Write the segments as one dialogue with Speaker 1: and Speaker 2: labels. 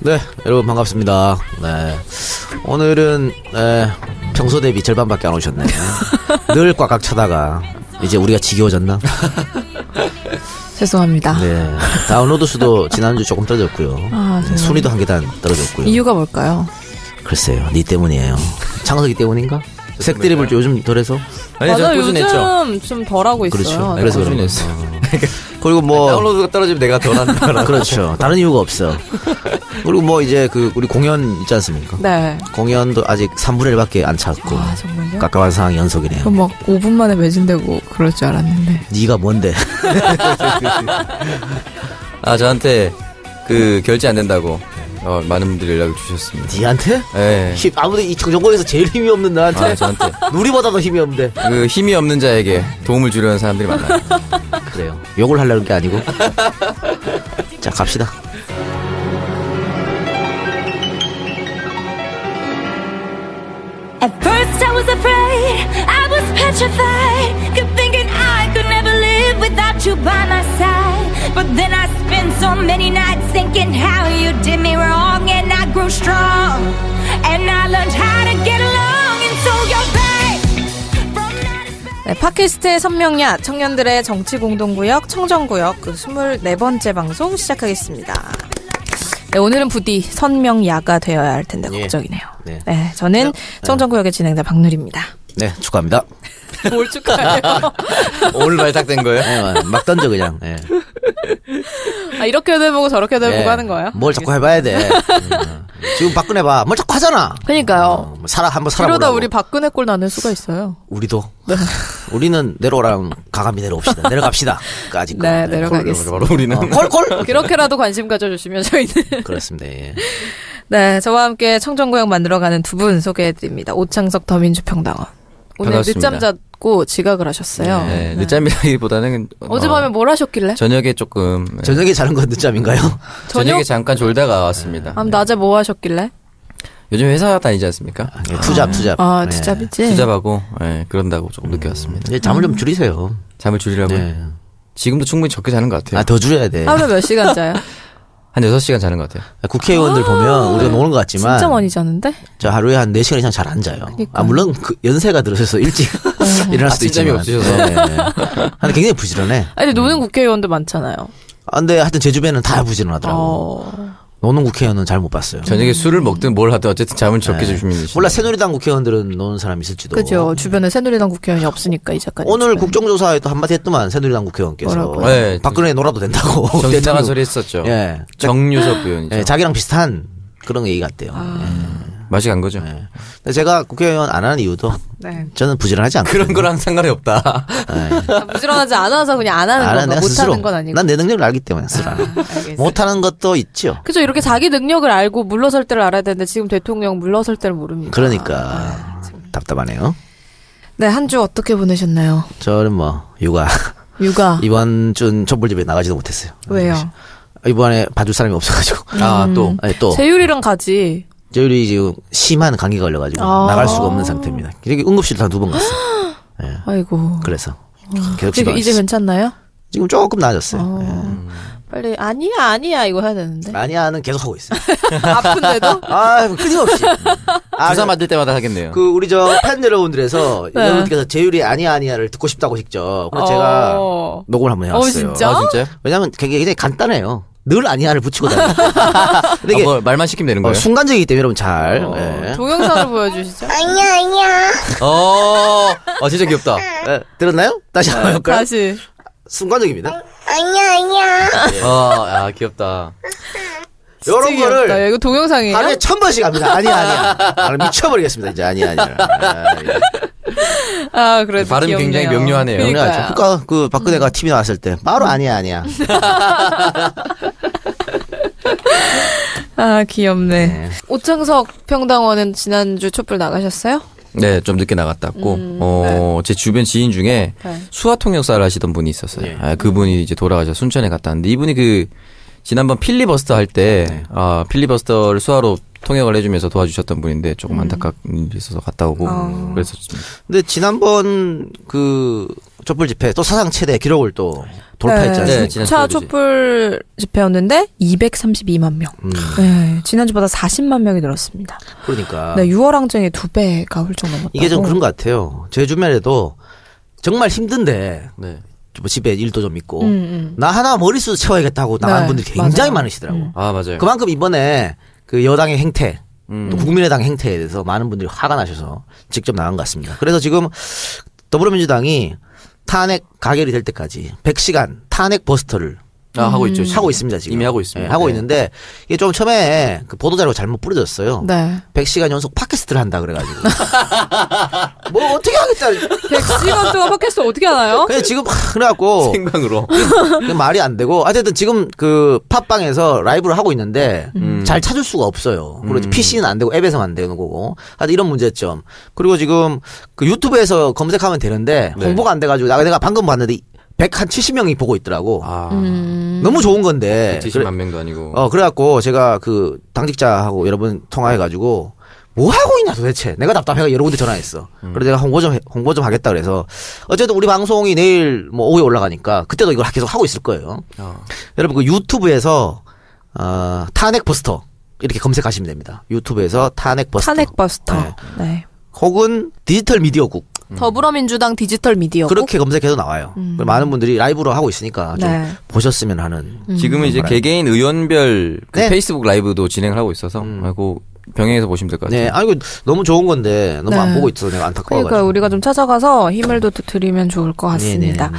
Speaker 1: 네, 여러분 반갑습니다. 네. 오늘은 에, 평소 대비 절반밖에 안 오셨네요. 늘 꽉꽉 차다가 이제 우리가 지겨워졌나?
Speaker 2: 죄송합니다.
Speaker 1: 네. 다운로드 수도 지난주 조금 떨어졌고요.
Speaker 2: 아,
Speaker 1: 네,
Speaker 2: 정말.
Speaker 1: 순위도 한 계단 떨어졌고요.
Speaker 2: 이유가 뭘까요?
Speaker 1: 글쎄요, 니 때문이에요. 창석이 때문인가? 색드립을 요즘 덜해서
Speaker 3: 아니, 저는 꾸준했죠.
Speaker 2: 요즘 좀 덜하고 있어요.
Speaker 1: 그렇죠.
Speaker 2: 네.
Speaker 1: 그래서 그런 거.
Speaker 3: 꾸준했어요.
Speaker 1: 그리고 뭐
Speaker 3: 다운로드가 떨어지면 내가 덜 한다.
Speaker 1: 그렇죠. 다른 이유가 없어. 그리고 뭐 이제 그 우리 공연 있지 않습니까?
Speaker 2: 네.
Speaker 1: 공연도 아직 3분의 1밖에 안 찼고
Speaker 2: 아, 정말요?
Speaker 1: 가까운 상황 연속이네요.
Speaker 2: 그럼 막 5분 만에 매진되고 그럴 줄 알았는데.
Speaker 1: 네가 뭔데?
Speaker 3: 아, 저한테 그 결제 안 된다고 어, 많은 분들이 연락을 주셨습니다.
Speaker 1: 니한테?
Speaker 2: 네.
Speaker 3: 예.
Speaker 1: 힘- 아무도 이 정권에서 제일 힘이 없는 나한테
Speaker 3: 아, 저한테
Speaker 1: 누리보다 더 힘이 없는데
Speaker 3: 그 힘이 없는 자에게 도움을 주려는 사람들이 많아요.
Speaker 1: 그래요 욕을 하려는 게 아니고 자 갑시다
Speaker 4: At first I was afraid, I was petrified, kept thinking I could never live without you by my side. But then I spent so many nights thinking how you did me wrong, and I grew strong, and I learned how to get along, and so you're back from that.
Speaker 2: 네, 팟캐스트의 선명야 청년들의 정치 공동구역 청정구역 그 24번째 방송 시작하겠습니다. 네, 오늘은 부디 선명야가 되어야 할 텐데
Speaker 1: 예.
Speaker 2: 걱정이네요.
Speaker 1: 네.
Speaker 2: 네, 저는 청정구역의 진행자 박누리입니다.
Speaker 1: 네 축하합니다
Speaker 2: 뭘 축하해요?
Speaker 3: 오늘 발탁된 거예요?
Speaker 1: 네, 막- 막 던져 그냥 네.
Speaker 2: 아, 이렇게도 해보고 저렇게도 해보고
Speaker 1: 네.
Speaker 2: 하는 거예요?
Speaker 1: 뭘 자꾸 해봐야 돼 음. 지금 박근혜 봐뭘 자꾸 하잖아
Speaker 2: 그러니까요.
Speaker 1: 어, 뭐 살아 한번 살아보라고
Speaker 2: 이러다 우리 네. 박근혜 꼴 나는 수가 있어요.
Speaker 1: 우리도 우리는 내려오라면 가감히 내려옵시다 내려갑시다 까짓 거 어,
Speaker 2: 네,
Speaker 3: 그래서
Speaker 2: 내려가겠습니다.
Speaker 3: 바로 우리는
Speaker 1: 콜콜
Speaker 2: 그렇게라도 관심 가져주시면 저희는
Speaker 1: 그렇습니다 예.
Speaker 2: 네 저와 함께 청정구역 만들어가는 두 분 소개해드립니다. 오창석 더민주 평당원 오늘
Speaker 3: 반갑습니다.
Speaker 2: 늦잠 잤고 지각을 하셨어요.
Speaker 3: 네, 늦잠이라기보다는 어,
Speaker 2: 어젯밤에 뭘 하셨길래?
Speaker 3: 저녁에 조금 예,
Speaker 1: 저녁에 자는 건 늦잠인가요?
Speaker 3: 저녁에 네. 잠깐 졸다가 왔습니다.
Speaker 2: 아, 낮에 뭐 하셨길래?
Speaker 3: 요즘 회사 다니지 않습니까?
Speaker 1: 예, 투잡 투잡
Speaker 2: 아
Speaker 1: 네.
Speaker 2: 두잡이지.
Speaker 3: 투잡하고 예, 그런다고 조금 늦게 왔습니다.
Speaker 1: 예, 잠을
Speaker 2: 음.
Speaker 1: 좀 줄이세요
Speaker 3: 잠을 줄이라고 요
Speaker 1: 네.
Speaker 3: 지금도 충분히 적게 자는 것 같아요.
Speaker 1: 아더 줄여야 돼
Speaker 2: 하루에 몇 시간 자요?
Speaker 3: 한 6시간 자는 것 같아요.
Speaker 1: 국회의원들 보면 우리가 노는 것 같지만
Speaker 2: 네. 진짜 많이 그러니까. 자는데?
Speaker 1: 저 하루에 한 4시간 이상 잘 안 자요. 아 물론 그 연세가 들어서 일찍 일어날 수도
Speaker 3: 아침잠이
Speaker 1: 있지만.
Speaker 3: 없으셔서.
Speaker 1: 네. 아니 굉장히 부지런해.
Speaker 2: 아니 노는 국회의원도 많잖아요.
Speaker 1: 아, 근데 하여튼 제 주변에는 다 부지런하더라고.
Speaker 2: 어.
Speaker 1: 노는 국회의원은 잘 못 봤어요.
Speaker 3: 저녁에 술을 먹든 뭘 하든 어쨌든 잠을 적게 주시면 되죠.
Speaker 1: 몰라 새누리당 국회의원들은 노는 사람 있을지도.
Speaker 2: 그죠. 주변에 새누리당 국회의원이 없으니까 이 작가님.
Speaker 1: 오늘
Speaker 2: 주변에.
Speaker 1: 국정조사에 또 한마디 했더만 새누리당 국회의원께서
Speaker 2: 뭐라고요?
Speaker 3: 네.
Speaker 1: 박근혜 놀아도 된다고.
Speaker 3: 정당한
Speaker 1: 대통령-
Speaker 3: 소리 했었죠. 그렇죠.
Speaker 1: 예.
Speaker 3: 정유섭 의원이죠.
Speaker 1: 예, 자기랑 비슷한 그런 얘기 같대요.
Speaker 2: 아.
Speaker 3: 맛이 간 거죠.
Speaker 1: 예. 근데 제가 국회의원 안 하는 이유도
Speaker 2: 네.
Speaker 1: 저는 부지런하지 않고.
Speaker 3: 그런 거랑 상관이 없다.
Speaker 2: 아, 부지런하지 않아서 그냥 안 하는
Speaker 1: 알아,
Speaker 2: 건가
Speaker 1: 내가
Speaker 2: 뭐 못
Speaker 1: 스스로.
Speaker 2: 하는 건 아니고. 아,
Speaker 1: 난 내 능력을 알기 때문에 스스로. 안 해.
Speaker 2: 알겠어요.
Speaker 1: 못하는 것도 있죠.
Speaker 2: 그죠 이렇게 자기 능력을 알고 물러설 때를 알아야 되는데 지금 대통령 물러설 때를 모릅니다. 아,
Speaker 1: 그러니까 답답하네요.
Speaker 2: 네한 주 어떻게 보내셨나요?
Speaker 1: 저는 뭐 육아
Speaker 2: 육아
Speaker 1: 이번 준 촛불집에 나가지도 못했어요.
Speaker 2: 왜요?
Speaker 1: 이번에 봐줄 사람이 없어가지고 음.
Speaker 3: 아, 또.
Speaker 1: 아니, 또
Speaker 2: 재율이랑 가지.
Speaker 1: 저희 지금 심한 감기 가 걸려가지고
Speaker 2: 아.
Speaker 1: 나갈 수가 없는 상태입니다. 여기 응급실 다 두 번 갔어. 요
Speaker 2: 아이고.
Speaker 1: 그래서
Speaker 2: 지금
Speaker 1: 계속
Speaker 2: 이제 그 괜찮나요?
Speaker 1: 지금 조금 나아졌어요.
Speaker 2: 어. 빨리 아니야 아니야 이거 해야 되는데
Speaker 1: 예. 아니야는 계속 하고 있어요.
Speaker 2: 아픈데도
Speaker 1: 아 끊임없이. 아,
Speaker 3: 주사 맞을 때마다 하겠네요.
Speaker 1: 그 우리 저 팬 여러분들에서
Speaker 2: 네.
Speaker 1: 여러분께서 제율이 아니야 아니야를 듣고 싶다고 직접 그래서
Speaker 2: 어.
Speaker 1: 제가 녹음을 한번 해왔어요.
Speaker 2: 진짜?
Speaker 3: 아, 진짜요?
Speaker 1: 왜냐면 굉장히 굉장히 간단해요. 늘 아니야를 붙이고 다녀요. 근데
Speaker 3: 아,
Speaker 1: 이게
Speaker 3: 뭐 말만 시키면 되는
Speaker 1: 어,
Speaker 3: 거예요?
Speaker 1: 순간적이기 때문에 여러분 잘.
Speaker 3: 어.
Speaker 1: 예.
Speaker 2: 동영상을 보여주시죠.
Speaker 3: 어, 어, 진짜 귀엽다.
Speaker 1: 예, 들었나요? 다시 한번 해볼까요?
Speaker 2: 네, 다시 아,
Speaker 1: 순간적입니다.
Speaker 3: 어, 아, 귀엽다.
Speaker 1: 이런
Speaker 2: 진짜 귀엽다. 야,
Speaker 1: 거를
Speaker 2: 이거 동영상이에요?
Speaker 1: 하루에 천 번씩 합니다. 아니야, 아니야. 아, 미쳐버리겠습니다. 이제 아니야, 아니야. 아, 예.
Speaker 2: 아 그래도
Speaker 3: 발음이
Speaker 2: 귀엽네요.
Speaker 3: 굉장히 명료하네요.
Speaker 2: 그러니까요. 음.
Speaker 1: 그러니까 그러니까 그 박근혜가 TV 나왔을 때 바로 아니야, 아니야.
Speaker 2: 아 귀엽네. 오창석 평당원은 지난주 촛불 나가셨어요?
Speaker 3: 네, 좀 늦게 나갔다고. 어, 제 주변 지인 중에
Speaker 2: 네.
Speaker 3: 수화 통역사를 하시던 분이 있었어요.
Speaker 1: 예.
Speaker 3: 아, 그분이 이제 돌아가셔
Speaker 1: 네.
Speaker 3: 순천에 갔다 왔는데 이분이 그 지난번 필리버스터 할 때 아, 필리버스터를 수화로 통역을 해주면서 도와주셨던 분인데 조금 안타까운 일이 있어서 갔다 오고 그랬었습니다.
Speaker 1: 근데 지난번 그 촛불 집회 또 사상 최대 기록을 또 돌파했지
Speaker 3: 네,
Speaker 1: 않습니까?
Speaker 3: 지난
Speaker 2: 6차
Speaker 3: 토요일이지.
Speaker 2: 촛불 집회였는데 232만 명.
Speaker 1: 음,
Speaker 2: 네, 지난주보다 40만 명이 늘었습니다.
Speaker 1: 그러니까
Speaker 2: 네, 어. 6월 항쟁의 두 배가 훌쩍 넘었다고.
Speaker 1: 이게 좀 그런 것 같아요. 제 주변에도 정말 힘든데
Speaker 3: 네.
Speaker 1: 뭐 집에 일도 좀 있고
Speaker 2: 음, 음.
Speaker 1: 나 하나 머릿수 채워야겠다고 나간
Speaker 2: 네,
Speaker 1: 분들이 굉장히
Speaker 2: 맞아요. 음.
Speaker 1: 많으시더라고. 요
Speaker 3: 아 맞아요.
Speaker 1: 그만큼 이번에 그 여당의 행태,
Speaker 3: 음.
Speaker 1: 또 국민의당 행태에 대해서 많은 분들이 화가 나셔서 직접 나간 것 같습니다. 그래서 지금 더불어민주당이 탄핵 가결이 될 때까지 100시간 탄핵 버스터를
Speaker 3: 아 하고 있죠. 지금.
Speaker 1: 음. 하고 있습니다 지금
Speaker 3: 이미 하고 있습니다.
Speaker 1: 예, 하고
Speaker 3: 네.
Speaker 1: 있는데 이게 좀 처음에 그 보도자료가 잘못 뿌려졌어요.
Speaker 2: 네.
Speaker 1: 100시간 연속 팟캐스트를 한다 그래가지고 뭐 어떻게 하겠다.
Speaker 2: 100시간 동안 네, 팟캐스트 어떻게 하나요?
Speaker 1: 그냥 지금 막 그래갖고
Speaker 3: 생방으로.
Speaker 1: 그냥 말이 안 되고 어쨌든 지금 그 팟빵에서 라이브를 하고 있는데
Speaker 3: 음.
Speaker 1: 잘 찾을 수가 없어요. 그리고 PC는 안 되고 앱에서만 안 되는 거고 하여튼 이런 문제점. 그리고 지금 그 유튜브에서 검색하면 되는데
Speaker 3: 네.
Speaker 1: 홍보가 안 돼가지고 나 내가 방금 봤는데 100한 70명이 보고 있더라고.
Speaker 3: 아
Speaker 1: 너무 좋은 건데.
Speaker 3: 70만 명도 아니고.
Speaker 1: 네, 어 그래갖고 제가 그 당직자하고 여러 분 통화해가지고 뭐 하고 있냐 도대체 내가 답답해가 여러 군데 전화했어. 그래서 내가 홍보 좀 해- 홍보 좀 하겠다 그래서 어쨌든 우리 방송이 내일 뭐 오후에 올라가니까 그때도 이걸 계속 하고 있을 거예요.
Speaker 3: 아.
Speaker 1: 여러분 그 유튜브에서 어, 탄핵 버스터 이렇게 검색하시면 됩니다. 유튜브에서 탄핵 버스터
Speaker 2: 탄핵 버스터.
Speaker 1: 네.
Speaker 2: 네.
Speaker 1: 혹은 디지털 미디어국
Speaker 2: 더불어민주당 디지털 미디어.
Speaker 1: 그렇게 검색해도 나와요. 그리고 많은 분들이 라이브로 하고 있으니까 좀
Speaker 2: 음. 네.
Speaker 1: 보셨으면 하는
Speaker 2: 음.
Speaker 3: 지금은 이제 개개인 의원별 그
Speaker 1: 네.
Speaker 3: 페이스북 라이브도 진행을 하고 있어서 아이고 병행해서 보시면 될 것 같아요.
Speaker 1: 네, 아이고 너무 좋은 건데 너무
Speaker 2: 네.
Speaker 1: 안 보고 있어서 내가 안타까워가지고. 네,
Speaker 2: 그러니까 우리가 좀 찾아가서 힘을 더 드리면 좋을 것 같습니다.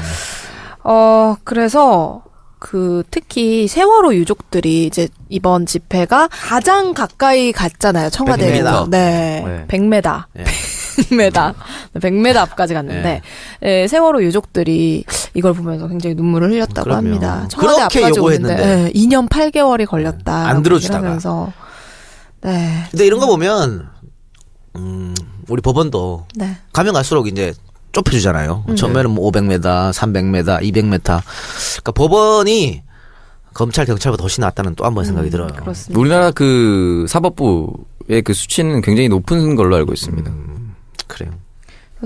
Speaker 2: 어, 그래서 그 특히 세월호 유족들이 이제 이번 집회가 가장 가까이 갔잖아요. 청와대에다.
Speaker 1: 100m.
Speaker 2: 네.
Speaker 3: 네.
Speaker 2: 100m.
Speaker 1: 네.
Speaker 2: 100m. 100m 앞까지 갔는데
Speaker 1: 네.
Speaker 2: 예, 세월호 유족들이 이걸 보면서 굉장히 눈물을 흘렸다고
Speaker 1: 그럼요.
Speaker 2: 합니다. 청와대
Speaker 1: 그렇게
Speaker 2: 앞까지
Speaker 1: 요구했는데. 네,
Speaker 2: 오는데 예, 2년 8개월이 걸렸다.
Speaker 1: 안 들어주다가.
Speaker 2: 하면서 네.
Speaker 1: 근데 이런 거 보면 음, 우리 법원도
Speaker 2: 네.
Speaker 1: 가면 갈수록 이제 좁혀주잖아요. 처음에는 뭐 500m, 300m, 200m. 그러니까 법원이 검찰 경찰보다 훨씬 낫다는 또 한 번 생각이 들어요.
Speaker 2: 음, 그렇습니다.
Speaker 3: 우리나라 그 사법부의 그 수치는 굉장히 높은 걸로 알고 있습니다.
Speaker 1: 그래요.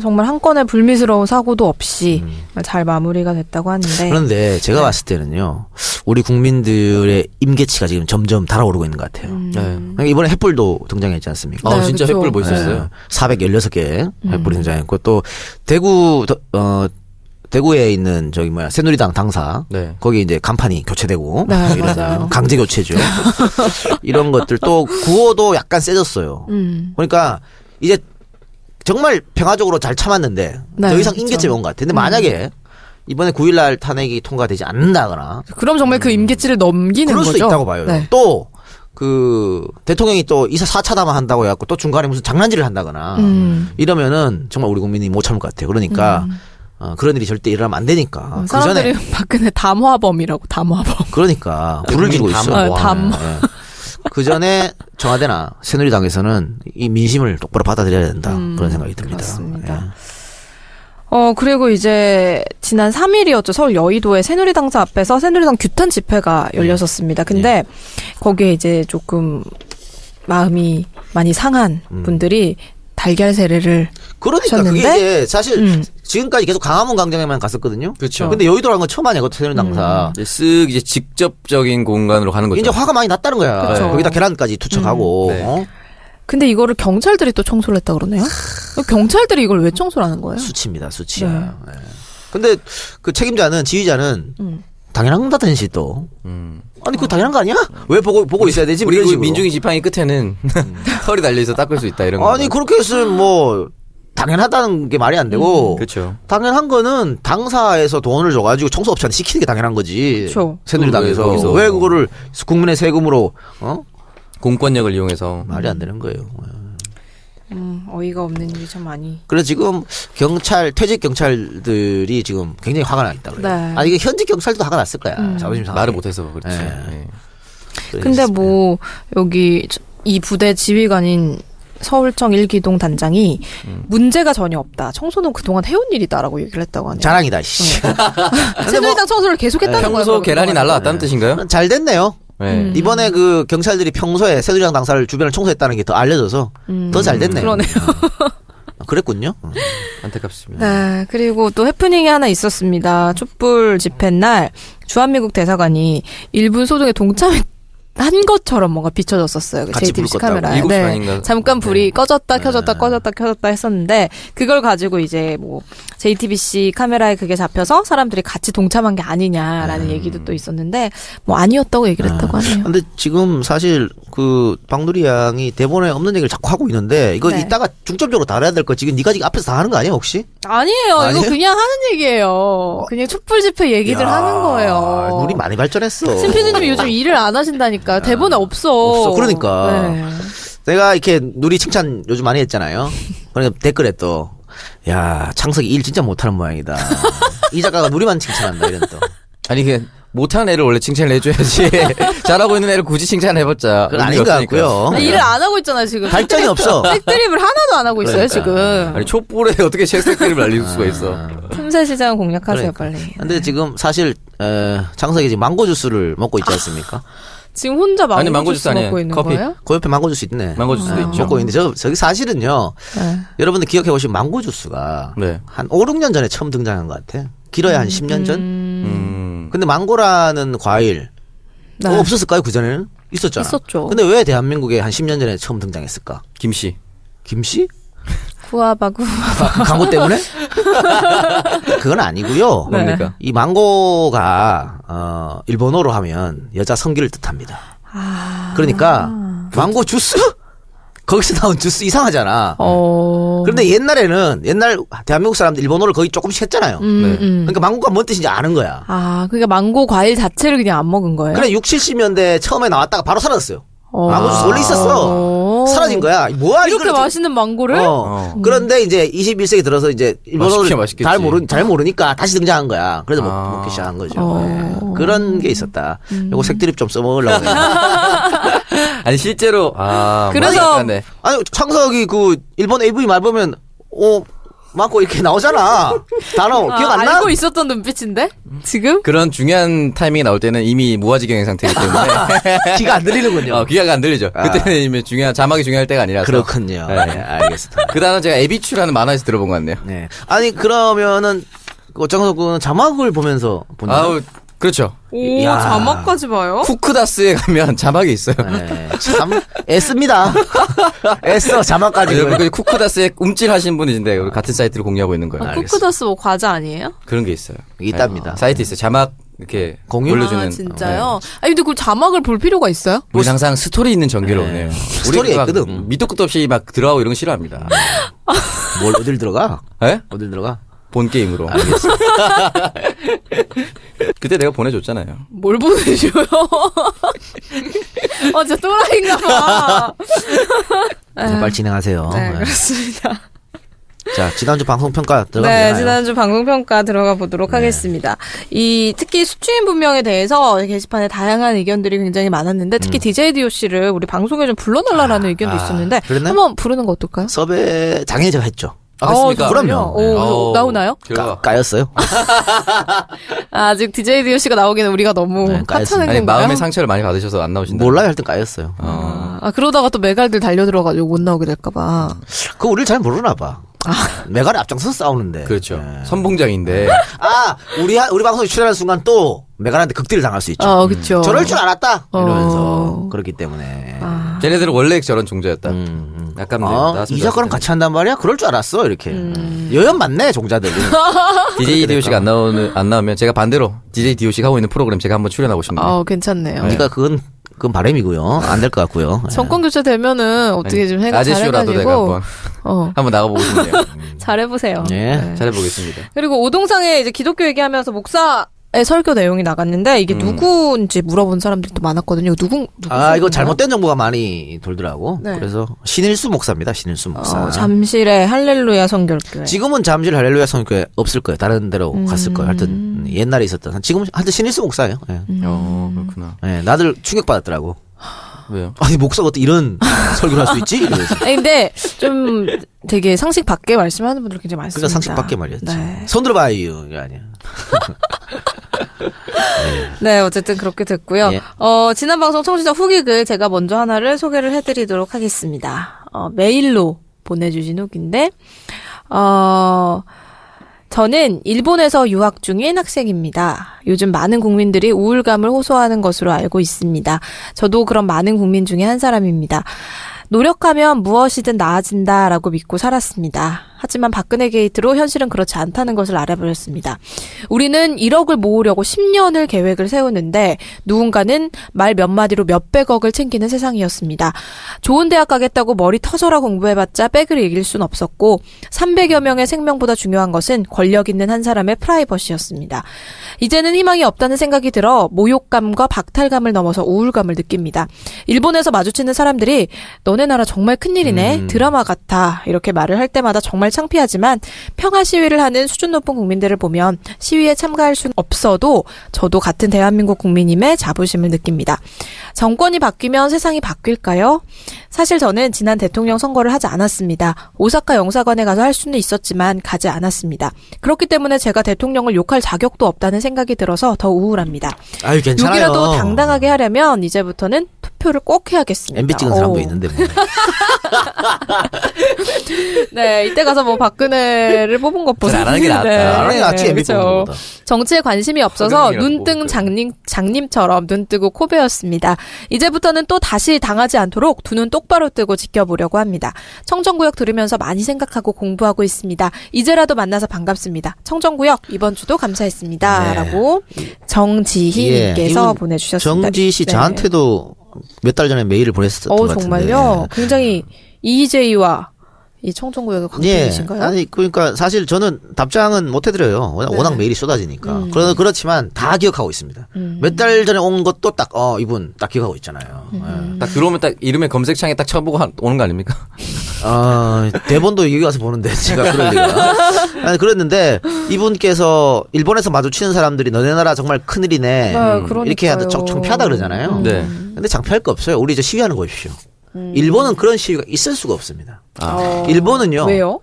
Speaker 2: 정말 한 건의 불미스러운 사고도 없이 잘 마무리가 됐다고 하는데
Speaker 1: 음. 그런데 제가
Speaker 2: 네.
Speaker 1: 봤을 때는요, 우리 국민들의 임계치가 지금 점점 달아오르고 있는 것 같아요.
Speaker 3: 네.
Speaker 1: 그러니까 이번에 het불도 등장했지 않습니까? 어,
Speaker 3: 아
Speaker 2: 음. 네, 음.
Speaker 3: 진짜
Speaker 2: 그쵸.
Speaker 3: 횃불 멋있었어요.
Speaker 1: 416개 횃불이 등장했고 또 대구 더- 어 대구에 있는 저기 뭐야 새누리당 당사
Speaker 3: 네.
Speaker 1: 거기 이제 간판이 교체되고
Speaker 2: 네,
Speaker 1: 이런
Speaker 2: 맞아요.
Speaker 1: 강제 교체죠 이런 것들 또 구호도 약간 세졌어요
Speaker 2: 음.
Speaker 1: 그러니까 이제 정말 평화적으로 잘 참았는데
Speaker 2: 네,
Speaker 1: 더 이상
Speaker 2: 그쵸. 음.
Speaker 1: 임계점이 온 것 같아 근데 만약에 이번에 9일날 탄핵이 통과되지 않는다거나
Speaker 2: 그럼 정말 그 임계치를 넘기는
Speaker 1: 그럴
Speaker 2: 거죠.
Speaker 1: 수 있다고 봐요.
Speaker 2: 네.
Speaker 1: 또 그 대통령이 또 이사 사차담화 한다고 해갖고 또 중간에 무슨 장난질을 한다거나
Speaker 2: 음.
Speaker 1: 이러면은 정말 우리 국민이 못 참을 것 같아요. 그러니까 어, 그런 일이 절대 일어나면 안 되니까
Speaker 2: 음,
Speaker 1: 그 전에
Speaker 2: 사람들이 박근혜 담화범이라고 담화범.
Speaker 1: 그러니까 불을 지고
Speaker 3: 국민
Speaker 1: 있어.
Speaker 2: 담화. 어, 담화.
Speaker 1: 그 전에 청와대나 새누리당에서는 이 민심을 똑바로 받아들여야 된다 그런 생각이 듭니다. 예.
Speaker 2: 음, 그렇습니다. 어 그리고 이제 지난 3일이었죠 서울 여의도의 새누리당사 앞에서 새누리당 규탄 집회가
Speaker 1: 네.
Speaker 2: 열렸었습니다. 근데 거기에 이제 조금 마음이 많이 상한
Speaker 1: 음.
Speaker 2: 분들이 달걀 세례를
Speaker 1: 그러니까
Speaker 2: 하셨는데?
Speaker 1: 그게 이제 사실
Speaker 2: 음. 그렇죠.
Speaker 1: 지금까지 계속 강화문 광장에만 갔었거든요.
Speaker 3: 그쵸.
Speaker 1: 근데 여의도라는 건 처음 아니고 새누리당사 네.
Speaker 3: 이제 쓱 이제 직접적인 공간으로 가는 거죠.
Speaker 1: 이제 화가 많이 났다는 거야.
Speaker 2: 그렇죠. 그쵸.
Speaker 1: 거기다 계란까지 투척하고
Speaker 3: 음. 네.
Speaker 1: 어?
Speaker 2: 근데 이거를 경찰들이 또 청소를 했다 그러네요. 경찰들이 이걸 왜 청소를 하는 거예요?
Speaker 1: 수치입니다,
Speaker 2: 네.
Speaker 1: 수치야. 예. 근데 그 책임자는 지휘자는
Speaker 2: 음.
Speaker 1: 당연한 겁니다, 대신 또.
Speaker 3: 음.
Speaker 1: 아니 그거 당연한 거 아니야? 왜 보고 보고 있어야 되지? 뭐
Speaker 3: 우리
Speaker 1: 이런
Speaker 3: 그
Speaker 1: 식으로.
Speaker 3: 민중이 지팡이 끝에는 털이 달려있어 닦을 수 있다 이런 거.
Speaker 1: 아니 그렇게 했으면 뭐 당연하다는 게 말이 안 되고.
Speaker 3: 그렇죠.
Speaker 1: 당연한 거는 당사에서 돈을 줘가지고 청소업체한테 시키는 게 당연한 거지.
Speaker 2: 그쵸.
Speaker 1: 새누리당에서
Speaker 3: 왜 음, 네, 거기서.
Speaker 1: 왜 그거를 국민의 세금으로 어
Speaker 3: 공권력을 이용해서
Speaker 1: 말이 안 되는 거예요. 예.
Speaker 2: 음, 어이가 없는 일이 참 많이.
Speaker 1: 그래서 지금 경찰 퇴직 경찰들이 지금 굉장히 화가 나 있다 그래요.
Speaker 2: 네. 음.
Speaker 1: 아 이게 현직 경찰도 화가 났을 거야. 자존심 네. 상해.
Speaker 3: 말을 못해서 그렇지.
Speaker 1: 네.
Speaker 3: 네.
Speaker 2: 근데 뭐 여기 이 부대 지휘관인 서울청 일기동 단장이 문제가 전혀 없다. 청소는 그동안 해온 일이다라고 얘기를 했다고 하네요.
Speaker 1: 자랑이다. 음. 씨.
Speaker 2: 음.
Speaker 1: 뭐
Speaker 2: 새누리당 청소를 계속했다는 거예요.
Speaker 3: 평소
Speaker 2: 그러면
Speaker 3: 계란이
Speaker 2: 그동안.
Speaker 3: 날라왔다는 뜻인가요?
Speaker 1: 잘 됐네요.
Speaker 3: 네.
Speaker 2: 음.
Speaker 1: 이번에 그 경찰들이 평소에 새누리당 당사를 주변을 청소했다는 게 더 알려져서 더 잘 됐네요.
Speaker 2: 음. 그러네요.
Speaker 1: 아, 그랬군요. 음.
Speaker 3: 안타깝습니다.
Speaker 2: 네, 그리고 또 해프닝이 하나 있었습니다. 촛불 집회 날 주한미국 대사관이 일본 소동에 동참한 것처럼 뭔가 비춰졌었어요. 그
Speaker 1: 같이 불
Speaker 2: JTBC
Speaker 1: 껐다고.
Speaker 2: 카메라에. 네,
Speaker 3: 7시 반인가?
Speaker 2: 잠깐 불이
Speaker 3: 네.
Speaker 2: 꺼졌다 켜졌다 꺼졌다 켜졌다 했었는데 그걸 가지고 이제 뭐 JTBC 카메라에 그게 잡혀서 사람들이 같이 동참한 게 아니냐라는 얘기도 또 있었는데 뭐 아니었다고 얘기를 했다고 하네요.
Speaker 1: 근데 지금 사실 그 박누리 양이 대본에 없는 얘기를 자꾸 하고 있는데 이거
Speaker 2: 네.
Speaker 1: 이따가 중점적으로 다뤄야 될 거 지금 네가 지금 앞에서 다 하는 거 아니야 혹시?
Speaker 2: 아니에요.
Speaker 1: 아니에요?
Speaker 2: 이거 그냥 하는 얘기예요. 그냥 촛불 집회 얘기들
Speaker 1: 야,
Speaker 2: 하는 거예요.
Speaker 1: 우리 많이 발전했어.
Speaker 2: 신 PD님 요즘 일을 안 하신다니까 대본에 없어. 네.
Speaker 1: 없어. 그러니까. 내가 이렇게 누리 칭찬 요즘 많이 했잖아요. 그러니까 댓글에 또, 야, 창석이 일 진짜 못하는 모양이다. 이 작가가 누리만 칭찬한다, 이런 또.
Speaker 3: 아니 그 못하는 애를 원래 칭찬을 해줘야지 잘하고 있는 애를 굳이 칭찬해봤자
Speaker 1: 그건
Speaker 3: 의미가
Speaker 1: 아닌 것
Speaker 3: 없으니까. 네.
Speaker 1: 같고요.
Speaker 2: 근데 일을 안 하고 있잖아요 지금.
Speaker 1: 발전이 없어.
Speaker 2: 색드립을 하나도 안 하고 있어요 지금.
Speaker 3: 아니 촛불에 어떻게 채색들을 날릴
Speaker 1: 아.
Speaker 3: 수가 있어?
Speaker 2: 틈새 시장 공략하세요
Speaker 1: 그러니까.
Speaker 2: 빨리. 네.
Speaker 1: 근데 지금 사실, 에, 창석이 지금 망고 주스를 먹고
Speaker 2: 아.
Speaker 1: 있지 않습니까?
Speaker 2: 지금 혼자 망고,
Speaker 3: 아니, 망고
Speaker 2: 주스
Speaker 3: 주스 아니에요.
Speaker 2: 먹고 있는
Speaker 3: 커피.
Speaker 2: 거예요?
Speaker 1: 그 옆에 망고 주스 있네.
Speaker 3: 망고 주스도 있죠.
Speaker 1: 먹고 있는데, 저, 저기 사실은요.
Speaker 2: 네.
Speaker 1: 여러분들 기억해 보시면 망고 주스가
Speaker 3: 네.
Speaker 1: 한 5, 6년 전에 처음 등장한 것 같아. 길어야 한 10년 전?
Speaker 3: 음.
Speaker 1: 근데 망고라는 과일,
Speaker 2: 네.
Speaker 1: 어, 없었을까요? 그전에는? 있었잖아.
Speaker 2: 있었죠.
Speaker 1: 근데 왜 대한민국에 한 10년 전에 처음 등장했을까?
Speaker 3: 김씨.
Speaker 1: 김씨?
Speaker 2: 구아바 구아바.
Speaker 1: 광고 때문에? 그건 아니고요.
Speaker 2: 네.
Speaker 3: 뭡니까?
Speaker 1: 이 망고가 어 일본어로 하면 여자 성기를 뜻합니다.
Speaker 2: 아.
Speaker 1: 그러니까 망고 주스 거기서 나온 주스 이상하잖아.
Speaker 2: 어.
Speaker 1: 그런데 옛날에는 옛날 대한민국 사람들 일본어를 거의 조금씩 했잖아요.
Speaker 2: 음.
Speaker 3: 네.
Speaker 1: 그러니까 망고가 뭔 뜻인지 아는 거야.
Speaker 2: 아 그러니까 망고 과일 자체를 그냥 안 먹은 거예요?
Speaker 1: 그래 6, 70년대 처음에 나왔다가 바로 사라졌어요.
Speaker 2: 네. 어.
Speaker 1: 망고 주스 원래 있었어.
Speaker 2: 어.
Speaker 1: 사라진 거야. 뭐야
Speaker 2: 이렇게
Speaker 1: 이걸 어떻게-
Speaker 2: 맛있는 망고를?
Speaker 1: 어. 그런데 이제 21세기 들어서 이제
Speaker 3: 맛있게
Speaker 1: 일본어를
Speaker 3: 맛있겠지.
Speaker 1: 잘 모르 잘 모르니까 다시 등장한 거야. 그래서 뭐 먹-
Speaker 3: 아.
Speaker 1: 먹기 시작한 거죠.
Speaker 2: 어. 음.
Speaker 1: 예. 그런 게 있었다. 요거 색드립 좀 써먹으려고. 그래요.
Speaker 3: 아니 실제로 아
Speaker 2: 그래서-
Speaker 3: 네.
Speaker 1: 아니 창석이 그 일본 AV 말 보면 오 맞고 이렇게 나오잖아. 단어 기억 안 나?
Speaker 2: 알고 있었던 눈빛인데 지금?
Speaker 3: 그런 중요한 타이밍이 나올 때는 이미 무아지경인 상태이기 때문에
Speaker 1: 귀가 안 들리는군요.
Speaker 3: 어, 귀가 안 들리죠. 그때는 이미 중요한 자막이 중요할 때가 아니라서
Speaker 1: 아. 그렇군요.
Speaker 3: 네.
Speaker 1: 네, 알겠습니다.
Speaker 3: 그 단어 제가 에비추라는 만화에서 들어본 것 같네요.
Speaker 1: 네. 아니 그러면은 어창석 군은 자막을 보면서 보는.
Speaker 3: 아우 그렇죠.
Speaker 2: 오
Speaker 1: 야.
Speaker 2: 자막까지 봐요?
Speaker 3: 쿠크다스에 가면 자막이 있어요.
Speaker 1: 네, 참 애씁니다. 애써 자막까지.
Speaker 3: 여러분 그 쿠크다스에 움찔하신 분이신데
Speaker 1: 아,
Speaker 3: 우리
Speaker 1: 네.
Speaker 3: 같은 사이트를 공유하고 있는 거예요.
Speaker 2: 아, 쿠크다스 뭐 과자 아니에요?
Speaker 3: 그런 게 있어요.
Speaker 1: 있답니다.
Speaker 3: 아, 사이트 있어요. 자막 이렇게
Speaker 1: 공유?
Speaker 3: 올려주는.
Speaker 2: 아, 진짜요?
Speaker 3: 어, 네.
Speaker 1: 예.
Speaker 2: 아니 근데 그 자막을 볼 필요가 있어요?
Speaker 3: 우리 항상 스토리 있는 전기로
Speaker 1: 뭐 네.
Speaker 3: 오네요.
Speaker 1: 스토리가
Speaker 3: 우리 막
Speaker 1: 있거든.
Speaker 3: 밑도 끝도 없이 막 들어가고 이런 거 싫어합니다.
Speaker 1: 뭘 어딜 들어가?
Speaker 3: 예?
Speaker 1: 어딜 들어가?
Speaker 3: 본 게임으로. 그때 내가 보내줬잖아요.
Speaker 2: 뭘 보내줘요? 어, 진짜 또라이인가 봐.
Speaker 1: 자, 빨리 진행하세요.
Speaker 2: 네,
Speaker 1: 네.
Speaker 2: 그렇습니다.
Speaker 1: 자, 지난주 방송 평가 들어가면
Speaker 2: 네, 지난주 방송평가 들어가 보도록 하겠습니다. 이, 특히 수취인 분명에 대해서 게시판에 다양한 의견들이 굉장히 많았는데, 특히 DJ DOC를 우리 방송에 좀 불러달라라는 의견도
Speaker 1: 아,
Speaker 2: 있었는데,
Speaker 1: 그랬나요?
Speaker 2: 한번 부르는 거 어떨까요?
Speaker 1: 섭외 장애자 했죠.
Speaker 3: 아, 했습니까?
Speaker 2: 어,
Speaker 1: 그럼요.
Speaker 2: 오,
Speaker 1: 네.
Speaker 2: 오, 나오나요?
Speaker 1: 까,
Speaker 3: 결과.
Speaker 1: 까였어요.
Speaker 2: 아, 아직 DJ DOC가 나오기는 우리가 너무
Speaker 1: 네,
Speaker 2: 하찮은
Speaker 1: 까였습니다.
Speaker 3: 아니,
Speaker 2: 건가요?
Speaker 3: 마음의 상처를 많이 받으셔서 안 나오신다.
Speaker 1: 몰라요 할 땐 까였어요.
Speaker 3: 어.
Speaker 2: 아, 그러다가 또 메갈들 달려들어가지고 못 나오게 될까봐.
Speaker 1: 그 우리를 잘 모르나 봐.
Speaker 2: 아.
Speaker 1: 메갈이 앞장서 싸우는데.
Speaker 3: 그렇죠.
Speaker 1: 네.
Speaker 3: 선봉장인데.
Speaker 1: 아, 우리 하- 우리 방송에 출연하는 순간 또 메갈한테 극딜 당할 수 있죠.
Speaker 2: 어, 그쵸.
Speaker 1: 저럴 줄 알았다. 이러면서
Speaker 2: 어. 아.
Speaker 1: 그렇기 때문에.
Speaker 3: 쟤네들은 원래 저런 종자였다.
Speaker 1: 음, 음.
Speaker 3: 아깝네요.
Speaker 1: 어, 이
Speaker 3: 나왔습니다.
Speaker 1: 작가랑 같이 한단 말이야? 그럴 줄 알았어. 이렇게.
Speaker 2: 음.
Speaker 1: 여연 맞네, 종자들.
Speaker 3: DJ DOC가 안 나오는 안 나오면 제가 반대로 DJ DOC가 하고 있는 프로그램 제가 한번 출연하고 싶네요.
Speaker 2: 어, 괜찮네요.
Speaker 1: 그러니까 그건 그건 바람이고요. 안 될 것 같고요. 예.
Speaker 2: 정권 교체 되면은 어떻게 좀 해가
Speaker 3: 네. 아재쇼라도 내가
Speaker 2: 잘해가지고
Speaker 3: 한번
Speaker 2: 어
Speaker 3: 한번 나가보고 싶네요. 네,
Speaker 2: 잘해보세요.
Speaker 1: 예.
Speaker 3: 잘해보겠습니다.
Speaker 2: 그리고 오동상에 이제 기독교 얘기하면서 목사 의 설교 내용이 나갔는데 이게 누구인지 물어본 사람들이 또 많았거든요. 누군
Speaker 1: 음.
Speaker 2: 누구
Speaker 1: 아, 이거
Speaker 2: 설교인가요?
Speaker 1: 잘못된 정보가 많이 돌더라고.
Speaker 2: 네.
Speaker 1: 그래서 신일수 목사입니다. 신일수 목사.
Speaker 2: 어, 잠실의 네. 할렐루야 성결교회.
Speaker 1: 지금은 잠실 할렐루야 성교에 없을 거예요. 다른 데로
Speaker 2: 음.
Speaker 1: 갔을 거예요. 하여튼 옛날에 있었던 지금 하여튼 신일수 목사예요. 예.
Speaker 2: 음.
Speaker 3: 어, 그렇구나.
Speaker 1: 예, 나들 충격 받았더라고.
Speaker 3: 왜요?
Speaker 1: 아니 목사가 어떻게 이런 설교를 할 수 있지? 이러면서.
Speaker 2: 아니, 근데 좀 되게 상식 밖에 말씀하는 분들 굉장히 많습니다.
Speaker 1: 그러니까 상식 밖에 말이었지.
Speaker 2: 네.
Speaker 1: 손 들어봐 이거 아니야. 예.
Speaker 2: 네, 어쨌든 그렇게 됐고요.
Speaker 1: 예.
Speaker 2: 어, 지난 방송 청취자 후기글 제가 먼저 하나를 소개를 해드리도록 하겠습니다. 어, 메일로 보내주신 후기인데, 어, 저는 일본에서 유학 중인 학생입니다. 요즘 많은 국민들이 우울감을 호소하는 것으로 알고 있습니다. 저도 그런 많은 국민 중에 한 사람입니다. 노력하면 무엇이든 나아진다라고 믿고 살았습니다. 하지만 박근혜 게이트로 현실은 그렇지 않다는 것을 알아버렸습니다. 우리는 1억을 모으려고 10년을 계획을 세우는데 누군가는 말 몇 마디로 몇백억을 챙기는 세상이었습니다. 좋은 대학 가겠다고 머리 터져라 공부해봤자 백을 이길 순 없었고 300여 명의 생명보다 중요한 것은 권력 있는 한 사람의 프라이버시였습니다. 이제는 희망이 없다는 생각이 들어 모욕감과 박탈감을 넘어서 우울감을 느낍니다. 일본에서 마주치는 사람들이 너네 나라 정말 큰일이네 드라마 같아 이렇게 말을 할 때마다 정말 창피하지만 평화 시위를 하는 수준 높은 국민들을 보면 시위에 참가할 수는 없어도 저도 같은 대한민국 국민임에 자부심을 느낍니다. 정권이 바뀌면 세상이 바뀔까요? 사실 저는 지난 대통령 선거를 하지 않았습니다. 오사카 영사관에 가서 할 수는 있었지만 가지 않았습니다. 그렇기 때문에 제가 대통령을 욕할 자격도 없다는 생각이 들어서 더 우울합니다.
Speaker 1: 아유 괜찮아요.
Speaker 2: 욕이라도 당당하게 하려면 이제부터는 투표를 꼭 해야겠습니다.
Speaker 1: MB 찍은 사람도
Speaker 2: 오.
Speaker 1: 있는데 뭐.
Speaker 2: 네, 이때 가서 뭐 박근혜를 뽑은 것보다
Speaker 3: 안 하는 게 낫다.
Speaker 1: 아,
Speaker 3: 네,
Speaker 1: 낫지 MB
Speaker 2: 그렇죠.
Speaker 1: 뽑는 것보다.
Speaker 2: 정치에 관심이 없어서
Speaker 3: 허경영이라고
Speaker 2: 눈뜬
Speaker 3: 그래요.
Speaker 2: 장님 장님처럼 눈뜨고 코베였습니다. 이제부터는 또 다시 당하지 않도록 두 눈 똑바로 뜨고 지켜보려고 합니다. 청정구역 들으면서 많이 생각하고 공부하고 있습니다. 이제라도 만나서 반갑습니다. 청정구역 이번 주도
Speaker 1: 네.
Speaker 2: 감사했습니다라고
Speaker 1: 예,
Speaker 2: 정지희님께서
Speaker 1: 이분
Speaker 2: 보내주셨습니다.
Speaker 1: 정지 씨
Speaker 2: 네.
Speaker 1: 저한테도 몇 달 전에 메일을 보냈었던
Speaker 2: 어
Speaker 1: 것 같은데.
Speaker 2: 정말요. 굉장히 EJ와 이 청정구역의
Speaker 1: 예.
Speaker 2: 관계이신가요?
Speaker 1: 아니 그러니까 사실 저는 답장은 못 해드려요. 워낙,
Speaker 2: 네.
Speaker 1: 워낙 메일이 쏟아지니까.
Speaker 2: 음.
Speaker 1: 그러 그렇지만 다 기억하고 있습니다. 몇 달 전에 온 것도 딱 어 이분 딱 기억하고 있잖아요.
Speaker 2: 음.
Speaker 1: 예.
Speaker 3: 딱 들어오면 딱 이름에 검색창에 딱 쳐보고 한- 오는 거 아닙니까?
Speaker 1: 아 대본도 여기 와서 보는데 제가 그럴 리가. 아니 그랬는데 이분께서 일본에서 마주치는 사람들이 너네 나라 정말 큰일이네. 음. 이렇게 해도 정- 창피하다
Speaker 2: 음.
Speaker 1: 그러잖아요.
Speaker 3: 네.
Speaker 1: 근데 창피할 거 없어요. 우리 이제 시위하는 거 보십시오. 일본은 그런 시위가 있을 수가 없습니다.
Speaker 3: 아.
Speaker 1: 일본은요.
Speaker 2: 어. 왜요?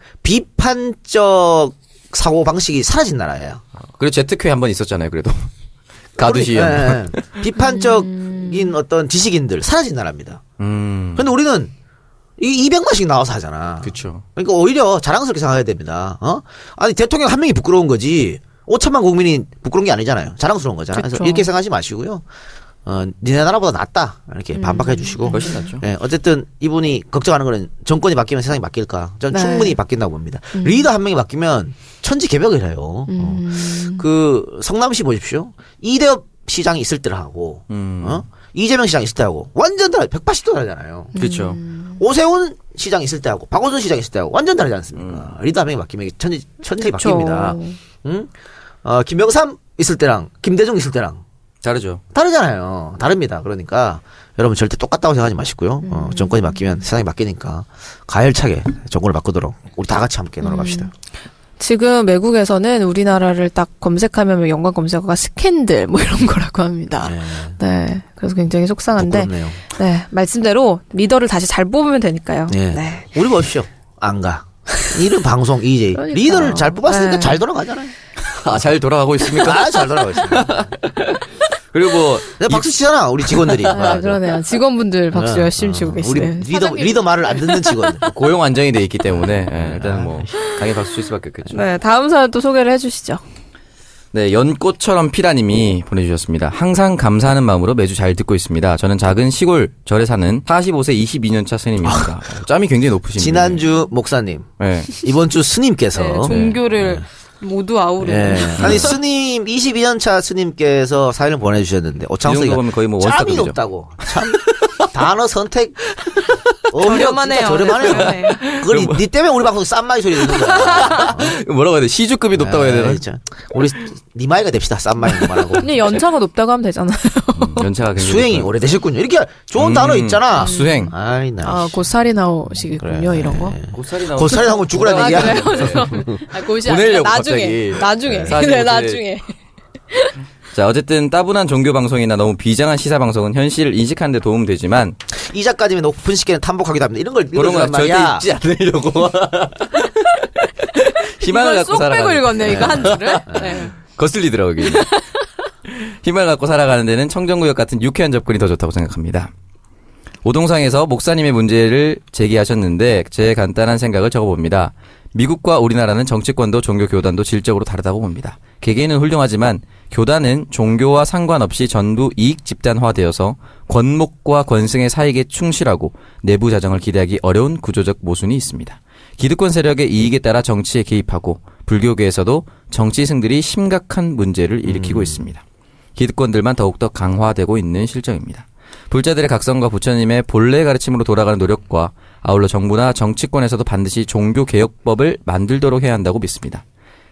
Speaker 1: 비판적 사고 방식이 사라진 나라예요.
Speaker 3: 그리고 제트큐에 한 번 있었잖아요, 그래도. 가두시 형.
Speaker 1: 예, 예. 비판적인 어떤 지식인들 사라진 나라입니다.
Speaker 2: 네.
Speaker 3: 음.
Speaker 1: 그런데 우리는 이 200만씩 나와서 하잖아.
Speaker 3: 그쵸.
Speaker 1: 그러니까 오히려 자랑스럽게 생각해야 됩니다. 어? 아니 대통령 한 명이 부끄러운 거지 5천만 국민이 부끄러운 게 아니잖아요. 자랑스러운 거잖아. 그래서
Speaker 2: 그쵸.
Speaker 1: 이렇게 생각하지 마시고요. 어, 니네 나라보다 낫다 이렇게 반박해 주시고.
Speaker 3: 훨씬 낫죠.
Speaker 1: 예, 어쨌든 이분이 걱정하는 거는 정권이 바뀌면 세상이 바뀔까? 전
Speaker 2: 네.
Speaker 1: 충분히 바뀐다고 봅니다. 리더 한 명이 바뀌면 천지개벽을 해요. 어. 그 성남시 보십시오. 이대업 시장이 있을 때를 하고
Speaker 3: 음.
Speaker 1: 어? 이재명 시장 있을 때 하고 완전 다르 180도 다르잖아요.
Speaker 2: 음.
Speaker 3: 그쵸.
Speaker 1: 오세훈 시장 있을 때 하고 박원순 시장 있을 때 하고 완전 다르지 않습니까? 리더 한 명이 바뀌면 이게 천지 천지 바뀝니다. 응? 어, 김영삼 있을 때랑 김대중 있을 때랑
Speaker 3: 다르죠.
Speaker 1: 다르잖아요. 다릅니다. 그러니까 여러분 절대 똑같다고 생각하지 마시고요. 어,
Speaker 2: 음.
Speaker 1: 정권이 바뀌면 세상이 바뀌니까 가열차게 정권을 바꾸도록 우리 다 같이 함께 노력합시다.
Speaker 2: 음. 지금 외국에서는 우리나라를 딱 검색하면 연관 검색어가 스캔들 뭐 이런 거라고 합니다. 네. 그래서 굉장히 속상한데
Speaker 1: 아, 부끄럽네요.
Speaker 2: 네, 말씀대로 리더를 다시 잘 뽑으면 되니까요.
Speaker 1: 예.
Speaker 2: 네.
Speaker 1: 우리 봅시오. 안 가. 이런 방송 EJ
Speaker 2: 그러니까요.
Speaker 1: 리더를 잘 뽑았으니까
Speaker 2: 네.
Speaker 1: 잘 돌아가잖아요.
Speaker 3: 아, 잘 돌아가고 있습니까?
Speaker 1: 아, 잘 돌아가고 있습니다.
Speaker 3: 그리고 뭐.
Speaker 1: 내가 박수 치잖아 우리 직원들이. 어,
Speaker 2: 아, 그러네요. 직원분들 박수 열심히 치고
Speaker 1: 우리
Speaker 2: 계시네요.
Speaker 1: 리더 리더 말을 안 듣는 직원들.
Speaker 3: 고용 안정이 돼 있기 때문에 예, 일단
Speaker 2: 아,
Speaker 3: 뭐 강의 박수 칠 수밖에 없겠죠.
Speaker 2: 네, 다음 사연 또 소개를 해주시죠.
Speaker 3: 네, 연꽃처럼 피라님이 보내주셨습니다. 항상 감사하는 마음으로 매주 잘 듣고 있습니다. 저는 작은 시골 절에 사는 45세 22년차 스님입니다. 어, 짬이 굉장히 높으신 분.
Speaker 1: 아, 지난주 목사님,
Speaker 3: 네.
Speaker 1: 이번 주 스님께서
Speaker 2: 네, 종교를 모두 아우르는
Speaker 1: 예. 아니 스님 22년 차 스님께서 사연을 보내주셨는데
Speaker 3: 이 정도
Speaker 1: 오창석이가
Speaker 3: 보면 거의 뭐
Speaker 1: 짬이
Speaker 3: 원스톱이죠.
Speaker 1: 높다고. 참 단어 선택 어려워, 진짜
Speaker 2: 저렴하네요.
Speaker 1: 저렴하네요.
Speaker 2: 저렴해요.
Speaker 1: 그걸
Speaker 3: 뭐
Speaker 1: 니- 니 때문에 우리 방송 싼마이 소리 듣는 거야.
Speaker 3: 뭐라고 해야 돼? 시주급이 높다고 해야 되나? 네,
Speaker 1: 에이, 참. 우리 니 마이가 됩시다. 싼마이 그만하고.
Speaker 2: 그냥 연차가 높다고 하면 되잖아요.
Speaker 3: 음, 연차가 굉장히
Speaker 1: 수행이
Speaker 3: 높아요.
Speaker 1: 오래되셨군요. 이렇게 좋은
Speaker 3: 음,
Speaker 1: 단어 있잖아.
Speaker 3: 수행.
Speaker 1: 아이 나.
Speaker 2: 아, 곧 살이 나오시겠군요, 이런
Speaker 1: 네.
Speaker 2: 거.
Speaker 3: 고사리
Speaker 1: 고사리 나오면 죽으라는
Speaker 2: 아,
Speaker 1: 얘기야.
Speaker 2: 그래요? 아, 곧이 아니라
Speaker 3: 보내려고
Speaker 2: 나중에.
Speaker 3: 갑자기.
Speaker 2: 나중에.
Speaker 3: 네, 사진
Speaker 2: 네,
Speaker 3: 어제-
Speaker 2: 나중에.
Speaker 3: 자, 어쨌든 따분한 종교 방송이나 너무 비장한 시사 방송은 현실을 인식하는 데 도움되지만
Speaker 1: 이 작가님이 높은 시계는 탐복하기도 합니다. 이런 걸
Speaker 3: 그런 거
Speaker 1: 읽어주란
Speaker 3: 절대
Speaker 1: 말이야.
Speaker 3: 잊지 않으려고 희망을
Speaker 2: 이걸
Speaker 3: 갖고
Speaker 2: 쏙 빼고
Speaker 3: 살아가는
Speaker 2: 읽었네요, 이거 한 줄을. 네.
Speaker 3: 거슬리더라고요. 이게. 힘을 갖고 살아가는 데는 청정구역 같은 유쾌한 접근이 더 좋다고 생각합니다. 오동상에서 목사님의 문제를 제기하셨는데 제 간단한 생각을 적어봅니다. 미국과 우리나라는 정치권도 종교 교단도 질적으로 다르다고 봅니다. 개개인은 훌륭하지만 교단은 종교와 상관없이 전부 이익 집단화되어서 권목과 권승의 사익에 충실하고 내부 자정을 기대하기 어려운 구조적 모순이 있습니다. 기득권 세력의 이익에 따라 정치에 개입하고 불교계에서도 정치승들이 심각한 문제를 일으키고 있습니다. 기득권들만 더욱더 강화되고 있는 실정입니다. 불자들의 각성과 부처님의 본래 가르침으로 돌아가는 노력과 아울러 정부나 정치권에서도 반드시 종교 개혁법을 만들도록 해야 한다고 믿습니다.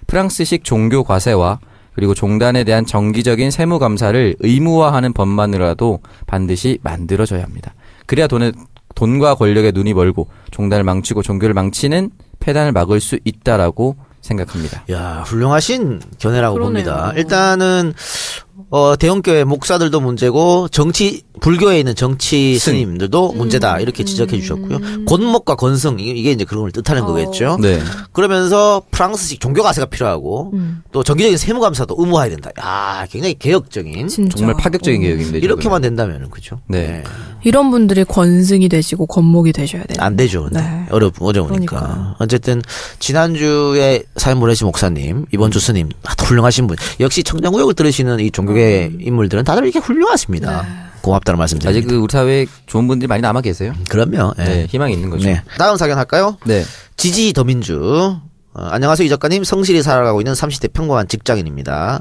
Speaker 3: 프랑스식 종교 과세와 그리고 종단에 대한 정기적인 세무 감사를 의무화하는 법만으로라도 반드시 만들어져야 합니다. 그래야 돈에 돈과 권력에 눈이 멀고 종단을 망치고 종교를 망치는 폐단을 막을 수 있다라고 생각합니다.
Speaker 1: 야, 훌륭하신 견해라고
Speaker 2: 그러네요.
Speaker 1: 봅니다. 일단은 어, 대형교회 목사들도 문제고 정치 불교에 있는 정치
Speaker 3: 스님.
Speaker 2: 음.
Speaker 1: 스님들도 문제다 이렇게 지적해 주셨고요. 권목과 건성 이- 이게 이제 그런 걸 뜻하는
Speaker 2: 어.
Speaker 1: 거겠죠.
Speaker 3: 네.
Speaker 1: 그러면서 프랑스식 종교 가세가 필요하고
Speaker 2: 음.
Speaker 1: 또 정기적인 세무 감사도 의무화해야 된다. 야, 굉장히 개혁적인
Speaker 2: 진짜.
Speaker 3: 정말 파격적인
Speaker 2: 어.
Speaker 3: 개혁인데
Speaker 1: 이렇게만 된다면은 그죠?
Speaker 3: 네.
Speaker 2: 이런 분들이 권승이 되시고 건목이 되셔야 돼요.
Speaker 1: 안 되죠. 근데.
Speaker 2: 네.
Speaker 1: 어려 어려우니까.
Speaker 2: 그러니까요.
Speaker 1: 어쨌든 지난주에 사연 보내신 목사님, 이번 주 스님 아, 훌륭하신 분. 역시 청정구역을 들으시는 이 종교계
Speaker 2: 음.
Speaker 1: 인물들은 다들 이렇게
Speaker 2: 네.
Speaker 1: 훌륭하십니다. 고맙다는 말씀드립니다.
Speaker 3: 아직 그 우리 사회에 좋은 분들이 많이 남아 계세요.
Speaker 1: 그럼요. 예.
Speaker 3: 네. 희망이 있는 거죠.
Speaker 1: 네. 다음 사연 할까요?
Speaker 3: 네.
Speaker 1: 지지 더민주. 어, 안녕하세요, 이 작가님. 성실히 살아가고 있는 30대 평범한 직장인입니다.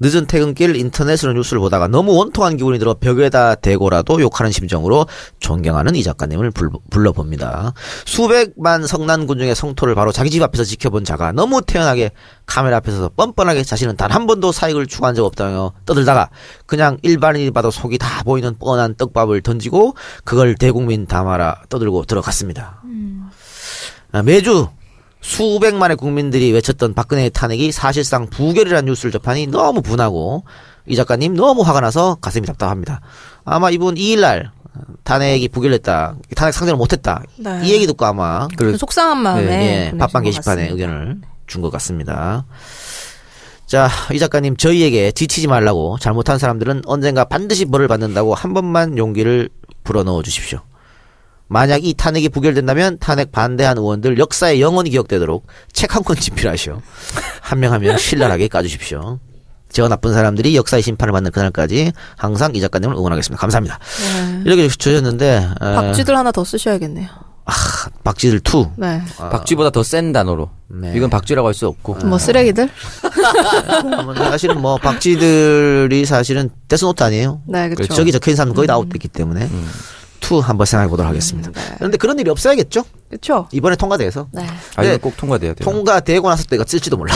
Speaker 1: 늦은 퇴근길 인터넷으로 뉴스를 보다가 너무 원통한 기분이 들어 벽에다 대고라도 욕하는 심정으로 존경하는 이 작가님을 불, 불러봅니다. 수백만 성난군 중에 성토를 바로 자기 집 앞에서 지켜본 자가 너무 태연하게 카메라 앞에서 뻔뻔하게 자신은 단 한 번도 사익을 추구한 적 없다며 떠들다가 그냥 일반인이 봐도 속이 다 보이는 뻔한 떡밥을 던지고 그걸 대국민 담아라 떠들고 들어갔습니다. 아, 매주 수백만의 국민들이 외쳤던 박근혜의 탄핵이 사실상 부결이라는 뉴스를 접하니 너무 분하고 이 작가님 너무 화가 나서 가슴이 답답합니다. 아마 이분 2일날 탄핵이 부결됐다. 탄핵 상정을 못했다.
Speaker 2: 네.
Speaker 1: 이 얘기 듣고 아마
Speaker 3: 그리고
Speaker 2: 속상한 마음에
Speaker 1: 예,
Speaker 2: 네, 보내신
Speaker 1: 팟빵
Speaker 2: 것
Speaker 1: 게시판에
Speaker 2: 같습니다.
Speaker 1: 의견을 준 것 같습니다. 자, 이 작가님 저희에게 지치지 말라고 잘못한 사람들은 언젠가 반드시 벌을 받는다고 한 번만 용기를 불어넣어 주십시오. 만약 이 탄핵이 부결된다면 탄핵 반대한 의원들 역사에 영원히 기억되도록 책 한 권 집필하시오. 한 명 한 명 신랄하게 까주십시오. 저 나쁜 사람들이 역사의 심판을 받는 그날까지 항상 이 작가님을 응원하겠습니다. 감사합니다. 이렇게 주셨는데 어,
Speaker 2: 네. 박쥐들 하나 더 쓰셔야겠네요.
Speaker 1: 박지들 2
Speaker 2: 네.
Speaker 3: 박쥐보다 더 센 단어로.
Speaker 1: 아. 네.
Speaker 3: 이건 박쥐라고 할 수 없고.
Speaker 1: 아.
Speaker 2: 뭐 쓰레기들?
Speaker 1: 그러면 사실은 뭐 박쥐들이 사실은 데스노트 아니에요.
Speaker 2: 네, 그렇죠. 음.
Speaker 1: 저기 적혀있는 사람 거의 다 아웃됐기 때문에 투 한번 생각해 보도록 하겠습니다. 그런데 그런 일이 없어야겠죠?
Speaker 2: 네, 그렇죠.
Speaker 1: 이번에 통과돼서
Speaker 2: 네.
Speaker 3: 아, 이거
Speaker 1: 네.
Speaker 3: 꼭 통과돼야 돼요.
Speaker 1: 통과되고 나서 때가 쓸지도 몰라.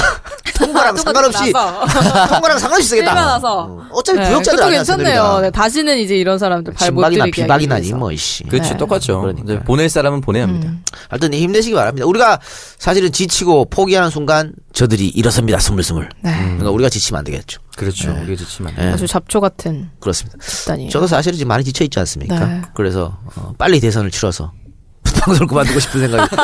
Speaker 1: 통과랑 아, 상관없이 통과랑 상관없이 쓰겠다.
Speaker 2: 일어나서.
Speaker 1: 어, 어차피
Speaker 2: 네,
Speaker 1: 부역자들
Speaker 2: 그것도
Speaker 1: 아니야.
Speaker 2: 괜찮네요. 네, 다시는 이제 이런 사람들 발못
Speaker 1: 진박이나
Speaker 2: 들이게
Speaker 1: 비박이나니 뭐 이씨.
Speaker 2: 네.
Speaker 3: 그렇지 똑같죠.
Speaker 1: 그러니까.
Speaker 3: 이제 보낼 사람은 보내야 합니다.
Speaker 2: 음.
Speaker 1: 하여튼 힘내시기 바랍니다. 우리가 사실은 지치고 포기하는 순간 저들이 일어섭니다. 스물스물.
Speaker 2: 네.
Speaker 1: 그러니까 우리가 지치면 안 되겠죠.
Speaker 3: 그렇죠. 우리가 지치면.
Speaker 1: 네.
Speaker 2: 아주 잡초 같은
Speaker 1: 그렇습니다.
Speaker 2: 집단이에요.
Speaker 1: 저도 사실은 지금 많이 지쳐 있지 않습니까?
Speaker 2: 예. 네.
Speaker 1: 그래서 어, 빨리 대선을 치러서 방송을 그만두고 싶은 생각이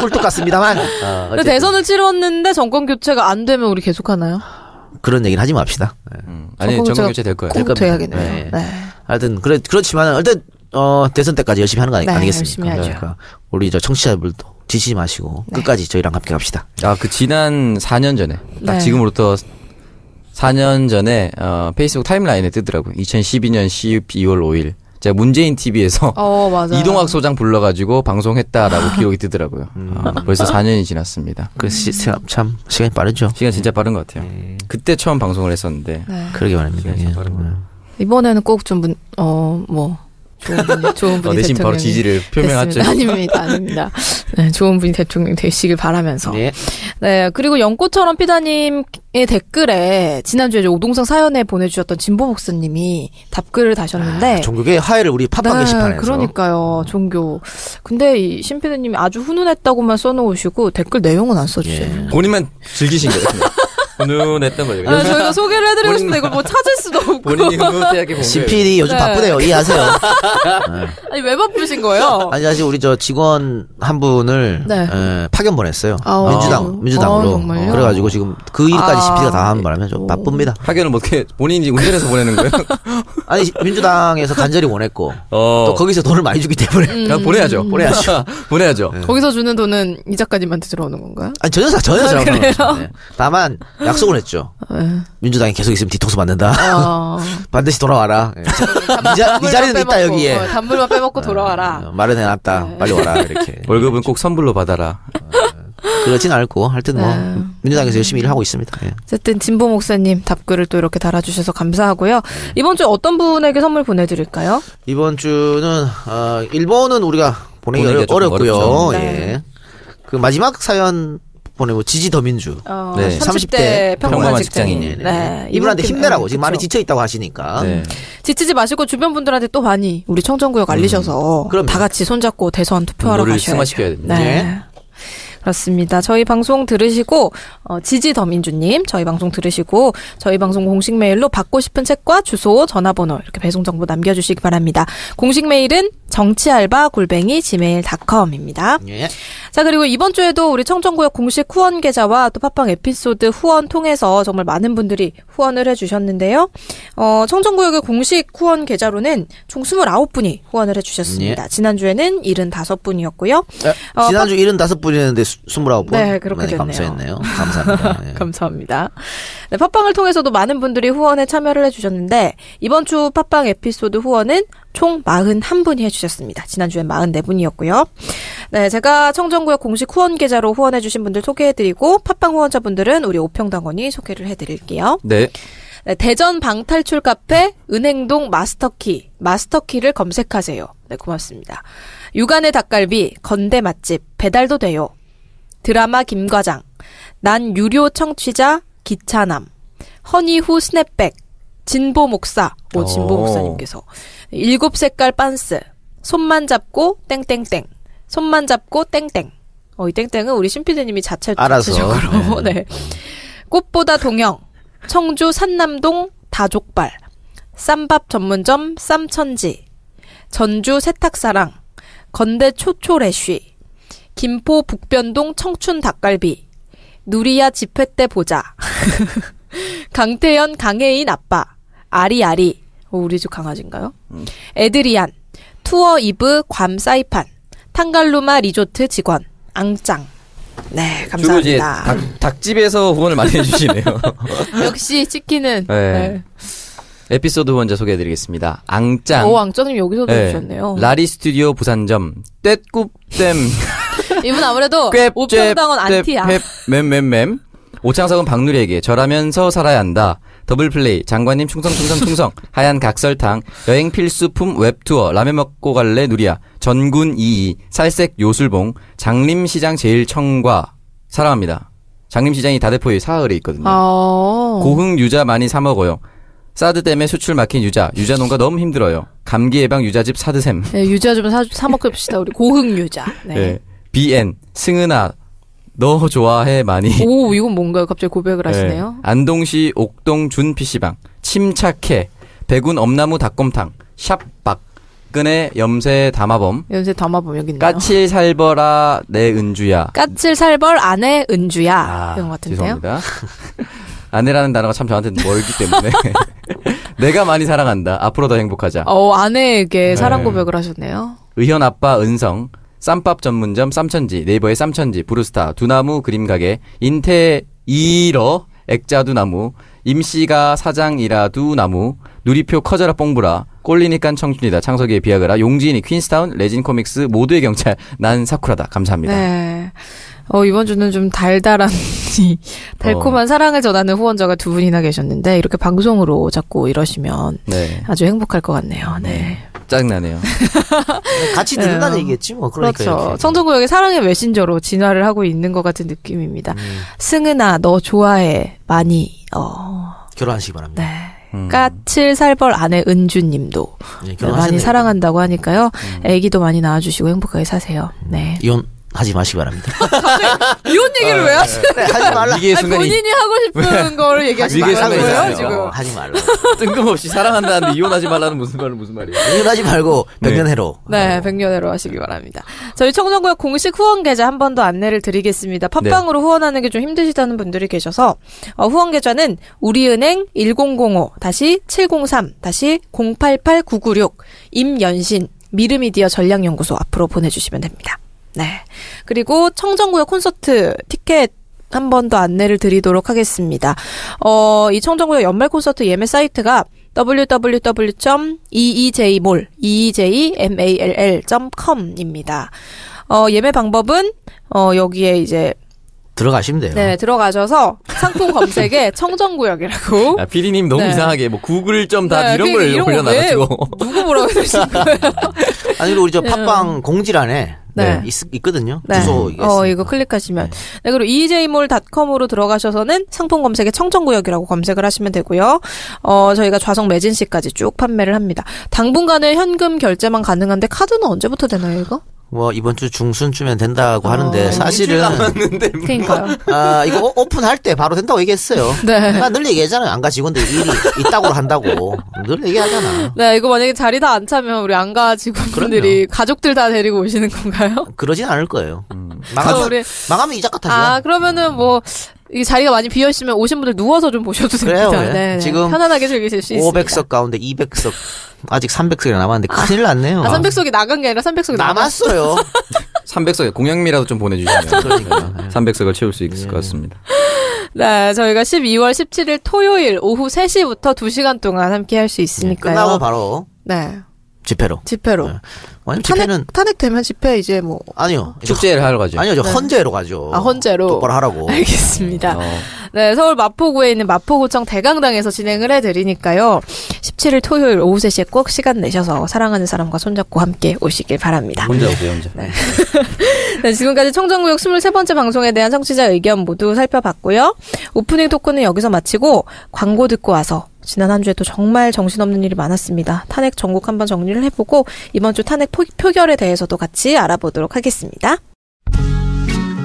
Speaker 1: 꿀떡 같습니다만
Speaker 3: 아,
Speaker 1: 어,
Speaker 2: 근데
Speaker 1: 어쨌든
Speaker 2: 대선을 치렀는데 정권 교체가 안 되면 우리 계속 하나요?
Speaker 1: 그런 얘기는 하지 맙시다. 예.
Speaker 3: 음. 아니
Speaker 2: 정권
Speaker 3: 정권
Speaker 2: 교체가
Speaker 3: 교체 될 거예요.
Speaker 1: 될
Speaker 2: 꼭
Speaker 1: 겁니다. 네.
Speaker 2: 돼야겠네요. 네.
Speaker 1: 하여튼 그래 그렇지만 일단 어, 대선 때까지 열심히 하는 거 아니,
Speaker 2: 네,
Speaker 1: 아니겠습니까?
Speaker 2: 열심히 하죠. 네.
Speaker 1: 그러니까 우리 저 청취자분들도 지치지 마시고 끝까지 저희랑 함께 갑시다.
Speaker 3: 아그 지난 4년 전에 딱
Speaker 2: 네.
Speaker 3: 지금으로부터 4년 전에 어, 페이스북 타임라인에 뜨더라고요. 2012년 12월 5일 제가 문재인 TV에서
Speaker 2: 어, 맞아.
Speaker 3: 이동학 소장 불러가지고 방송했다라고 기록이 뜨더라고요.
Speaker 2: 음.
Speaker 3: 아, 벌써 4년이 지났습니다.
Speaker 1: 그 시, 참, 참 시간이 빠르죠.
Speaker 3: 시간 진짜 빠른 것 같아요.
Speaker 2: 예.
Speaker 3: 그때 처음 방송을
Speaker 2: 네.
Speaker 3: 했었는데
Speaker 1: 그러게 말입니다. 예.
Speaker 2: 이번에는 꼭 좀 문, 어, 뭐 좋은 분이 좋은
Speaker 3: 어,
Speaker 2: 분이
Speaker 3: 내심 바로
Speaker 2: 대통령이
Speaker 3: 지지를 표명하죠.
Speaker 2: 됐습니다. 아닙니다, 아닙니다. 네, 좋은 분이 대통령 되시길 바라면서.
Speaker 1: 예.
Speaker 2: 네, 그리고 연꽃처럼 피다님의 댓글에 지난주에 이제 오동성 사연에 보내주셨던 진보 목사님이
Speaker 3: 아,
Speaker 2: 답글을 다셨는데.
Speaker 1: 종교계 화해를 우리 팟빵 게시판에서
Speaker 2: 네,
Speaker 1: 음.
Speaker 2: 그러니까요, 종교. 근데 이
Speaker 1: 예.
Speaker 2: 신피디님이 아주 훈훈했다고만 써놓으시고 댓글 내용은 안 써주세요.
Speaker 3: 본인만 즐기신 거예요. 훈훈했던 거죠.
Speaker 2: 아, 저희가 소개를 해드리고 싶은데 이걸 뭐 찾을 수도
Speaker 3: 본인이
Speaker 1: 그
Speaker 2: 없고.
Speaker 3: 흐뭇하게 본 거예요.
Speaker 1: CPD 요즘
Speaker 2: 네.
Speaker 1: 바쁘네요. 이해하세요.
Speaker 2: 아니 왜 바쁘신 거예요?
Speaker 1: 아니 사실 우리 저 직원 한 분을
Speaker 2: 어. 네.
Speaker 1: 에, 파견 보냈어요.
Speaker 2: 아우.
Speaker 1: 민주당 민주당으로.
Speaker 2: 아, 정말요?
Speaker 1: 그래가지고 지금 그 일까지
Speaker 2: 아.
Speaker 1: CPD가 다 한 바람에 좀 바쁩니다.
Speaker 3: 파견을 뭐 어떻게 본인이 운전해서 보내는 거예요?
Speaker 1: 아니 민주당에서 간절히 원했고
Speaker 3: 어.
Speaker 1: 또 거기서 돈을 많이 주기 때문에
Speaker 2: 음.
Speaker 3: 그냥 보내야죠. 보내야죠. 보내야죠.
Speaker 1: 네.
Speaker 2: 거기서 주는 돈은 이 작가님한테 들어오는 건가요?
Speaker 1: 아니 전혀 사- 전혀
Speaker 2: 아,
Speaker 1: 잘못한
Speaker 2: 그래요?
Speaker 1: 거죠. 네. 다만 약속을 했죠.
Speaker 2: 네.
Speaker 1: 민주당이 계속 있으면 뒤통수 맞는다.
Speaker 2: 어,
Speaker 1: 반드시 돌아와라. 예. 네, 자, 네
Speaker 2: 단물만
Speaker 1: 자리는
Speaker 2: 빼먹고,
Speaker 1: 있다 여기에.
Speaker 2: 어, 단물만 빼먹고 돌아와라. 네.
Speaker 1: 어, 말은 해놨다. 빨리 와라 이렇게.
Speaker 3: 월급은 꼭 선불로 받아라.
Speaker 1: 그렇진 않고 하여튼 뭐
Speaker 2: 네.
Speaker 1: 민주당에서 열심히 일을 하고 있습니다. 예.
Speaker 2: 어쨌든 진보 목사님 답글을 또 이렇게 달아주셔서 감사하고요. 이번 주에 어떤 분에게 선물 보내드릴까요?
Speaker 1: 이번 주는 어, 일본은 우리가 보내기
Speaker 3: 보내기가 좀
Speaker 1: 어렵, 고요
Speaker 3: 어렵죠.
Speaker 2: 네.
Speaker 1: 예. 그 마지막 사연 보내고 지지 더민주. 예,
Speaker 2: 어,
Speaker 3: 네.
Speaker 2: 30대, 평범한
Speaker 3: 평범한
Speaker 2: 직장인.
Speaker 3: 직장인.
Speaker 2: 네.
Speaker 1: 이분한테
Speaker 2: 이분 그렇죠.
Speaker 1: 힘내라고
Speaker 2: 때문에,
Speaker 1: 지금
Speaker 2: 그쵸.
Speaker 1: 많이 지쳐 있다고
Speaker 2: 어?
Speaker 1: 하시니까.
Speaker 3: 네.
Speaker 2: 지치지 마시고 주변 분들한테 또 많이 우리
Speaker 3: 음.
Speaker 2: 청정구역 알리셔서
Speaker 1: 그럼요.
Speaker 2: 다 같이 손잡고 대선 투표하러
Speaker 3: 분노를
Speaker 2: 가셔야죠.
Speaker 3: 승화시켜야 됩니다. 예.
Speaker 2: 네.
Speaker 1: 네.
Speaker 2: 그렇습니다. 저희 방송 들으시고 어, 지지 더민주님 저희 방송 들으시고 저희 방송 공식 메일로 받고 싶은 책과 주소, 전화번호 이렇게 배송 정보 남겨주시기 바랍니다. 공식 메일은 정치알바 골뱅이 gmail.com입니다.
Speaker 1: 예.
Speaker 2: 자 그리고 이번 주에도 우리 청정구역 공식 후원 계좌와 또 팟빵 에피소드 후원 통해서 정말 많은 분들이 후원을 해주셨는데요. 어, 청정구역의 공식 후원 계좌로는 총 29분이 후원을 해주셨습니다. 지난주에는 75분이었고요. 어,
Speaker 1: 지난주 75분이었는데 29분.
Speaker 2: 네, 그렇게 됐네요.
Speaker 1: 감사했네요. 감사합니다. 예.
Speaker 2: 감사합니다. 네, 팟빵을 통해서도 많은 분들이 후원에 참여를 해주셨는데 이번 주 팟빵 에피소드 후원은 총 41분이 해주셨습니다. 지난주엔 44분이었고요. 네, 제가 청정구역 공식 후원 계좌로 후원해주신 분들 소개해드리고 팟빵 후원자분들은 우리 오평당원이 소개를 해드릴게요.
Speaker 3: 네.
Speaker 2: 네, 대전 방탈출 카페 은행동 마스터키 마스터키를 검색하세요. 네, 고맙습니다. 육안의 닭갈비 건대 맛집 배달도 돼요. 드라마 김과장 난 유료 청취자 기차남 허니후 스냅백 진보 목사 오 진보
Speaker 3: 오.
Speaker 2: 목사님께서 일곱 색깔 빤스 손만 잡고 땡땡땡 손만 잡고 땡땡 어 이 땡땡은 우리 심피디님이 자체
Speaker 1: 알아서.
Speaker 2: 자체적으로 네. 꽃보다 동영 청주 산남동 다족발 쌈밥 전문점 쌈천지 전주 세탁사랑 건대 초초레쉬 김포 북변동 청춘 닭갈비 누리야 집회 때 보자 강태현 강혜인 아빠 아리아리 어, 우리 집 강아지인가요?
Speaker 3: 음.
Speaker 2: 에드리안 투어 이브 괌 사이판 탄갈루마 리조트 직원 앙짱 네
Speaker 3: 주로 이제
Speaker 2: 감사합니다
Speaker 3: 닭, 닭집에서 후원을 많이 해주시네요.
Speaker 2: 역시 치킨은
Speaker 3: 네.
Speaker 2: 네.
Speaker 3: 에피소드 후원자 소개해드리겠습니다. 앙짱.
Speaker 2: 오 앙짱님 여기서도
Speaker 3: 네.
Speaker 2: 주셨네요.
Speaker 3: 라리 스튜디오 부산점 떼꿉댐
Speaker 2: 이분 아무래도 오평당원 어, 안티야.
Speaker 3: 맴맴맴. 오창석은 박누리에게 절하면서 살아야 한다. 더블 플레이, 장관님 충성 충성 충성, 하얀 각설탕, 여행 필수품 웹투어, 라면 먹고 갈래 누리야, 전군 이이, 살색 요술봉, 장림시장 제일 청과, 사랑합니다. 장림시장이 다대포의 사흘에 있거든요.
Speaker 2: 아.
Speaker 3: 고흥 유자 많이 사 먹어요. 사드 때문에 수출 막힌 유자, 유자 농가 너무 힘들어요. 감기 예방 유자집 사드샘.
Speaker 2: 네, 유자 좀 사, 사 먹읍시다. 우리 고흥 유자. 네.
Speaker 3: 예. BN 승은아 너 좋아해 많이.
Speaker 2: 오, 이건 뭔가요? 갑자기 고백을 하시네요.
Speaker 3: 예. 안동시 옥동 준 PC방 침착해 백운 엄나무 닭곰탕 샵박 근의 염세 담화범
Speaker 2: 연세 담아보면 여기 있네요.
Speaker 3: 까칠 살벌아 내 은주야.
Speaker 2: 까칠 살벌 아내 은주야. 이런 것 같은데요.
Speaker 3: 죄송합니다. 아내라는 단어가 참 저한테는 멀기 때문에 내가 많이 사랑한다. 앞으로 더 행복하자.
Speaker 2: 어, 아내에게 사랑
Speaker 3: 네.
Speaker 2: 고백을 하셨네요.
Speaker 3: 의현 아빠 은성 쌈밥 전문점 쌈천지 네이버의 쌈천지 브루스타 두나무 그림가게 인태 이러 액자두나무 임씨가 사장이라 두나무 누리표 커져라 뽕부라 꼴리니깐 청춘이다 창석이의 비아그라 용진이 퀸스타운 레진 코믹스 모두의 경찰 난 사쿠라다 감사합니다
Speaker 2: 네. 어, 이번 주는 좀 달달한, 이 달콤한 사랑을 전하는 후원자가 두 분이나 계셨는데, 이렇게 방송으로 자꾸 이러시면
Speaker 3: 네
Speaker 2: 아주 행복할 것 같네요. 네.
Speaker 3: 음, 짜증나네요
Speaker 1: 같이
Speaker 2: 네.
Speaker 1: 듣는다는 얘기겠지 뭐. 그러니까
Speaker 2: 그렇죠.
Speaker 1: 이렇게.
Speaker 2: 청정구역의 사랑의 메신저로 진화를 하고 있는 것 같은 느낌입니다. 승은아, 너 좋아해. 많이. 어,
Speaker 1: 결혼하시기 바랍니다.
Speaker 2: 네. 까칠 살벌 아내 은주님도
Speaker 1: 네,
Speaker 3: 아,
Speaker 2: 많이
Speaker 1: 결혼하셨네요.
Speaker 3: 음.
Speaker 2: 사랑한다고 하니까요. 아기도 많이 낳아주시고 행복하게 사세요. 네.
Speaker 1: 이혼 하지 마시기 바랍니다.
Speaker 2: 아, 이혼 얘기를 왜 하시는
Speaker 1: 네, 하지 말라.
Speaker 3: 아, 위기의
Speaker 2: 아니,
Speaker 3: 순간이
Speaker 2: 본인이 하고 싶은 거를
Speaker 1: 하지
Speaker 2: 얘기하시는
Speaker 3: 위기의
Speaker 1: 말라고
Speaker 3: 순간이잖아요.
Speaker 2: 거예요,
Speaker 1: 했잖아요.
Speaker 2: 지금.
Speaker 1: 어, 하지 말라.
Speaker 3: 뜬금없이 사랑한다는데 이혼하지 말라는 무슨 말은 무슨 말이에요?
Speaker 1: 이혼하지 말고
Speaker 3: 네.
Speaker 1: 백년해로.
Speaker 2: 네, 백년회로 하시기 바랍니다. 저희 청정구역 공식 후원 계좌 한 번 더 안내를 드리겠습니다. 팟빵으로 후원하는 게 좀 힘드시다는 분들이 계셔서 어, 후원 계좌는 우리은행 1005-703-088996 임연신 미르미디어 전략연구소 앞으로 보내주시면 됩니다. 네. 그리고 청정구역 콘서트 티켓 한 번 더 안내를 드리도록 하겠습니다. 어, 이 청정구역 연말 콘서트 예매 사이트가 www.eejmall, eejmall.com입니다. 어, 예매 방법은, 어, 여기에 이제,
Speaker 1: 들어가시면 돼요.
Speaker 2: 네, 들어가셔서 상품 검색에 청정구역이라고.
Speaker 3: 아, 피디님 너무
Speaker 2: 네.
Speaker 3: 이상하게 뭐 구글 점답
Speaker 2: 네,
Speaker 3: 이런
Speaker 2: 그러니까
Speaker 3: 걸
Speaker 2: 이런 거
Speaker 3: 올려놔가지고
Speaker 2: 왜 누구 뭐라고 해주신 거예요?
Speaker 1: 아니 그리고 우리 저 팟빵 공지란에
Speaker 2: 네.
Speaker 1: 네, 있, 거든요 주소 이게
Speaker 2: 어,
Speaker 1: 있습니다.
Speaker 2: 이거 클릭하시면. 네, 그리고 ejmall.com으로 들어가셔서는 상품 검색에 청정구역이라고 검색을 하시면 되고요. 어, 저희가 좌석 매진 시까지 쭉 판매를 합니다. 당분간은 현금 결제만 가능한데 카드는 언제부터 되나요, 이거?
Speaker 1: 뭐 이번 주 중순쯤엔 된다고
Speaker 2: 어,
Speaker 1: 하는데
Speaker 2: 일주일
Speaker 1: 사실은
Speaker 2: 그러니까요.
Speaker 1: 아 이거 오- 오픈할 때 바로 된다고 얘기했어요.
Speaker 2: 네.
Speaker 1: 내가 늘 얘기하잖아요. 안가 직원들 일이 있다고 한다고 늘 얘기하잖아.
Speaker 2: 네, 이거 만약에 자리 다 안 차면 우리 안가 직원분들이 가족들 다 데리고 오시는 건가요?
Speaker 1: 그러진 않을 거예요. 음.
Speaker 2: 그래서
Speaker 1: 망하면
Speaker 2: 아, 우리-
Speaker 1: 망하면 이자 탓이야.
Speaker 2: 아, 그러면은 뭐, 이 자리가 많이 비어있으면 오신 분들 누워서 좀 보셔도 됩니다.
Speaker 1: 그래요, 예.
Speaker 2: 네, 네.
Speaker 1: 지금
Speaker 2: 편안하게 즐기실 수 있습니다.
Speaker 1: 500석 가운데 200석 아직 300석이 남았는데 큰일 났네요.
Speaker 2: 아, 300석이 나간 게 아니라 300석이 남았어.
Speaker 1: 남았어요. 네,
Speaker 3: 300석 공약미라도 좀 보내주시면
Speaker 1: 그러니까.
Speaker 3: 300석을 채울 수 있을 것 같습니다.
Speaker 2: 네, 저희가 12월 17일 토요일 오후 3시부터 2시간 동안 함께 할 수 있으니까요.
Speaker 1: 예, 끝나고 바로
Speaker 2: 네,
Speaker 1: 집회로.
Speaker 2: 집회로.
Speaker 1: 아니
Speaker 2: 탄핵,
Speaker 1: 집회는
Speaker 2: 탄핵되면 집회 이제 뭐,
Speaker 1: 아니요.
Speaker 3: 축제를 하러 가죠.
Speaker 1: 아니요, 저
Speaker 2: 네.
Speaker 1: 헌재로 가죠.
Speaker 2: 아, 헌재로.
Speaker 1: 어, 똑바로 하라고.
Speaker 2: 알겠습니다.
Speaker 3: 어.
Speaker 2: 네, 서울 마포구에 있는 마포구청 대강당에서 진행을 해드리니까요. 17일 토요일 오후 3시에 꼭 시간 내셔서 사랑하는 사람과 손잡고 함께 오시길 바랍니다.
Speaker 3: 혼자 오세요, 혼자.
Speaker 2: 네, 지금까지 청정구역 23번째 방송에 대한 청취자 의견 모두 살펴봤고요. 오프닝 토크는 여기서 마치고 광고 듣고 와서 지난 한 주에 또 정말 정신없는 일이 많았습니다. 탄핵 전국 한번 정리를 해보고 이번 주 탄핵 포- 표결에 대해서도 같이 알아보도록 하겠습니다.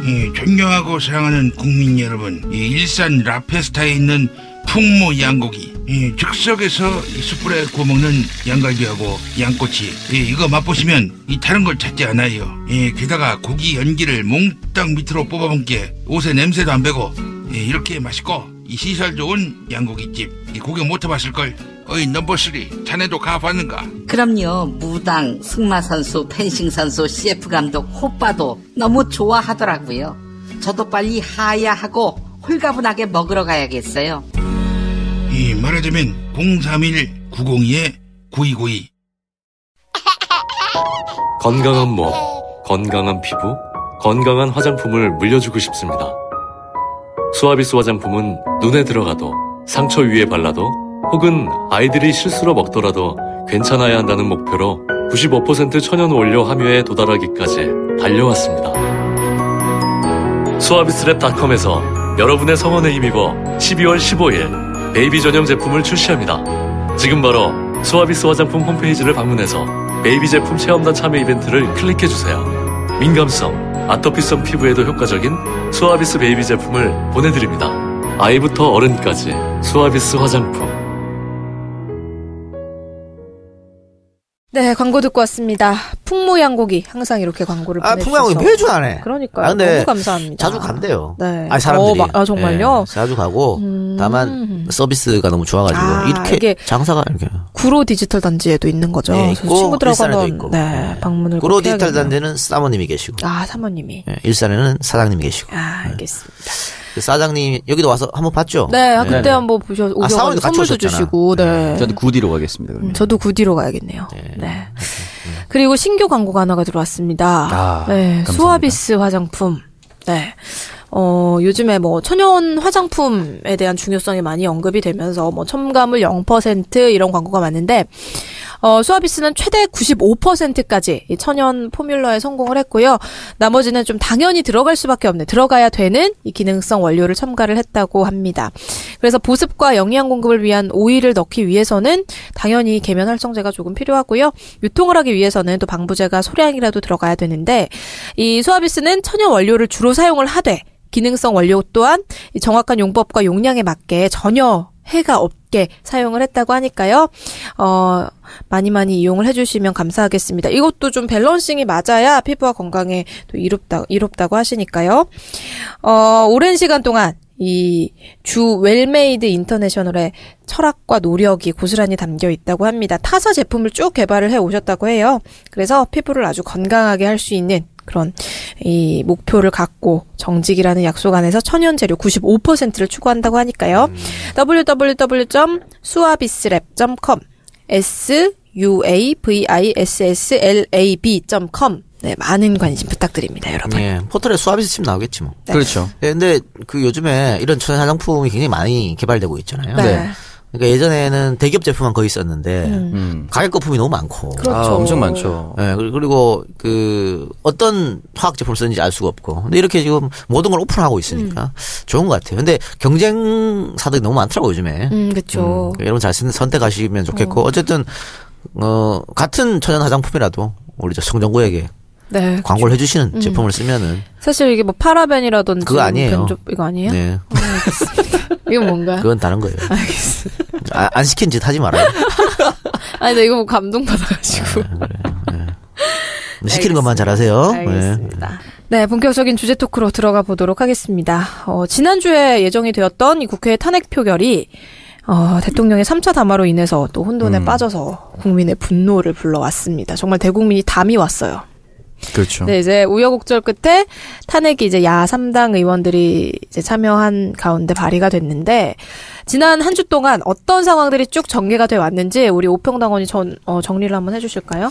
Speaker 5: 예, 존경하고 사랑하는 국민 여러분, 이 일산 라페스타에 있는 풍모 양고기, 이 즉석에서 이 숯불에 구워 먹는 양갈비하고 양꼬치, 예, 이거 맛보시면 이 다른 걸 찾지 않아요. 예, 게다가 고기 연기를 몽땅 밑으로 뽑아본 게 옷에 냄새도 안 배고 예, 이렇게 맛있고 이 시설 좋은 양고기집, 이 구경 못 해봤을 걸. 어이 넘버 쓰리, 자네도 가봤는가?
Speaker 6: 그럼요. 무당, 승마선수, 펜싱선수, CF감독, 호빠도 너무 좋아하더라고요. 저도 빨리 하야하고 홀가분하게 먹으러 가야겠어요.
Speaker 5: 이 말하자면 031 902에 9292.
Speaker 7: 건강한 몸, 건강한 피부, 건강한 화장품을 물려주고 싶습니다. 수아비스 화장품은 눈에 들어가도 상처 위에 발라도 혹은 아이들이 실수로 먹더라도 괜찮아야 한다는 목표로 95% 천연 원료 함유에 도달하기까지 달려왔습니다. 수아비스랩닷컴에서 여러분의 성원에 힘입어 12월 15일 베이비 전용 제품을 출시합니다. 지금 바로 수아비스 화장품 홈페이지를 방문해서 베이비 제품 체험단 참여 이벤트를 클릭해주세요. 민감성, 아토피성 피부에도 효과적인 수아비스 베이비 제품을 보내드립니다. 아이부터 어른까지 수아비스 화장품.
Speaker 2: 네, 광고 듣고 왔습니다. 풍모양고기 항상 이렇게 광고를
Speaker 1: 아,
Speaker 2: 보내주셔서.
Speaker 1: 풍양이 매주 안 해.
Speaker 2: 그러니까요.
Speaker 1: 아, 근데
Speaker 2: 너무 감사합니다.
Speaker 1: 자주 간대요.
Speaker 2: 네.
Speaker 1: 아니, 사람들이.
Speaker 2: 어, 마- 아, 정말요?
Speaker 1: 예, 자주 가고,
Speaker 2: 음.
Speaker 1: 다만 서비스가 너무 좋아가지고,
Speaker 2: 아,
Speaker 1: 이렇게
Speaker 2: 이게
Speaker 1: 장사가 이렇게.
Speaker 2: 구로 디지털 단지에도 있는 거죠.
Speaker 1: 예,
Speaker 2: 그래서 친구들하고
Speaker 1: 일산에도
Speaker 2: 한번
Speaker 1: 있고.
Speaker 2: 네,
Speaker 1: 예.
Speaker 2: 방문을
Speaker 1: 구로
Speaker 2: 꼭
Speaker 1: 디지털
Speaker 2: 해야겠네요.
Speaker 1: 단지는 사모님이 계시고,
Speaker 2: 아, 사모님이.
Speaker 1: 예, 일산에는 사장님이 계시고,
Speaker 2: 아, 알겠습니다.
Speaker 1: 그 사장님, 여기도 와서 한번 봤죠?
Speaker 2: 네, 아, 그때
Speaker 3: 네.
Speaker 2: 한번 보셔 오셔 서
Speaker 1: 사원에도 같이
Speaker 2: 선물도
Speaker 1: 오셨잖아.
Speaker 2: 주시고. 네.
Speaker 3: 저는 9D로 가겠습니다,
Speaker 2: 음,
Speaker 3: 그러면.
Speaker 2: 저도 구디로 가야겠네요. 네. 그리고 신규 광고가 하나가 들어왔습니다.
Speaker 3: 아,
Speaker 2: 네.
Speaker 3: 감사합니다.
Speaker 2: 수아비스 화장품. 네. 어, 요즘에 뭐 천연 화장품에 대한 중요성이 많이 언급이 되면서 뭐 첨가물 0% 이런 광고가 많은데 어, 수아비스는 최대 95%까지 이 천연 포뮬러에 성공을 했고요. 나머지는 좀 당연히 들어갈 수밖에 없는 들어가야 되는 이 기능성 원료를 첨가를 했다고 합니다. 그래서 보습과 영양 공급을 위한 오일을 넣기 위해서는 당연히 계면 활성제가 조금 필요하고요. 유통을 하기 위해서는 또 방부제가 소량이라도 들어가야 되는데 이 수아비스는 천연 원료를 주로 사용을 하되 기능성 원료 또한 이 정확한 용법과 용량에 맞게 전혀 해가 없게 사용을 했다고 하니까요. 어, 많이 많이 이용을 해주시면 감사하겠습니다. 이것도 좀 밸런싱이 맞아야 피부와 건강에 또 이롭다, 이롭다고 하시니까요. 어, 오랜 시간 동안 이 주 웰메이드 인터내셔널의 철학과 노력이 고스란히 담겨 있다고 합니다. 타사 제품을 쭉 개발을 해 오셨다고 해요. 그래서 피부를 아주 건강하게 할 수 있는 그런 이 목표를 갖고 정직이라는 약속 안에서 천연 재료 95%를 추구한다고 하니까요. www.suabislab.com s u a v i s s l a b.com 네, 많은 관심 부탁드립니다, 여러분.
Speaker 1: 예, 포털에 수아비스 치면 나오겠지 뭐.
Speaker 2: 네.
Speaker 3: 그렇죠.
Speaker 1: 예, 근데 그 요즘에 이런 천연 화장품이 굉장히 많이 개발되고 있잖아요.
Speaker 2: 네.
Speaker 1: 그러니까 예전에는 대기업 제품만 거의 있었는데
Speaker 3: 음.
Speaker 1: 가격 거품이 너무 많고.
Speaker 2: 그렇죠.
Speaker 3: 아, 엄청 많죠.
Speaker 1: 예, 그리- 그리고 그 어떤 화학 제품을 쓰는지 알 수가 없고. 근데 이렇게 지금 모든 걸 오픈하고 있으니까
Speaker 2: 음.
Speaker 1: 좋은 것 같아요. 근데 경쟁사들이 너무 많더라고 요즘에.
Speaker 2: 음, 그렇죠.
Speaker 1: 여러분 잘 쓰는 선택하시면 좋겠고 어. 쨌든어 같은 천연 화장품이라도 우리 저 성정구에게
Speaker 2: 네.
Speaker 1: 광고를 해주시는 제품을 쓰면은
Speaker 2: 사실 이게 뭐 파라벤이라든지 뭐
Speaker 1: 그거 아니에요.
Speaker 2: 변조- 이거 아니에요?
Speaker 1: 네
Speaker 2: 이건 뭔가요?
Speaker 1: 그건 다른 거예요.
Speaker 2: 예? 알겠어.
Speaker 1: 아, 안 시킨 짓 하지 말아요.
Speaker 2: 아니, 나 이거 뭐 감동받아가지고.
Speaker 1: 근데 시키는 것만 잘하세요. 네.
Speaker 2: 알겠습니다. 네, 본격적인 주제 토크로 들어가 보도록 하겠습니다. 어, 지난주에 예정이 되었던 이 국회 탄핵 표결이 어, 대통령의 3차 담화로 인해서 또
Speaker 1: 음.
Speaker 2: 혼돈에 빠져서 국민의 분노를 불러왔습니다. 정말 대국민이 담이 왔어요.
Speaker 3: 그렇죠.
Speaker 2: 네, 이제 우여곡절 끝에 탄핵이 이제 야 3당 의원들이 이제 참여한 가운데 발의가 됐는데 지난 한 주 동안 어떤 상황들이 쭉 전개가 돼 왔는지 우리 오평당원이 전 어, 정리를 한번 해주실까요?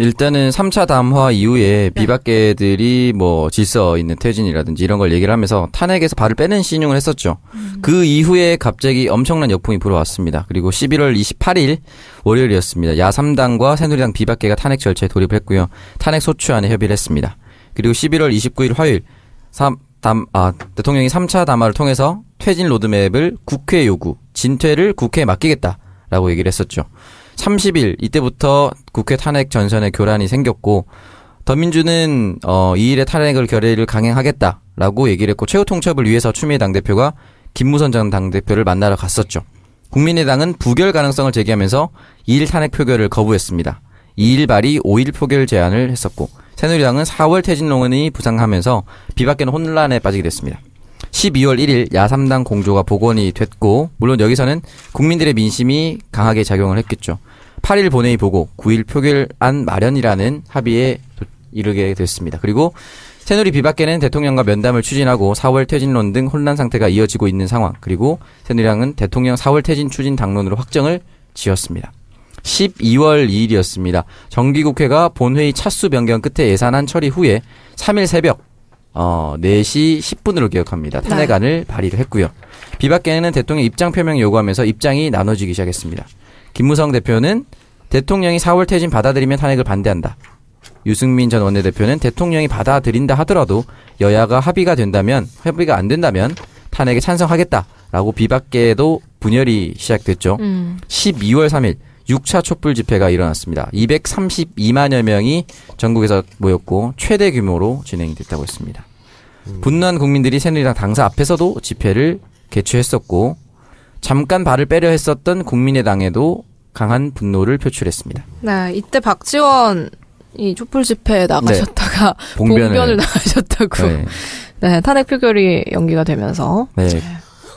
Speaker 3: 일단은 3차 담화 이후에 비박계들이 뭐 질서 있는 퇴진이라든지 이런 걸 얘기를 하면서 탄핵에서 발을 빼는 신용을 했었죠. 그 이후에 갑자기 엄청난 역풍이 불어왔습니다. 그리고 11월 28일 월요일이었습니다. 야3당과 새누리당 비박계가 탄핵 절차에 돌입을 했고요. 탄핵 소추안에 협의를 했습니다. 그리고 11월 29일 화요일 삼- 담- 아, 대통령이 3차 담화를 통해서 퇴진 로드맵을 국회 요구, 진퇴를 국회에 맡기겠다라고 얘기를 했었죠. 30일 이때부터 국회 탄핵 전선의 교란이 생겼고 더민주는 어 2일에 탄핵을 결의를 강행하겠다라고 얘기를 했고 최후 통첩을 위해서 추미애 당대표가 김무선 전 당대표를 만나러 갔었죠. 국민의당은 부결 가능성을 제기하면서 2일 탄핵 표결을 거부했습니다. 2일 발의 5일 표결 제안을 했었고 새누리당은 4월 퇴진론이 부상하면서 비박계는 혼란에 빠지게 됐습니다. 12월 1일 야3당 공조가 복원이 됐고 물론 여기서는 국민들의 민심이 강하게 작용을 했겠죠. 8일 본회의 보고 9일 표결안 마련이라는 합의에 도- 이르게 됐습니다. 그리고 새누리 비박계는 대통령과 면담을 추진하고 4월 퇴진론 등 혼란 상태가 이어지고 있는 상황. 그리고 새누리당은 대통령 4월 퇴진 추진 당론으로 확정을 지었습니다. 12월 2일이었습니다. 정기국회가 본회의 차수 변경 끝에 예산안 처리 후에 3일 새벽 어, 4시 10분으로 기억합니다. 탄핵안을 발의를 했고요. 비박계는 대통령 입장 표명 요구하면서 입장이 나눠지기 시작했습니다. 김무성 대표는 대통령이 4월 퇴진 받아들이면 탄핵을 반대한다. 유승민 전 원내대표는 대통령이 받아들인다 하더라도 여야가 합의가 된다면 협의가 안 된다면 탄핵에 찬성하겠다라고 비박계도 분열이 시작됐죠. 12월 3일 6차 촛불 집회가 일어났습니다. 232만여 명이 전국에서 모였고 최대 규모로 진행이 됐다고 했습니다. 분노한 국민들이 새누리당 당사 앞에서도 집회를 개최했었고 잠깐 발을 빼려 했었던 국민의당에도 강한 분노를 표출했습니다.
Speaker 2: 네, 이때 박지원 이 촛불 집회에 나가셨다가
Speaker 3: 네. 봉변을-
Speaker 2: 봉변을, 나가셨다고. 네.
Speaker 3: 네.
Speaker 2: 탄핵 표결이 연기가 되면서
Speaker 3: 네.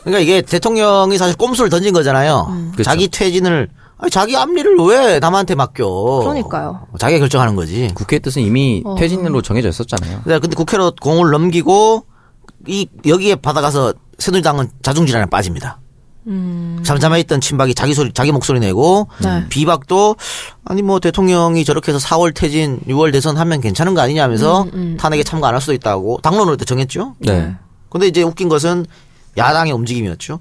Speaker 1: 그러니까 이게 대통령이 사실 꼼수를 던진 거잖아요.
Speaker 2: 음.
Speaker 3: 그쵸.
Speaker 1: 자기 퇴진을 아니, 자기 앞니를 왜 남한테 맡겨?
Speaker 2: 그러니까요.
Speaker 1: 자기가 결정하는 거지. 그러니까
Speaker 3: 국회 뜻은 이미
Speaker 2: 어.
Speaker 3: 퇴진으로 정해져 있었잖아요.
Speaker 1: 근데 근데 국회로 공을 넘기고 이 여기에 받아가서 새누리당은 자중질환에 빠집니다. 잠잠해 있던 친박이 자기 소리 자기 목소리 내고
Speaker 2: 음. 네.
Speaker 1: 비박도 아니 뭐 대통령이 저렇게 해서 4월 퇴진 6월 대선 하면 괜찮은 거 아니냐 하면서
Speaker 2: 음,
Speaker 1: 탄핵에 참가 안 할 수도 있다고 당론으로 일단 정했죠.
Speaker 3: 네.
Speaker 1: 근데 이제 웃긴 것은 야당의 움직임이었죠.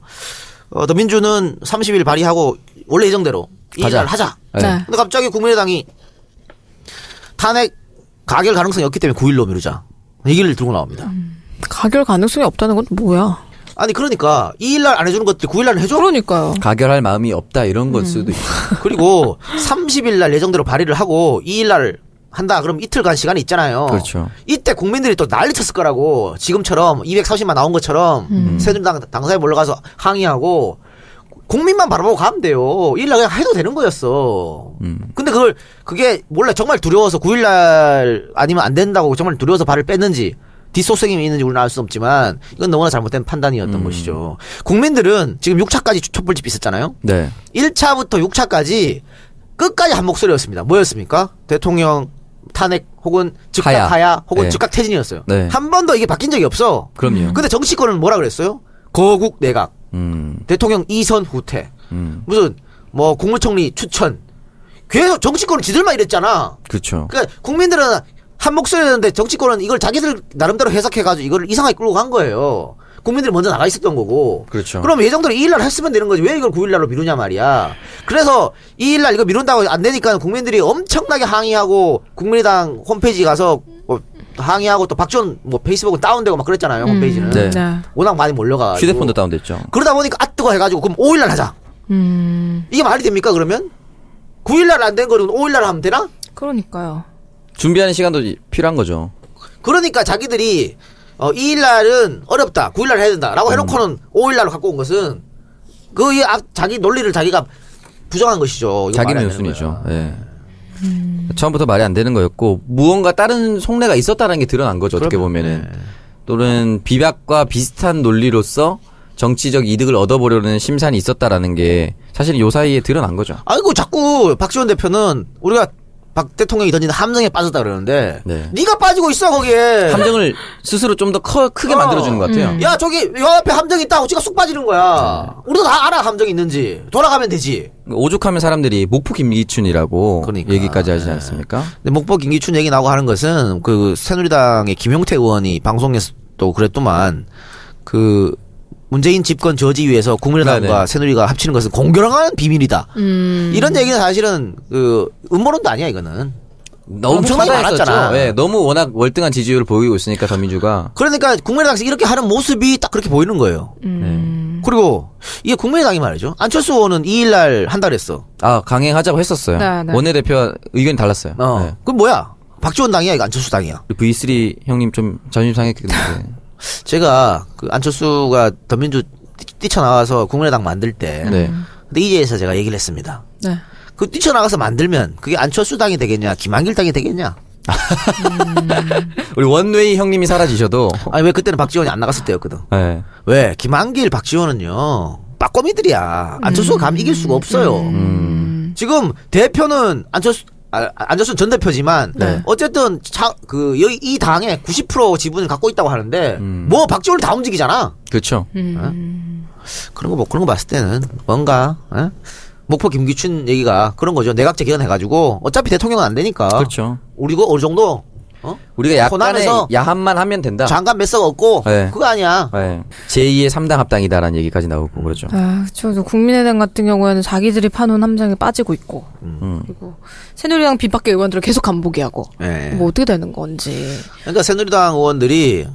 Speaker 1: 어, 더민주는 30일 발의하고 원래 예정대로
Speaker 3: 가자.
Speaker 1: 일을 하자.
Speaker 3: 네.
Speaker 2: 네.
Speaker 1: 근데 갑자기 국민의당이 탄핵 가결 가능성이 없기 때문에 9일로 미루자. 얘기를 들고 나옵니다.
Speaker 2: 가결 가능성이 없다는 건
Speaker 3: 어.
Speaker 2: 뭐야?
Speaker 1: 아니 그러니까 2일날 안 해주는 것들 9일날 해줘.
Speaker 2: 그러니까요.
Speaker 3: 가결할 마음이 없다 이런 걸 수도 있고.
Speaker 1: 그리고 30일날 예정대로 발의를 하고 2일날 한다. 그럼 이틀간 시간이 있잖아요.
Speaker 3: 그렇죠.
Speaker 1: 이때 국민들이 또 난리 쳤을 거라고 지금처럼 240만 나온 것처럼
Speaker 3: 음.
Speaker 1: 새누리당 당사에 몰려가서 항의하고 국민만 바라보고 가면 돼요. 1일날 그냥 해도 되는 거였어.
Speaker 3: 음.
Speaker 1: 근데 그걸 그게 몰라 정말 두려워서 9일날 아니면 안 된다고 정말 두려워서 발을 뺐는지 뒷속성이 있는지 우리는 알 수 없지만 이건 너무나 잘못된 판단이었던
Speaker 3: 음.
Speaker 1: 것이죠. 국민들은 지금 6차까지 촛불집 있었잖아요.
Speaker 3: 네.
Speaker 1: 1차부터 6차까지 끝까지 한 목소리였습니다. 뭐였습니까? 대통령 탄핵 혹은 즉각
Speaker 3: 하야.
Speaker 1: 하야, 혹은
Speaker 3: 네.
Speaker 1: 즉각 퇴진이었어요.
Speaker 3: 네.
Speaker 1: 한 번도 이게 바뀐 적이 없어.
Speaker 3: 그럼요.
Speaker 1: 근데 정치권은 뭐라 그랬어요? 거국 내각,
Speaker 3: 음.
Speaker 1: 대통령 이선 후퇴,
Speaker 3: 음.
Speaker 1: 무슨 뭐 국무총리 추천. 계속 정치권은 지들만 이랬잖아.
Speaker 3: 그렇죠.
Speaker 1: 그러니까 국민들은 한 목소리였는데 정치권은 이걸 자기들 나름대로 해석해가지고 이걸 이상하게 끌고 간 거예요. 국민들이 먼저 나가 있었던 거고.
Speaker 3: 그렇죠.
Speaker 1: 그럼 예정대로 2일날 했으면 되는 거지. 왜 이걸 9일날로 미루냐 말이야. 그래서 2일날 이거 미룬다고 안 되니까 국민들이 엄청나게 항의하고 국민의당 홈페이지 가서 뭐 항의하고 또 박지원 뭐 페이스북은 다운되고 막 그랬잖아요. 홈페이지는.
Speaker 3: 네.
Speaker 1: 워낙 많이 몰려가.
Speaker 3: 휴대폰도 다운됐죠.
Speaker 1: 그러다 보니까 아 뜨거 해가지고 그럼 5일날 하자.
Speaker 2: 음.
Speaker 1: 이게 말이 됩니까 그러면? 9일날 안 된 거를 5일날 하면 되나?
Speaker 2: 그러니까요.
Speaker 3: 준비하는 시간도 이- 필요한 거죠.
Speaker 1: 그러니까 자기들이 어, 2일날은 어렵다, 9일날 해야
Speaker 3: 음.
Speaker 1: 된다라고 해놓고는 5일날로 갖고 온 것은 그 이 앞- 자기 논리를 자기가 부정한 것이죠. 이거
Speaker 3: 자기
Speaker 1: 말이
Speaker 3: 는
Speaker 1: 안
Speaker 3: 요
Speaker 1: 되는
Speaker 3: 순이죠
Speaker 1: 거야.
Speaker 3: 예. 처음부터 말이 안 되는 거였고 무언가 다른 속내가 있었다는 게 드러난 거죠. 어떻게 보면은
Speaker 1: 네.
Speaker 3: 또는 비박과 비슷한 논리로서 정치적 이득을 얻어보려는 심산이 있었다라는 게 사실 요 사이에 드러난 거죠.
Speaker 1: 아이고 자꾸 박지원 대표는 우리가 박 대통령이 던진 함정에 빠졌다 그러는데
Speaker 3: 네.
Speaker 1: 네. 가 빠지고 있어 거기에.
Speaker 3: 함정을 스스로 좀 더 크게
Speaker 1: 네. 어.
Speaker 3: 만들어주는 것 같아요.
Speaker 1: 야 저기 요 앞에 함정 있다고 지가 쑥 빠지는 거야.
Speaker 3: 네.
Speaker 1: 우리도 다 알아 함정 이 있는지 돌아가면 되지.
Speaker 3: 오죽하면 사람들이 목포 김기춘이라고
Speaker 1: 그러니까.
Speaker 3: 얘기까지 하지 않습니까?
Speaker 1: 근데 목포 김기춘 얘기 나오고 하는 것은 그 새누리당의 김용태 의원이 방송에서도 그랬더만 그 문재인 집권 저지 위해서 국민의당과
Speaker 3: 네네.
Speaker 1: 새누리가 합치는 것은 공교랑한 비밀이다. 이런 얘기는 사실은 그 음모론도 아니야 이거는.
Speaker 3: 너무
Speaker 1: 엄청나게
Speaker 3: 커다했었죠.
Speaker 1: 많았잖아.
Speaker 3: 예, 너무 워낙 월등한 지지율을 보이고 있으니까 더민주가
Speaker 1: 그러니까 국민의당에서 이렇게 하는 모습이 딱 그렇게 보이는 거예요. 그리고 이게 국민의당이 말이죠. 안철수 의원은 2일날 한다 그랬어.
Speaker 3: 아 강행하자고 했었어요.
Speaker 2: 네, 네.
Speaker 3: 원내대표와 의견이 달랐어요.
Speaker 1: 어.
Speaker 3: 네.
Speaker 1: 그럼 뭐야? 박지원 당이야 이거 안철수 당이야.
Speaker 3: V3 형님 좀 자존심 상했겠는데.
Speaker 1: 제가 그 안철수가 더민주 뛰- 뛰쳐나와서 국민의당 만들 때
Speaker 3: 네.
Speaker 1: 근데 이제에서 제가 얘기를 했습니다.
Speaker 2: 네.
Speaker 1: 그 뛰쳐나가서 만들면 그게 안철수 당이 되겠냐, 김한길 당이 되겠냐?
Speaker 3: 우리 원웨이 형님이 사라지셔도
Speaker 1: 아니 왜 그때는 박지원이 안 나갔을 때였거든.
Speaker 3: 네.
Speaker 1: 왜 김한길, 박지원은요 빠꼬미들이야. 안철수가 가면 이길 수가 없어요. 지금 대표는 안철수. 아, 안철수 전 대표지만
Speaker 3: 네.
Speaker 1: 어쨌든 차그이 당에 90% 지분을 갖고 있다고 하는데 뭐 박지원을 다 움직이잖아.
Speaker 3: 그렇죠.
Speaker 2: 음.
Speaker 1: 그런 거, 뭐, 그런 거 봤을 때는 뭔가, 에? 목포 김기춘 얘기가 그런 거죠. 내각제 개헌해가지고 어차피 대통령은 안 되니까.
Speaker 3: 그렇죠.
Speaker 1: 우리고 어느 정도, 어?
Speaker 3: 우리가 약간의
Speaker 1: 호남에서
Speaker 3: 야한만 하면 된다.
Speaker 1: 장관 몇 석 없고,
Speaker 3: 네.
Speaker 1: 그거 아니야.
Speaker 3: 네. 제2의 3당 합당이다라는 얘기까지 나오고 그러죠.
Speaker 2: 아, 그렇죠. 국민의당 같은 경우에는 자기들이 파놓은 함정에 빠지고 있고,
Speaker 1: 음.
Speaker 2: 그리고 새누리당 비박계 의원들을 계속 간보기하고,
Speaker 3: 예.
Speaker 1: 네.
Speaker 2: 뭐 어떻게 되는 건지.
Speaker 1: 그러니까 새누리당 의원들이,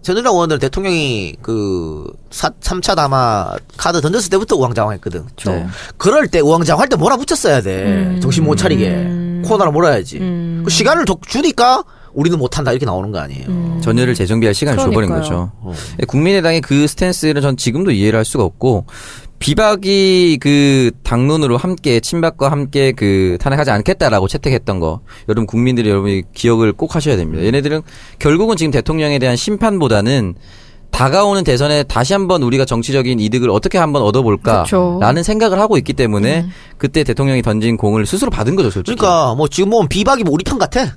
Speaker 1: 새누리당 의원들 대통령이 그, 사, 3차 담화 카드 던졌을 때부터 우왕좌왕 했거든.
Speaker 3: 네.
Speaker 1: 그럴 때 우왕좌왕 할 때 몰아붙였어야 돼.
Speaker 3: 음.
Speaker 1: 정신 못 차리게. 코너로 몰아야지. 그 시간을 더 주니까 우리는 못한다. 이렇게 나오는 거 아니에요.
Speaker 3: 전열을 재정비할 시간을 줘버린
Speaker 2: 그러니까요.
Speaker 3: 거죠.
Speaker 1: 어.
Speaker 3: 국민의당의 그 스탠스는 전 지금도 이해를 할 수가 없고 비박이 그 당론으로 함께 친박과 함께 그 탄핵하지 않겠다라고 채택했던 거 여러분 국민들이 여러분이 기억을 꼭 하셔야 됩니다. 얘네들은 결국은 지금 대통령에 대한 심판보다는 다가오는 대선에 다시 한번 우리가 정치적인 이득을 어떻게 한번
Speaker 2: 그렇죠. 음.
Speaker 3: 얻어볼까라는 생각을 하고 있기 때문에 그때 대통령이 던진 공을 스스로 받은 거죠, 솔직히.
Speaker 1: 그러니까 뭐 지금 보면 비박이 뭐 우리 편 같아.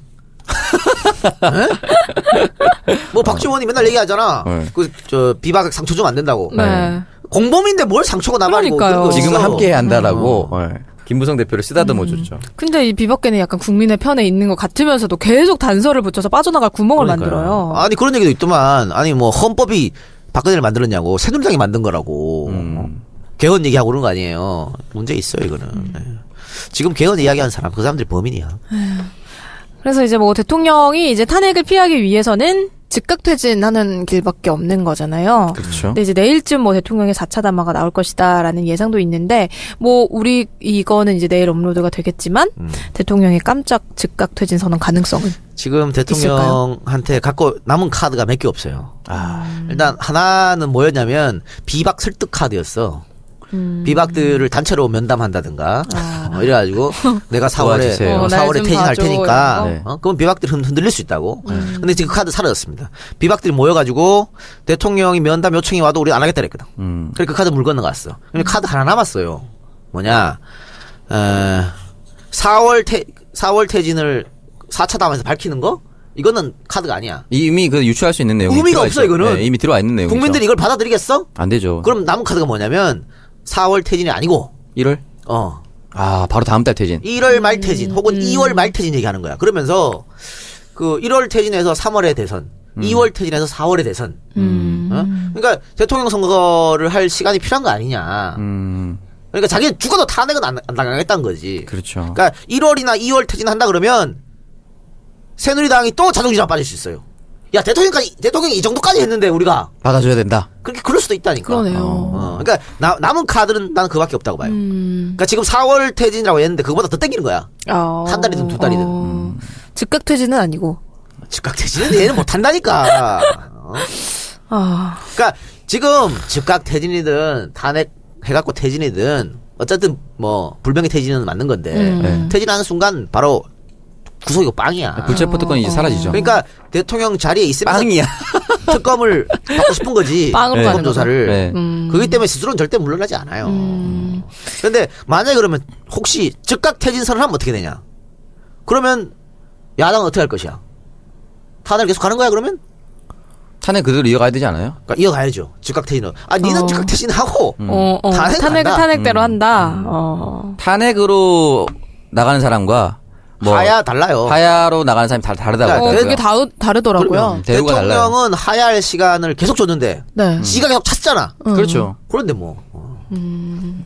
Speaker 1: 에? 뭐 박지원이 맨날 얘기하잖아.
Speaker 3: 네.
Speaker 1: 그 저 비박 상처 좀 안 된다고.
Speaker 2: 네.
Speaker 1: 공범인데 뭘 상처가 남아있고
Speaker 2: 그러니까요.
Speaker 3: 지금 은
Speaker 2: 없어.
Speaker 3: 함께 해야 한다라고
Speaker 1: 어.
Speaker 3: 예. 김무성 대표를 쓰다듬어
Speaker 2: 음.
Speaker 3: 줬죠.
Speaker 2: 근데 이 비박계는 약간 국민의 편에 있는 것 같으면서도 계속 단서를 붙여서 빠져나갈 구멍을 만들어요.
Speaker 1: 아니 그런
Speaker 3: 음.
Speaker 1: 얘기도 있더만. 아니 뭐 헌법이 박근혜를 만들었냐고 새누리당이 만든 거라고. 개헌 얘기하고 그런 거 아니에요. 문제 있어요, 이거는.
Speaker 2: 음.
Speaker 1: 예. 지금 개헌 이야기하는 사람, 그 사람들이 범인이야.
Speaker 2: 그래서 이제 뭐 대통령이 이제 탄핵을 피하기 위해서는 즉각 퇴진하는 길밖에 없는 거잖아요.
Speaker 3: 그렇죠.
Speaker 2: 근데 이제 내일쯤 뭐 대통령의 4차 담화가 나올 것이다라는 예상도 있는데 뭐 우리 이거는 이제 내일 업로드가 되겠지만
Speaker 1: 음.
Speaker 2: 대통령의 깜짝 즉각 퇴진 선언 가능성은
Speaker 1: 지금 대통령한테 갖고 남은 카드가 몇 개 없어요.
Speaker 3: 아.
Speaker 1: 일단 하나는 뭐였냐면 비박 설득 카드였어.
Speaker 3: 음.
Speaker 1: 비박들을 단체로 면담한다든가 어, 이래가지고 내가 4월에
Speaker 3: 아. 도와주세요.
Speaker 2: 어, 날
Speaker 1: 4월에
Speaker 2: 좀
Speaker 1: 퇴진할
Speaker 2: 봐줘,
Speaker 1: 테니까
Speaker 3: 이런 거.
Speaker 1: 어, 그럼 비박들은 흔들릴 수 있다고. 예. 근데 지금 그 카드 사라졌습니다. 비박들이 모여가지고 대통령이 면담 요청이 와도 우리 안 하겠다 그랬거든.
Speaker 3: 음.
Speaker 1: 그래서 그 카드 물 건너갔어. 근데 카드 하나 남았어요. 뭐냐, 어, 4월 퇴, 4월 퇴진을 4차 담화에서 밝히는 거? 이거는 카드가 아니야.
Speaker 3: 이미 그 유추할 수 있는 내용.
Speaker 1: 의미가 없어, 이거는.
Speaker 3: 이미 들어와 있는 내용.
Speaker 1: 국민들이 이걸 받아들이겠어?
Speaker 3: 안 되죠.
Speaker 1: 그럼 남은 카드가 뭐냐면, 4월 퇴진이 아니고,
Speaker 3: 1월
Speaker 1: 어,
Speaker 3: 아 바로 다음 달 퇴진.
Speaker 1: 1월 말 퇴진, 혹은
Speaker 2: 음.
Speaker 1: 2월 말 퇴진 얘기하는 거야. 그러면서, 그 1월 퇴진에서 3월에 대선,
Speaker 3: 음.
Speaker 1: 2월 퇴진에서 4월에 대선,
Speaker 2: 음,
Speaker 1: 어? 그러니까 대통령 선거를 할 시간이 필요한 거 아니냐.
Speaker 3: 음
Speaker 1: 그러니까 자기는 죽어도 탄핵은 안, 안 당하겠다는 거지.
Speaker 3: 그렇죠.
Speaker 1: 그러니까 1월이나 2월 퇴진한다 그러면 새누리당이 또 자동지장 빠질 수 있어요. 야 대통령까지 대통령이 이 정도까지 했는데 우리가
Speaker 3: 받아줘야 된다.
Speaker 1: 그렇게 그럴 수도 있다니까.
Speaker 2: 그러네요. 음.
Speaker 1: 어, 그러니까 나- 남은 카드는 나는 그밖에 없다고 봐요. 그러니까 지금 4월 퇴진이라고 했는데 그거보다 더 땡기는 거야.
Speaker 2: 어,
Speaker 1: 한 달이든 두 달이든. 음.
Speaker 2: 어, 즉각 퇴진은 아니고
Speaker 1: 즉각 퇴진은 얘는 못 한다니까. 어.
Speaker 2: 아
Speaker 1: 그러니까 지금 즉각 퇴진이든 탄핵 해갖고 퇴진이든 어쨌든 뭐 불명의 퇴진은 맞는 건데
Speaker 2: 음.
Speaker 3: 네. 아,
Speaker 1: 퇴진하는 순간 바로 구속이고 빵이야.
Speaker 3: 불체포 특권이 이제 사라지죠.
Speaker 1: 그러니까 대통령 자리에 있으면서
Speaker 3: 빵이야.
Speaker 1: 특검을 받고 싶은 거지.
Speaker 2: 빵으로
Speaker 1: 특검
Speaker 2: 가는 음.
Speaker 1: 조사를.
Speaker 3: 네.
Speaker 1: 그렇기 때문에 스스로는 절대 물러나지 않아요. 음. 그런데 만약에 그러면 혹시 즉각 퇴진선을 하면 어떻게 되냐? 그러면 야당은 어떻게 할 것이야? 탄핵 계속 가는 거야 그러면?
Speaker 3: 탄핵 그대로 이어가야 되지 않아요?
Speaker 1: 그러니까 이어가야죠. 즉각 퇴진을. 아 니는
Speaker 2: 어.
Speaker 1: 즉각 퇴진하고
Speaker 2: 어, 어,
Speaker 1: 탄핵
Speaker 2: 탄핵을
Speaker 1: 한다. 음.
Speaker 2: 탄핵대로 한다. 어.
Speaker 3: 탄핵으로 나가는 사람과 뭐
Speaker 1: 하야 달라요.
Speaker 3: 하야로 나가는 사람이 다 다르다고.
Speaker 1: 그러니까
Speaker 2: 어,
Speaker 1: 그래요?
Speaker 2: 그게 다, 다르더라고요.
Speaker 1: 그러면
Speaker 3: 음, 대우가 달라요. 음.
Speaker 1: 대통령은 하야할 시간을 계속 줬는데
Speaker 2: 네.
Speaker 1: 지가 계속 찼잖아.
Speaker 3: 그렇죠.
Speaker 1: 그런데 뭐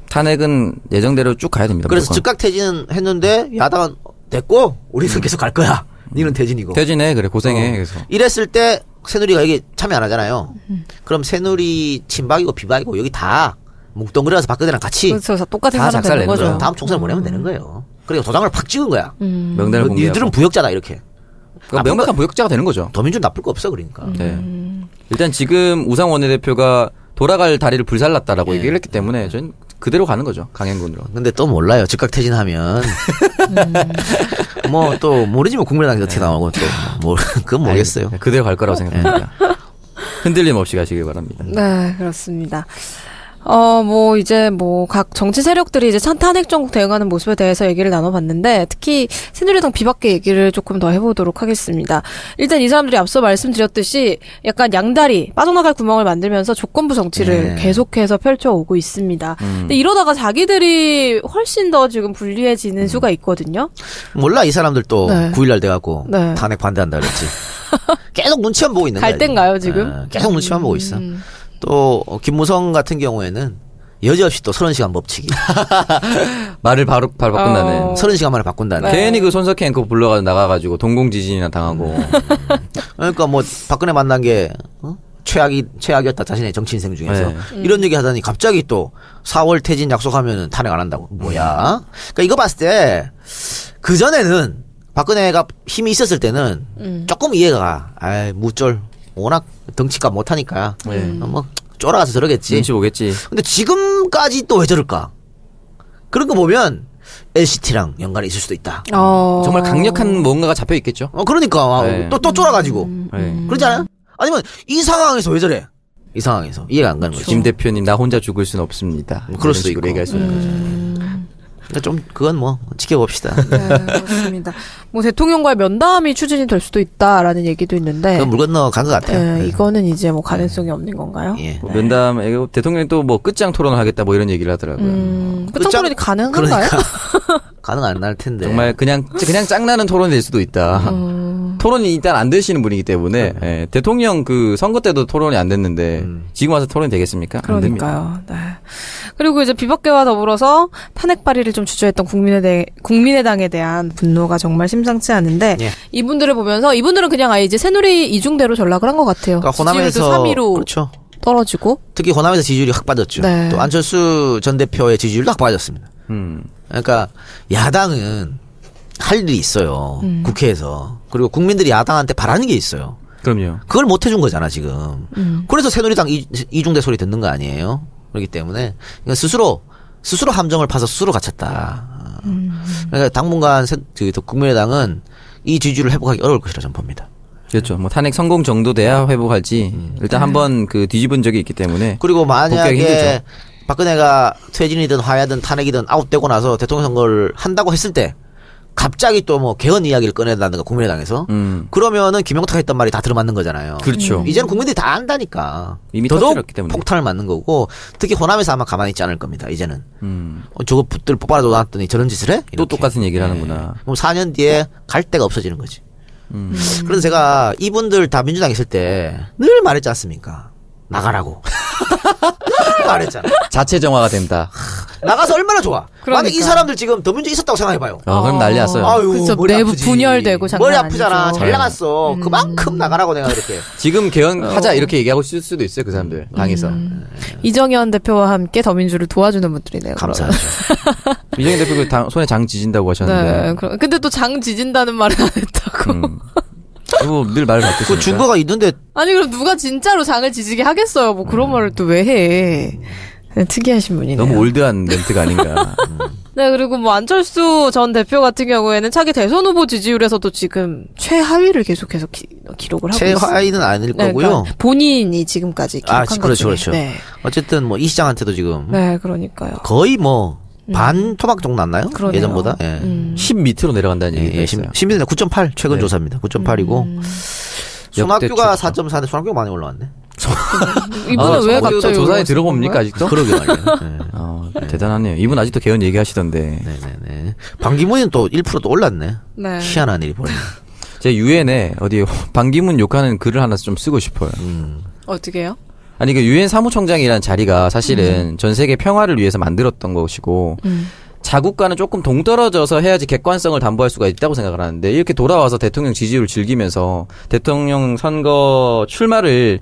Speaker 3: 탄핵은 예정대로 쭉 가야 됩니다.
Speaker 1: 그래서
Speaker 3: 무조건.
Speaker 1: 즉각 퇴진은 했는데 야당은 됐고
Speaker 3: 음.
Speaker 1: 우리는 계속 갈 거야. 니는 퇴진이고. 어.
Speaker 3: 퇴진해 그래 고생해 그래서
Speaker 1: 이랬을 때 새누리가 여기 참여 안 하잖아요.
Speaker 2: 음.
Speaker 1: 그럼 새누리 친박이고 비박이고 여기 다 뭉뚱그려서 박근혜랑 같이
Speaker 2: 그래서 그렇죠. 똑같은
Speaker 3: 다
Speaker 2: 사람
Speaker 3: 작살
Speaker 2: 되는
Speaker 3: 내는
Speaker 2: 거죠. 음.
Speaker 3: 거죠.
Speaker 1: 다음 총선 보내면 되는 거예요. 그리고 도장을 팍 찍은 거야.
Speaker 3: 명단을
Speaker 1: 너
Speaker 3: 공개하고.
Speaker 1: 니들은 아, 부역자다 이렇게.
Speaker 3: 그러니까 명백한 부역자가 되는 거죠.
Speaker 1: 더민준 나쁠 거 없어 그러니까.
Speaker 2: 음.
Speaker 3: 네. 일단 지금 우상 원내대표가 돌아갈 다리를
Speaker 1: 예.
Speaker 3: 불살랐다라고 얘기를 했기 때문에 전 그대로 가는 거죠. 강행군으로.
Speaker 1: 근데 또 몰라요. 즉각 퇴진하면
Speaker 2: 음.
Speaker 1: 뭐 또 모르지 뭐 국민의당이
Speaker 2: 네.
Speaker 1: 어떻게 나오고 또뭐 그건 모르겠어요.
Speaker 3: 네, 그대로 갈
Speaker 1: 예.
Speaker 3: 거라고 생각합니다. 흔들림 없이 가시길 바랍니다.
Speaker 2: 네, 그렇습니다. 어, 뭐, 이제, 뭐, 각 정치 세력들이 이제 찬 탄핵 정국 대응하는 모습에 대해서 얘기를 나눠봤는데, 특히 새누리당 비박계 얘기를 조금 더 해보도록 하겠습니다. 일단 이 사람들이 앞서 말씀드렸듯이, 약간 양다리, 빠져나갈 구멍을 만들면서 조건부
Speaker 1: 네.
Speaker 2: 정치를 계속해서 펼쳐오고 있습니다.
Speaker 3: 음.
Speaker 2: 근데 이러다가 자기들이 훨씬 더 지금
Speaker 3: 음.
Speaker 2: 불리해지는 수가 있거든요.
Speaker 1: 몰라 이 사람들 또
Speaker 2: 네.
Speaker 1: 9일날 돼갖고
Speaker 2: 네.
Speaker 1: 탄핵 반대한다 그랬지. 계속 눈치만 보고 있는 거야.
Speaker 2: 갈 땐가요,
Speaker 1: 지금.
Speaker 2: 지금? 음.
Speaker 1: 예, 계속 눈치만 보고 있어. 또 어, 김무성 같은 경우에는 여지없이 또 30시간 법치기. 네.
Speaker 3: 말을 바로 바로 바꾼다는.
Speaker 2: 어.
Speaker 1: 30시간 만에 바꾼다는.
Speaker 3: 괜히 그 손석희 앵커 불러가지고 나가가지고 동공 지진이나 당하고
Speaker 1: 음. 그러니까 뭐 박근혜 만난 게 어? 최악이 최악이었다 자신의 정치 인생 중에서
Speaker 3: 네.
Speaker 1: 이런 얘기 하다니 갑자기 또 4월 퇴진 약속하면 탄핵 안 한다고 뭐야? 그러니까 이거 봤을 때그 전에는 박근혜가 힘이 있었을 때는 조금 이해가 아 무쫄 워낙 덩치값 못하니까 어, 뭐 쫄아가서 저러겠지.
Speaker 3: 눈치 보겠지.
Speaker 1: 근데 지금까지 또 왜 저럴까? 그런 거 보면 LCT랑 연관이 있을 수도 있다.
Speaker 2: 어.
Speaker 3: 정말 강력한 뭔가가 잡혀 있겠죠.
Speaker 1: 어 그러니까
Speaker 3: 네.
Speaker 1: 또 또 쫄아가지고
Speaker 2: 음,
Speaker 3: 네.
Speaker 1: 그러지 않아요? 아니면 이 상황에서 왜 저래? 이 상황에서 이해가 안
Speaker 2: 그렇죠.
Speaker 1: 가는 거지.
Speaker 3: 김 대표님 나 혼자 죽을 순 없습니다.
Speaker 1: 그렇죠. 뭐 그럴
Speaker 3: 이런
Speaker 1: 수도 있고. 음.
Speaker 3: 식으로
Speaker 1: 네.
Speaker 3: 얘기할 수 있는 거죠.
Speaker 1: 그러니까 좀 그건 뭐 지켜봅시다.
Speaker 2: 네, 그렇습니다. 뭐 대통령과의 면담이 추진이 될 수도 있다라는 얘기도 있는데
Speaker 1: 그건 물 건너 간 것 같아요.
Speaker 2: 예,
Speaker 1: 네.
Speaker 2: 이거는 이제 뭐 가능성이 없는 건가요?
Speaker 1: 예.
Speaker 3: 뭐 면담 이거 대통령이 또 뭐 끝장 토론을 하겠다 뭐 이런 얘기를 하더라고요.
Speaker 2: 음,
Speaker 1: 그
Speaker 2: 끝장토론이 가능한가요?
Speaker 1: 그러니까 그렇죠? 가능 안 날 텐데.
Speaker 3: 네.
Speaker 2: 음.
Speaker 3: 정말 그냥 그냥 짱나는 토론이 될 수도 있다. 토론이 일단 안 되시는 분이기 때문에
Speaker 1: 네.
Speaker 3: 예, 대통령 그 선거 때도 토론이 안 됐는데
Speaker 1: 음.
Speaker 3: 지금 와서 토론이 되겠습니까? 안 됩니다.
Speaker 2: 그러니까요. 네. 그리고 이제 비박계와 더불어서 탄핵 발의를 좀 주저했던 국민에 대, 국민의당에 대한 분노가 정말 심상치 않은데
Speaker 1: 예.
Speaker 2: 이분들을 보면서 이분들은 그냥 아예 이제 새누리 이중대로 전락을 한 것 같아요.
Speaker 1: 그러니까 호남에서
Speaker 2: 지지율도 3위로
Speaker 1: 그렇죠.
Speaker 2: 떨어지고
Speaker 1: 특히 호남에서 지지율이 확 빠졌죠.
Speaker 2: 네.
Speaker 1: 또 안철수 전 대표의 지지율도 확 빠졌습니다.
Speaker 3: 음.
Speaker 1: 그러니까 야당은 할 일이 있어요.
Speaker 2: 음.
Speaker 1: 국회에서. 그리고 국민들이 야당한테 바라는 게 있어요.
Speaker 3: 그럼요.
Speaker 1: 그걸 못 해준 거잖아 지금. 그래서 새누리당 이- 이중대 소리 듣는 거 아니에요. 그렇기 때문에 그러니까 스스로 스스로 함정을 파서 스스로 갇혔다. 그러니까 당분간 새- 그 국민의당은 이 지지를 회복하기 어려울 것이라 저는 봅니다.
Speaker 3: 그렇죠. 뭐 탄핵 성공 정도 돼야 회복할지 일단 한번 그 뒤집은 적이 있기 때문에
Speaker 1: 음. 그리고
Speaker 3: 네. 음, 복귀하기
Speaker 1: 만약에
Speaker 3: 힘들죠.
Speaker 1: 박근혜가 퇴진이든 화해든 탄핵이든 아웃되고 나서 대통령 선거를 한다고 했을 때 갑자기 또 뭐 개헌 이야기를 꺼내다든가 국민의당에서
Speaker 3: 음.
Speaker 1: 그러면은 김영탁 했던 말이 다 들어맞는 거잖아요. 음.
Speaker 3: 그렇죠.
Speaker 1: 이제는 국민들이 다 안다니까.
Speaker 3: 이미
Speaker 1: 더더욱
Speaker 3: 터뜨렸기 때문에.
Speaker 1: 폭탄을 맞는 거고 특히 호남에서 아마 가만히 있지 않을 겁니다. 이제는
Speaker 3: 음.
Speaker 1: 어, 저거 붙들 뽑아라 놨더니 저런 짓을 해?
Speaker 3: 또
Speaker 1: 이렇게. 네.
Speaker 3: 똑같은 얘기를 하는구나. 음.
Speaker 1: 그럼 4년 뒤에 갈 데가 없어지는 거지.
Speaker 2: 음.
Speaker 1: 그래서 제가 이분들 다 민주당 있을 때 늘 말했지 않습니까? 나가라고. 늘 말했잖아.
Speaker 3: 자체 정화가 된다.
Speaker 1: 나가서 얼마나 좋아. 만약 이
Speaker 2: 그러니까.
Speaker 1: 사람이 지금 더민주 있었다고 생각해봐요.
Speaker 3: 아, 그럼 난리 났어요. 네.
Speaker 1: 아유,
Speaker 2: 그쵸,
Speaker 1: 머리
Speaker 2: 내부
Speaker 1: 아프지.
Speaker 2: 분열되고 장난
Speaker 1: 머리 아프잖아.
Speaker 2: 아니죠. 음.
Speaker 1: 잘 나갔어. 그만큼 나가라고 내가 이렇게.
Speaker 3: 지금
Speaker 1: 어.
Speaker 3: 개헌하자 이렇게 얘기하고 있을 수도 있어요. 그 사람들
Speaker 2: 음.
Speaker 3: 당에서.
Speaker 2: 이정현 대표와 함께 더민주를 도와주는 분들이네요. 그럼.
Speaker 1: 예. 감사하죠.
Speaker 3: 이정현 대표 그 당- 손에 장 지진다고 하셨는데.
Speaker 2: 네. 그럼 근데 또 장 지진다는 말은 안 했다고.
Speaker 3: 음.
Speaker 2: 네.
Speaker 3: 뭐늘 말을 바꾸시니까.
Speaker 1: 그 증거가 있는데
Speaker 2: 아니 그럼 누가 진짜로 장을 지지게 하겠어요? 뭐 그런 말을 또 왜 해? 네, 특이하신 분이네요.
Speaker 3: 너무 올드한 멘트가 아닌가.
Speaker 1: 음.
Speaker 2: 네, 그리고 뭐 안철수 전 대표 같은 경우에는 차기 대선 후보 지지율에서도 지금 최하위를 계속해서 기, 록을 하고 있습니다.
Speaker 1: 최하위는 아닐
Speaker 2: 네,
Speaker 1: 거고요.
Speaker 2: 그러니까 본인이 지금까지 기록한
Speaker 1: 아,
Speaker 2: 것
Speaker 1: 그렇죠,
Speaker 2: 중에.
Speaker 1: 그렇죠.
Speaker 2: 네.
Speaker 1: 어쨌든 뭐 이 시장한테도 지금
Speaker 2: 네, 그러니까요.
Speaker 1: 거의 뭐 반 토막 정도 났나요?
Speaker 2: 그러네요. 음.
Speaker 1: 예전보다. 예.
Speaker 3: 10 밑으로 내려간다는
Speaker 1: 예,
Speaker 3: 얘기가
Speaker 1: 예,
Speaker 3: 있어요.
Speaker 1: 심- 심리는 9.8 최근 조사입니다. 9.8이고
Speaker 2: 음.
Speaker 3: 역대
Speaker 1: 손학규가
Speaker 3: 최고죠.
Speaker 1: 4.4인데 손학규가 많이 올라왔네.
Speaker 2: 이분은 왜
Speaker 3: 저거
Speaker 2: 갑자기
Speaker 3: 아, 조사에
Speaker 2: 올라오신
Speaker 3: 들어봅니까
Speaker 2: 건가요? 네.
Speaker 3: 아직도?
Speaker 1: 그러게 말이에요.
Speaker 3: 어, 대단하네요. 이분 아직도 개헌 얘기하시던데.
Speaker 1: 네, 네, 네. 반기문이 또 1%또 올랐네.
Speaker 2: 네.
Speaker 1: 희한한 일이 벌어졌네.
Speaker 3: 제 유엔에 어디 반기문 욕하는 글을 하나 좀 쓰고 싶어요.
Speaker 2: 음. 어떻게요?
Speaker 3: 아니 그 유엔 사무총장이라는 자리가
Speaker 2: 음.
Speaker 3: 사실은 전 세계 평화를 위해서 만들었던 것이고 자국과는 조금 동떨어져서 해야지 객관성을 담보할 수가 있다고 생각을 하는데 이렇게 돌아와서 대통령 지지율 즐기면서 대통령 선거 출마를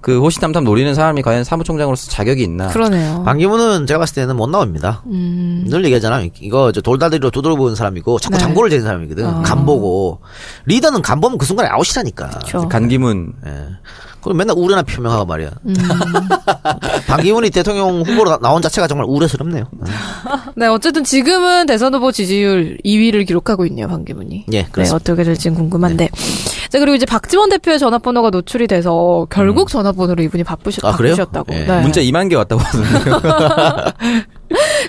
Speaker 3: 그 호시탐탐 노리는 사람이 과연 사무총장으로서 자격이 있나?
Speaker 2: 그러네요.
Speaker 1: 아, 반기문은 제가 봤을 때는 못 나옵니다. 늘 얘기하잖아요. 이거 저 돌다리로 두드려보는 사람이고 자꾸
Speaker 2: 음. 네.
Speaker 1: 장고를 재는 사람이거든. 간보고 리더는 간보면 그 순간에 아웃이라니까.
Speaker 2: 그렇죠.
Speaker 3: 간기문
Speaker 1: 예. 그럼 맨날 우려나 표명하고 말이야.
Speaker 2: 음.
Speaker 1: 반기문이 대통령 후보로 나- 나온 자체가 정말 우려스럽네요.
Speaker 2: 네, 어쨌든 지금은 대선 후보 지지율 2위를 기록하고 있네요, 반기문이.
Speaker 1: 예,
Speaker 2: 네,
Speaker 1: 그렇습니다.
Speaker 2: 어떻게 될지는 궁금한데.
Speaker 3: 네.
Speaker 2: 자, 그리고 이제 박지원 대표의 전화번호가 노출이 돼서
Speaker 3: 음.
Speaker 2: 결국 전화번호로 이분이 바쁘셨,
Speaker 1: 아, 그래요?
Speaker 2: 바꾸셨다고.
Speaker 1: 예.
Speaker 2: 네.
Speaker 3: 문자 2만 개 왔다고 하던데요.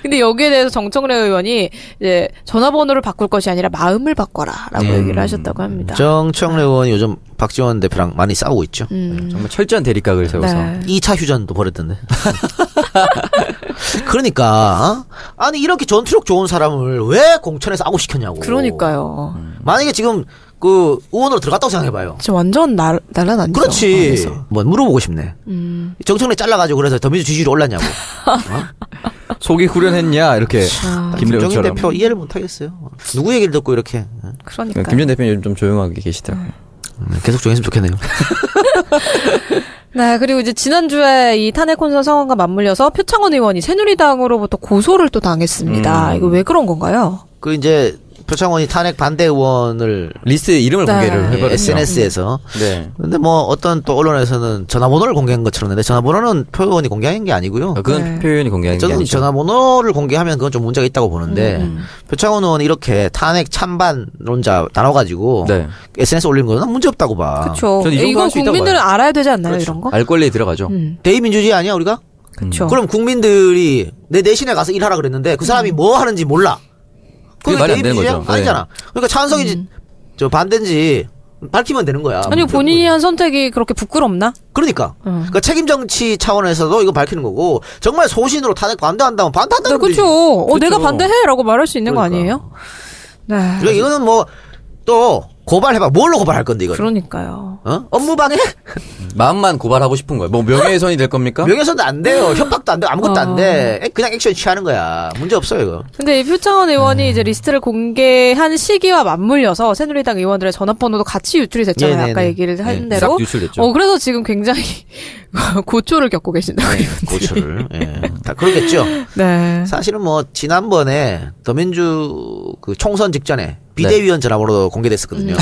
Speaker 2: 근데 여기에 대해서 정청래 의원이 이제 전화번호를 바꿀 것이 아니라 마음을 바꿔라라고
Speaker 1: 음.
Speaker 2: 얘기를 하셨다고 합니다. 음.
Speaker 1: 정청래 의원이 요즘 박지원 대표랑 많이 싸우고 있죠.
Speaker 3: 정말 철저한 대립각을 세워서
Speaker 2: 네.
Speaker 1: 2차 휴전도 벌였던데. 그러니까 어? 아니 이렇게 전투력 좋은 사람을 왜 공천에서 아웃시켰냐고.
Speaker 2: 그러니까요.
Speaker 3: 음.
Speaker 1: 만약에 지금 그 의원으로 들어갔다고 생각해봐요.
Speaker 2: 진짜 완전 날 날라났죠.
Speaker 1: 그렇지. 뭐 물어보고 싶네.
Speaker 2: 음.
Speaker 1: 정청래 잘라가지고 그래서 더민주 지지율이 올랐냐고.
Speaker 3: 속이 후련했냐 이렇게
Speaker 1: 김정인
Speaker 3: 김대중처럼.
Speaker 1: 대표 이해를 못하겠어요. 누구 얘기를 듣고 이렇게 어, 음,
Speaker 2: 그러니까. 요
Speaker 3: 네, 김전 대표님 요즘 좀 조용하게 계시더라고요.
Speaker 1: 계속 조용했으면 좋겠네요.
Speaker 2: 네, 그리고 이제 지난주에 이 탄핵 혼선 상황과 맞물려서 표창원 의원이 새누리당으로부터 고소를 또 당했습니다.
Speaker 3: 음.
Speaker 2: 이거 왜 그런 건가요?
Speaker 1: 그 이제 표창원이 탄핵 반대 의원을
Speaker 3: 리스트 이름을
Speaker 2: 네.
Speaker 3: 공개를 해버렸죠.
Speaker 1: SNS에서
Speaker 3: 네.
Speaker 1: 근데 뭐 어떤 또 언론에서는 전화번호를 공개한 것처럼 했는데 전화번호는 표 의원이 공개한 게 아니고요.
Speaker 3: 아, 그건
Speaker 2: 네.
Speaker 3: 표현이 공개하는 게
Speaker 1: 저는
Speaker 3: 아니죠. 음,
Speaker 1: 전화번호를 공개하면 그건 좀 문제가 있다고 보는데 표창원 의원 이렇게 탄핵 찬반론자 나눠 가지고
Speaker 3: 네.
Speaker 1: SNS 올리는 거는 문제 없다고 봐.
Speaker 2: 그렇죠.
Speaker 3: 아. 저는 이 정도
Speaker 2: 이건
Speaker 3: 할수 있다고
Speaker 2: 국민들은
Speaker 3: 봐요. 그렇죠.
Speaker 2: 알아야 되지 않나요, 이런 거? 음.
Speaker 3: 알 권리에 들어가죠.
Speaker 1: 대의민주주의 아니야 우리가?
Speaker 2: 그렇죠.
Speaker 1: 그럼 국민들이 내 내신에 가서 일하라 그랬는데 그
Speaker 2: 음.
Speaker 1: 사람이 뭐 하는지 몰라.
Speaker 3: 그게
Speaker 1: 그게
Speaker 3: 말이 안 되는
Speaker 1: 대의민주주의야?
Speaker 3: 거죠. 네.
Speaker 1: 아니잖아. 그러니까 찬성인지 저 반대인지 밝히면 되는 거야.
Speaker 2: 음.
Speaker 1: 뭐
Speaker 2: 아니 본인이 한 선택이 그렇게 부끄럽나?
Speaker 1: 그러니까.
Speaker 2: 음.
Speaker 1: 그러니까 책임 정치 차원에서도 이거 밝히는 거고 정말 소신으로 탄핵 반대한다면
Speaker 2: 네,
Speaker 1: 반대한다는
Speaker 2: 그렇죠.
Speaker 1: 거지.
Speaker 2: 어, 내가
Speaker 3: 그렇죠.
Speaker 2: 반대해라고 말할 수 있는
Speaker 1: 그러니까.
Speaker 2: 거 아니에요? 네.
Speaker 1: 그러니까 이거는 뭐 또 고발해봐. 뭘로 고발할 건데 이거?
Speaker 2: 그러니까요.
Speaker 1: 어? 업무방해?
Speaker 3: 마음만 고발하고 싶은 거예요. 뭐 명예훼손이 될 겁니까?
Speaker 1: 명예훼손도 안 돼요. 협박도 안 돼. 아무것도
Speaker 2: 그러니까? 음. 어.
Speaker 1: 안 돼. 에, 그냥 액션 취하는 거야. 문제 없어요 이거.
Speaker 2: 근데 이 표창원 의원이 이제 리스트를 공개한 시기와 맞물려서 새누리당 의원들의 전화번호도 같이 유출이 됐잖아요.
Speaker 1: 네네네.
Speaker 2: 아까 얘기를 한
Speaker 3: 네,
Speaker 2: 대로.
Speaker 3: 싹 유출됐죠.
Speaker 2: 어, 그래서 지금 굉장히 고초를 겪고 계신다고. 요
Speaker 1: 고초를. 예. 다 그러겠죠.
Speaker 2: 네.
Speaker 1: 사실은 뭐 지난번에 더민주 그 총선
Speaker 2: 네.
Speaker 1: 직전에 비대위원 전화번호도 공개됐었거든요.
Speaker 2: 음.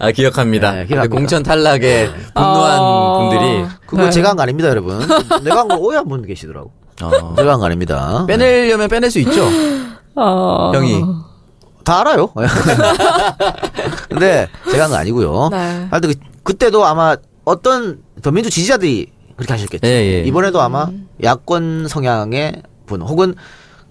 Speaker 3: 아 기억합니다.
Speaker 1: 네, 기억합니다.
Speaker 3: 근데 공천 탈락에 분노한
Speaker 2: 네. 어.
Speaker 3: 분들이
Speaker 1: 그거
Speaker 2: 네.
Speaker 1: 제가 한 거 아닙니다, 여러분. 내가 한 거 오해한 분 계시더라고.
Speaker 2: 네.
Speaker 3: 어,
Speaker 1: 제가 한 거 아닙니다.
Speaker 3: 빼내려면 빼낼 수 있죠.
Speaker 2: 어.
Speaker 3: 형이
Speaker 1: 다 알아요. 근데 제가 한 거 아니고요.
Speaker 2: 네.
Speaker 1: 하여튼 그, 때도 아마 어떤 더민주 지지자들이 그렇게 하셨겠죠.
Speaker 3: 예, 예.
Speaker 1: 이번에도 아마
Speaker 2: 음.
Speaker 1: 야권 성향의 분 혹은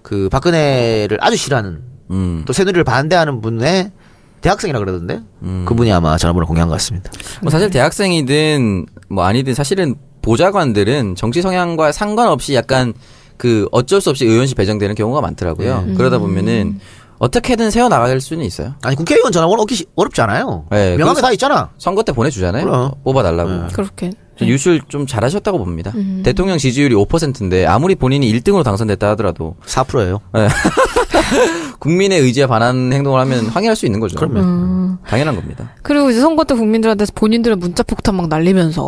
Speaker 1: 그 박근혜를 아주 싫어하는
Speaker 3: 음.
Speaker 1: 또 새누리를 반대하는 분의 대학생이라 그러던데
Speaker 3: 음.
Speaker 1: 그분이 아마 전화번호 공개한 것 같습니다.
Speaker 3: 뭐 사실
Speaker 2: 네.
Speaker 3: 대학생이든 뭐 아니든 사실은 보좌관들은 정치 성향과 상관없이 약간 그 어쩔 수 없이 의원실 배정되는 경우가 많더라고요.
Speaker 2: 음.
Speaker 3: 그러다 보면은 어떻게든 세워 나갈 수는 있어요.
Speaker 1: 아니 국회의원 전화번호 얻기 시- 어렵지 않아요.
Speaker 3: 네,
Speaker 1: 명함에
Speaker 3: 그래서-
Speaker 1: 다 있잖아.
Speaker 3: 선거 때 보내주잖아요.
Speaker 1: 그럼. 네.
Speaker 3: 뽑아달라고.
Speaker 2: 그렇게.
Speaker 3: 저 유출 좀 잘하셨다고 봅니다.
Speaker 2: 음.
Speaker 3: 대통령 지지율이 5%인데 아무리 본인이 1등으로 당선됐다 하더라도
Speaker 1: 4%예요.
Speaker 3: 국민의 의지에 반한 행동을 하면 항의할 수 있는 거죠. 네.
Speaker 1: 그럼요.
Speaker 2: 음.
Speaker 3: 당연한 겁니다.
Speaker 2: 그리고 이제 선거 때 국민들한테 본인들은 문자 폭탄 막 날리면서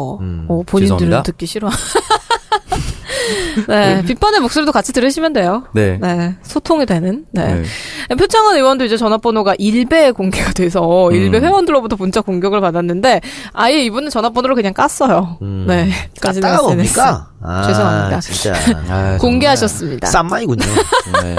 Speaker 2: 어, 본인들은
Speaker 3: 음, 죄송합니다. 음.
Speaker 2: 듣기 싫어. 네, 비판의 목소리도 같이 들으시면 돼요.
Speaker 3: 네.
Speaker 2: 네, 소통이 되는. 네.
Speaker 3: 네.
Speaker 2: 표창원 의원도 이제 전화번호가 일베에 공개가 돼서
Speaker 3: 음.
Speaker 2: 일베 회원들로부터 문자 공격을 받았는데 아예 이분은 전화번호를 그냥 깠어요.
Speaker 3: 음.
Speaker 2: 네, 자신의
Speaker 1: 까딱가
Speaker 2: SNS.
Speaker 1: 뭡니까? 아,
Speaker 2: 죄송합니다.
Speaker 1: 진짜
Speaker 3: 아,
Speaker 2: 공개하셨습니다.
Speaker 1: 쌈마이군요.
Speaker 3: 정말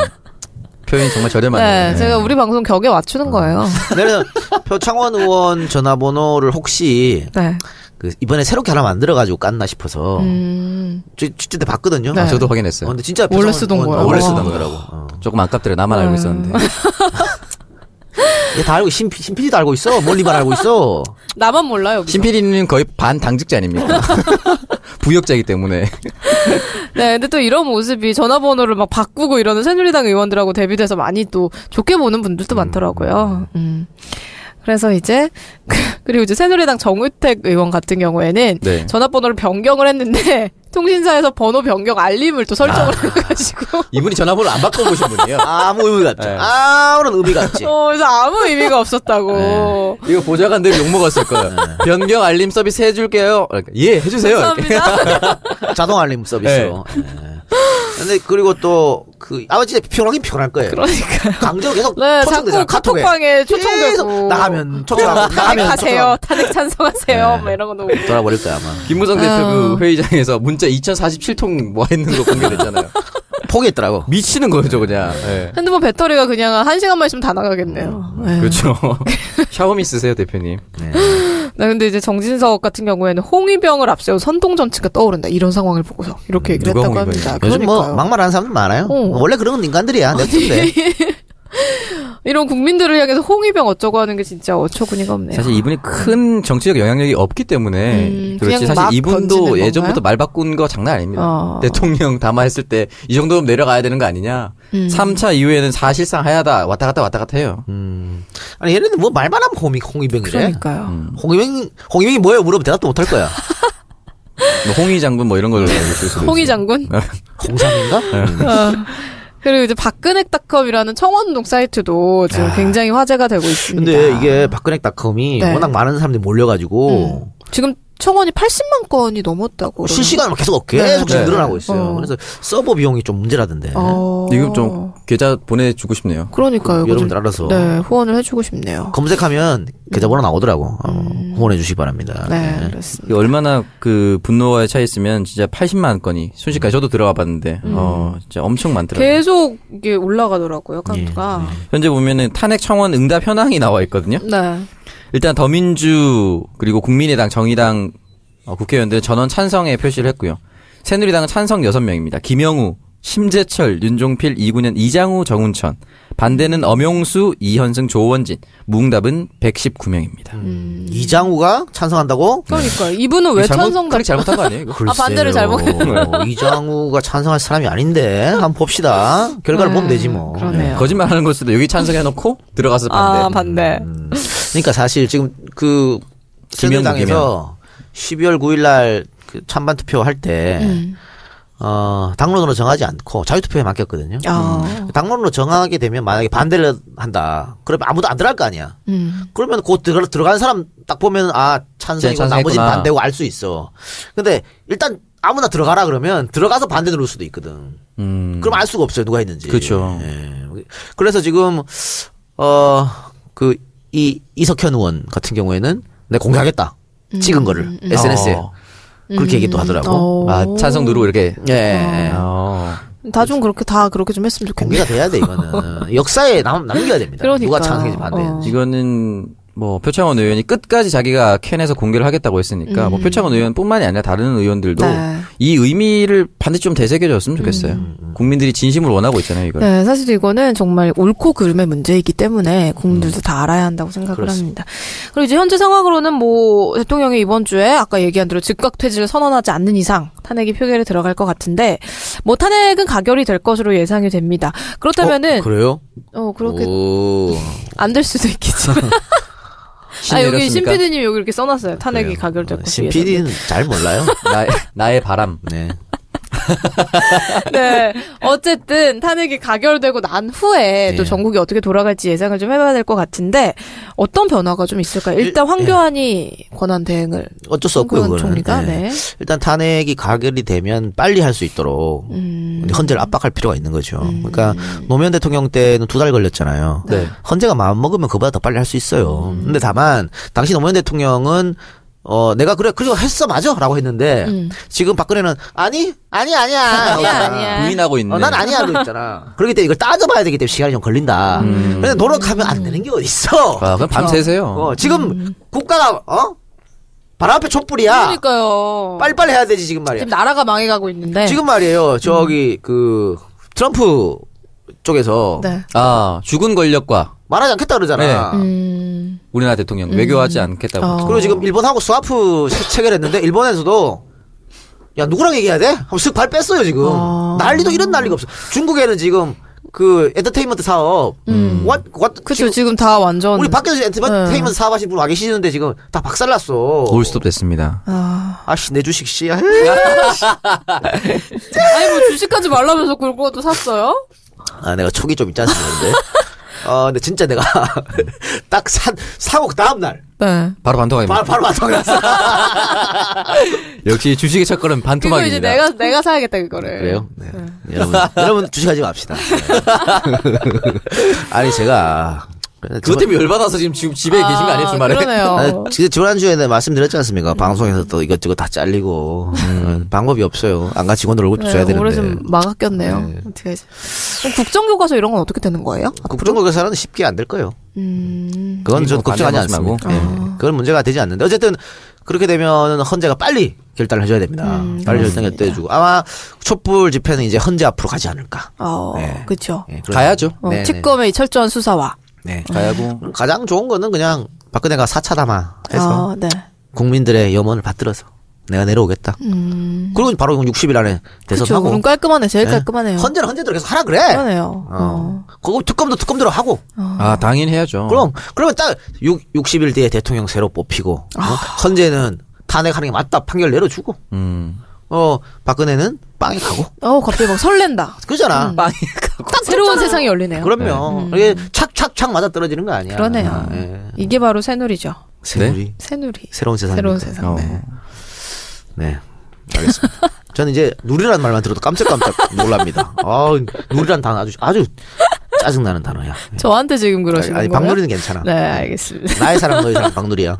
Speaker 3: 표현이 정말 저렴하네요. 음.
Speaker 2: 네, 제가 우리 방송 격에 맞추는 거예요.
Speaker 1: 그래서 표창원 의원 전화번호를 혹시
Speaker 2: 네.
Speaker 1: 그 이번에 새롭게 하나 만들어가지고 깠나 싶어서
Speaker 2: 음,
Speaker 1: 저 취재 때 봤거든요.
Speaker 2: 네.
Speaker 3: 아, 저도
Speaker 1: 어,
Speaker 3: 확인했어요.
Speaker 1: 근데 진짜
Speaker 2: 원래
Speaker 1: 표창원
Speaker 2: 쓰던
Speaker 1: 의원-
Speaker 2: 거야.
Speaker 1: 어, 원래 쓰던
Speaker 2: 어.
Speaker 1: 거라고.
Speaker 3: 조금 아깝더래 나만 알고 있었는데.
Speaker 1: 얘다 알고 신 신피디도 알고 있어. 몰리만 알고 있어.
Speaker 2: 나만 몰라요. 여기서.
Speaker 3: 신PD는 거의 반 당직자 아닙니까? 부역자이기 때문에.
Speaker 2: 네, 근데 또 이런 모습이 전화번호를 막 바꾸고 이러는 새누리당 의원들하고 대비돼서 많이 또 좋게 보는 분들도 많더라고요. 음. 그래서 이제 그리고 이제 새누리당 정우택 의원 같은 경우에는
Speaker 3: 네.
Speaker 2: 전화번호를 변경을 했는데 통신사에서 번호 변경 알림을 또 설정을
Speaker 1: 아.
Speaker 2: 해가지고
Speaker 3: 이분이 전화번호 안 바꿔보신 분이에요.
Speaker 1: 아무 의미가 없죠.
Speaker 3: 네.
Speaker 1: 아무런 의미가 없지.
Speaker 2: 어, 그래서 아무 의미가
Speaker 1: 네.
Speaker 2: 없었다고.
Speaker 3: 이거 보좌관들이 욕먹었을 거예요. 변경 알림 서비스 해줄게요. 그러니까, 예, 해주세요. 이렇게.
Speaker 2: 감사합니다.
Speaker 1: 자동 알림 서비스로. 예. 근데 그리고 또 그 아마 진짜 피곤하긴 피곤할 거예요.
Speaker 2: 그러니까.
Speaker 1: 강제로 계속
Speaker 2: 네,
Speaker 1: 초청되잖아,
Speaker 2: 자꾸
Speaker 1: 카톡에.
Speaker 2: 카톡방에
Speaker 1: 계속
Speaker 2: 초청되고 네,
Speaker 1: 나가면 초청하고 나가면
Speaker 2: 탄핵하세요,
Speaker 1: 초청하고. 네.
Speaker 2: 탄핵 찬성하세요, 뭐 이런 거 너무.
Speaker 1: 돌아버릴 거야 아마.
Speaker 3: 김무성 대표 그 회의장에서 문자 2047통 뭐 했는 거 공개됐잖아요.
Speaker 1: 포기했더라고.
Speaker 3: 미치는 거예요, 저 그냥. 예.
Speaker 2: 핸드폰 배터리가 그냥 한 시간만 있으면 다 나가겠네요.
Speaker 1: 어,
Speaker 2: 네.
Speaker 3: 그렇죠. 샤오미 쓰세요, 대표님.
Speaker 2: 나 네, 근데 이제 정진석 같은 경우에는 홍위병을 앞세운 선동 정치가 떠오른다 이런 상황을 보고서 이렇게 얘기를
Speaker 3: 누가
Speaker 2: 했다고
Speaker 3: 홍위병이야?
Speaker 2: 합니다.
Speaker 1: 요즘 뭐
Speaker 2: 그러니까요.
Speaker 1: 막말하는 사람들 많아요. 뭐
Speaker 2: 어. 예.
Speaker 1: 원래 그런 건 인간들이야. 냅둔데.
Speaker 2: 이런 국민들을 향해서 홍위병 어쩌고 하는 게 진짜 어처구니가 없네요.
Speaker 3: 사실 이분이 큰 정치적 영향력이 없기 때문에
Speaker 2: 음,
Speaker 3: 그렇지
Speaker 2: 그냥 막
Speaker 3: 사실 이분도
Speaker 2: 던지는
Speaker 3: 예전부터
Speaker 2: 건가요?
Speaker 3: 말 바꾼 거 장난 아닙니다.
Speaker 2: 어.
Speaker 3: 대통령 담화했을 때 이 정도면 내려가야 되는 거 아니냐.
Speaker 2: 음.
Speaker 3: 3차 이후에는 사실상 하야다 왔다 갔다 왔다 갔다 해요.
Speaker 1: 아니 얘네는 뭐 말만 하면 홍이 홍이병이래. 음,
Speaker 2: 그러니까요.
Speaker 1: 홍이병 홍이병이 뭐예요? 물어보면 대답도 못 할 거야.
Speaker 3: 뭐 홍의 장군 뭐 이런 걸로 알고 있을 수도
Speaker 2: 홍위
Speaker 3: 있어요.
Speaker 2: 장군.
Speaker 1: 홍삼인가? 음.
Speaker 2: 그리고 이제 박근혜닷컴이라는 청원동 사이트도 지금 굉장히 화제가 되고 있습니다.
Speaker 1: 근데 이게 박근혜닷컴이
Speaker 2: 네. 음.
Speaker 1: 워낙 많은 사람들이 몰려가지고 어,
Speaker 2: 지금 청원이 80만 건이 넘었다고. 그러네요.
Speaker 1: 실시간으로 계속 계속
Speaker 3: 네.
Speaker 1: 지금 늘어나고 있어요.
Speaker 2: 어.
Speaker 1: 그래서 서버 비용이 좀 문제라던데.
Speaker 2: 어.
Speaker 3: 이거 좀 계좌 보내주고 싶네요.
Speaker 2: 그러니까요. 이거 좀-
Speaker 1: 여러분들 알아서
Speaker 2: 네, 후원을 해주고 싶네요.
Speaker 1: 검색하면 계좌번호 나오더라고. 어, 후원해 주시기 바랍니다.
Speaker 2: 음. 네,
Speaker 1: 네.
Speaker 2: 그렇습니다.
Speaker 3: 이게 얼마나 그 분노와의 차이 있으면 진짜 80만 건이 순식간에 저도 들어가 봤는데
Speaker 2: 음.
Speaker 3: 어 진짜 엄청 많더라고요.
Speaker 2: 계속 이게 올라가더라고요, 카운트가.
Speaker 3: 현재 보면은 탄핵 청원 응답 현황이 나와 있거든요.
Speaker 2: 네.
Speaker 3: 일단 더민주 그리고 국민의당 정의당 어, 국회의원들은 전원 찬성에 표시를 했고요. 새누리당은 찬성 6명입니다. 김영우 심재철, 윤종필, 이군현, 이장우, 정운천. 반대는 엄용수, 이현승, 조원진. 무응답은 119명입니다.
Speaker 1: 이장우가 찬성한다고?
Speaker 2: 그러니까 이분은 왜 찬성
Speaker 3: 클릭 잘못한 거 아니에요? 이거?
Speaker 1: 글쎄요.
Speaker 2: 반대를 잘
Speaker 1: 어, 이장우가 찬성할 사람이 아닌데 한번 봅시다. 결과를
Speaker 2: 네,
Speaker 1: 보면 되지 뭐.
Speaker 2: 그러네요.
Speaker 3: 거짓말하는 걸 수도 여기 찬성해놓고 들어가서 반대.
Speaker 2: 아 반대.
Speaker 1: 그러니까 사실 지금 그
Speaker 3: 김현무,
Speaker 1: 새누리당에서 12월 9일 날그 찬반 투표 할 때
Speaker 2: 음.
Speaker 1: 어, 당론으로 정하지 않고 자유투표에 맡겼거든요.
Speaker 2: 아,
Speaker 1: 당론으로 정하게 되면 만약에 반대를 한다. 그러면 아무도 안 들어갈 거 아니야.
Speaker 2: 음.
Speaker 1: 그러면 곧 들어, 들어간 사람 딱 보면 아 찬성이고
Speaker 3: 찬성했구나.
Speaker 1: 나머지는 반대고 알 수 있어. 근데 일단 아무나 들어가라 그러면 들어가서 반대 누를 수도 있거든.
Speaker 3: 음. 그렇죠.
Speaker 1: 그럼 알 수가 없어요 누가 있는지.
Speaker 3: 그쵸.
Speaker 1: 예. 그래서 지금 어, 어그이 이석현 의원 같은 경우에는 내가 공개하겠다
Speaker 2: 음,
Speaker 1: 찍은 거를 SNS에
Speaker 3: 어.
Speaker 1: 그렇게 얘기 또 하더라고.
Speaker 2: 어.
Speaker 3: 아, 찬성 누르고 이렇게.
Speaker 1: 예.
Speaker 3: 어.
Speaker 2: 다 좀 그렇게 다 그렇게 좀 했으면 좋겠네.
Speaker 1: 공개가 돼야 돼 이거는 역사에 남, 남겨야 됩니다. 누가
Speaker 2: 그러니까.
Speaker 1: 찬성인지 반대인지.
Speaker 3: 이거는 뭐 표창원 의원이 끝까지 자기가 캔에서 공개를 하겠다고 했으니까 뭐 표창원 의원뿐만이 아니라 다른 의원들도
Speaker 2: 음. 네. 음.
Speaker 3: 이 의미를 반드시 좀 되새겨줬으면 좋겠어요. 국민들이 진심으로 원하고 있잖아요, 이걸.
Speaker 2: 네, 사실 이거는 정말 옳고 그름의 문제이기 때문에 국민들도 다 알아야 한다고 생각을 합니다. 그리고 이제 현재 상황으로는 뭐 대통령이 이번 주에 아까 얘기한 대로 즉각 퇴진을 선언하지 않는 이상 탄핵이 표결에 들어갈 것 같은데 뭐 탄핵은 가결이 될 것으로 예상이 됩니다. 그렇다면은
Speaker 1: 어, 그래요?
Speaker 2: 어, 그렇게
Speaker 1: 오.
Speaker 2: 안 될 수도 있겠지만 아 여기 신 PD님 여기 이렇게 써놨어요. 탄핵이 가결될 것으로
Speaker 1: 신
Speaker 2: 예상.
Speaker 1: PD는 잘 몰라요.
Speaker 3: 나의, 나의 바람.
Speaker 1: 네.
Speaker 2: 네. 어쨌든 탄핵이 가결되고 난 후에 또
Speaker 1: 예.
Speaker 2: 전국이 어떻게 돌아갈지 예상을 좀 해봐야 될 것 같은데 어떤 변화가 좀 있을까요? 일단 황교안이 권한 대행을
Speaker 1: 어쩔 수 없고요,
Speaker 2: 황교안
Speaker 1: 그거는.
Speaker 2: 총리가
Speaker 1: 예.
Speaker 2: 네.
Speaker 1: 일단 탄핵이 가결이 되면 빨리 할 수
Speaker 2: 음.
Speaker 1: 있도록 헌재를 압박할 필요가 있는 거죠. 그러니까 노무현 대통령 때는 두 달 걸렸잖아요.
Speaker 3: 네.
Speaker 1: 헌재가 마음 먹으면 그보다 더 빨리 할 수 있어요. 근데 다만 당시 노무현 대통령은 어 내가 그래 그리고 했어 맞아라고 했는데 지금 박근혜는 아니 아니 아니야
Speaker 2: 아니야,
Speaker 1: 하고
Speaker 2: 아니야.
Speaker 3: 부인하고 있는.
Speaker 1: 어, 난 아니야 하고 있잖아. 그렇기 때문에 이걸 따져봐야 되기 때문에 시간이 좀 걸린다. 근데 노력하면 안 되는 게 어디 있어?
Speaker 3: 아, 그럼 밤새세요.
Speaker 1: 어, 지금 국가가 어 바로 앞에 촛불이야.
Speaker 2: 그러니까. 그러니까요.
Speaker 1: 빨리빨리 해야 되지 지금 말이야.
Speaker 2: 지금 나라가 망해가고 있는데
Speaker 1: 지금 말이에요. 저기 그 트럼프 쪽에서
Speaker 2: 음. 네.
Speaker 3: 아, 죽은 권력과
Speaker 1: 말하지 않겠다 그러잖아.
Speaker 2: 음,
Speaker 3: 우리나라 대통령 외교하지 않겠다고.
Speaker 2: 어.
Speaker 1: 그리고 지금 일본하고 스와프 시- 체결했는데 일본에서도 야 누구랑 얘기해야 돼? 하고 쓱 발 뺐어요 지금.
Speaker 2: 아.
Speaker 1: 난리도 이런 난리가 없어. 중국에는 지금 그 엔터테인먼트 사업 what, what,
Speaker 2: 그렇죠. 지금 네. 다 완전
Speaker 1: 우리 밖에서 엔터테인먼트 사업 하시는 분 와 계시는데 지금 다 박살났어.
Speaker 3: 올스톱 됐습니다.
Speaker 2: 아.
Speaker 1: 아씨 내 주식 씨. 아,
Speaker 2: 아니 뭐 주식하지 말라면서 그걸 또 샀어요?
Speaker 1: 아, 내가 촉이 좀 있지 않습니까, 근데? 어, 근데 진짜 내가 딱 산, 사고 그 다음날.
Speaker 2: 네.
Speaker 3: 바로 반토막입니다.
Speaker 1: 바로, 바로 왔어.
Speaker 3: 역시 주식의 첫 걸음
Speaker 2: 그걸
Speaker 3: 반토막입니다.
Speaker 2: 이제 내가 내가 사야겠다 그거를.
Speaker 1: 그래요? 네. 여러분, 여러분 주식하지 맙시다. 네. 아니, 제가.
Speaker 3: 그것 때문에 열받아서 지금, 지금 집에 계신 거 아니에요, 주말에?
Speaker 2: 그러네요.
Speaker 1: 지금 지난주에 내가 말씀드렸지 않습니까? 방송에서 또 이것저것 다 잘리고. 음, 방법이 없어요. 안가 직원들 월급도 줘야
Speaker 2: 네, 올해
Speaker 1: 되는데.
Speaker 2: 좀 막았겠네요.
Speaker 1: 네.
Speaker 2: 어떻게 하지? 그럼 국정교과서 이런 건 어떻게 되는 거예요?
Speaker 1: 국정교과서는 그 쉽게 안 될 거예요.
Speaker 2: 음,
Speaker 1: 그건 저
Speaker 3: 이거
Speaker 1: 걱정하지
Speaker 3: 관련 하지
Speaker 1: 않습니다. 예. 그건 문제가 되지 않는데 어쨌든 그렇게 되면 헌재가 빨리 결단을 해줘야 됩니다. 빨리 결단 결단해주고 아마 촛불 집회는 이제 헌재 앞으로 가지 않을까.
Speaker 2: 어,
Speaker 1: 네.
Speaker 2: 그렇죠.
Speaker 1: 예, 그런-
Speaker 3: 가야죠. 어.
Speaker 2: 어,
Speaker 1: 네,
Speaker 2: 특검의 철저한 수사와
Speaker 1: 네.
Speaker 3: 가야고.
Speaker 1: 가장 좋은 거는 그냥 박근혜가 사차 담아 해서
Speaker 2: 어, 네.
Speaker 1: 국민들의 염원을 받들어서 내가 내려오겠다. 그리고 바로 60일 안에
Speaker 2: 음, 그렇죠.
Speaker 1: 대선하고
Speaker 2: 그럼 깔끔하네. 제일
Speaker 1: 네.
Speaker 2: 깔끔하네요.
Speaker 1: 헌재는 헌재대로 계속 하라 그래.
Speaker 2: 그러네요.
Speaker 1: 어.
Speaker 2: 어.
Speaker 1: 그거 특검도 특검대로 하고
Speaker 3: 아, 당연히 해야죠.
Speaker 1: 그럼 그러면 딱 6, 60일 뒤에 대통령 새로 뽑히고 어?
Speaker 2: 아.
Speaker 1: 헌재는 탄핵하는 게 맞다 판결 내려주고
Speaker 3: 음.
Speaker 1: 어 박근혜는 빵이 가고
Speaker 2: 어, 갑자기 막 설렌다.
Speaker 1: 그잖아.
Speaker 3: 빵이
Speaker 2: 딱 새로운 세상이 음, 열리네요. 음.
Speaker 1: 그럼요. 이게 착착착 맞아 떨어지는 거 아니야.
Speaker 2: 그러네요.
Speaker 1: 아, 예.
Speaker 2: 이게 바로 새누리죠.
Speaker 1: 새누리
Speaker 2: 새누리.
Speaker 1: 새로운 세상.
Speaker 2: 새로운 세상.
Speaker 3: 어.
Speaker 2: 네.
Speaker 1: 네. 알겠습니다. 저는 이제 누리란 말만 들어도 깜짝깜짝 놀랍니다. 아, 누리란 단어 아주 아주 짜증 나는 단어야.
Speaker 2: 저한테 지금
Speaker 1: 아니,
Speaker 2: 그러시는
Speaker 1: 아니
Speaker 2: 거예요?
Speaker 1: 박누리는 괜찮아.
Speaker 2: 네, 알겠습니다.
Speaker 1: 나의 사랑 너의 사랑 박누리야.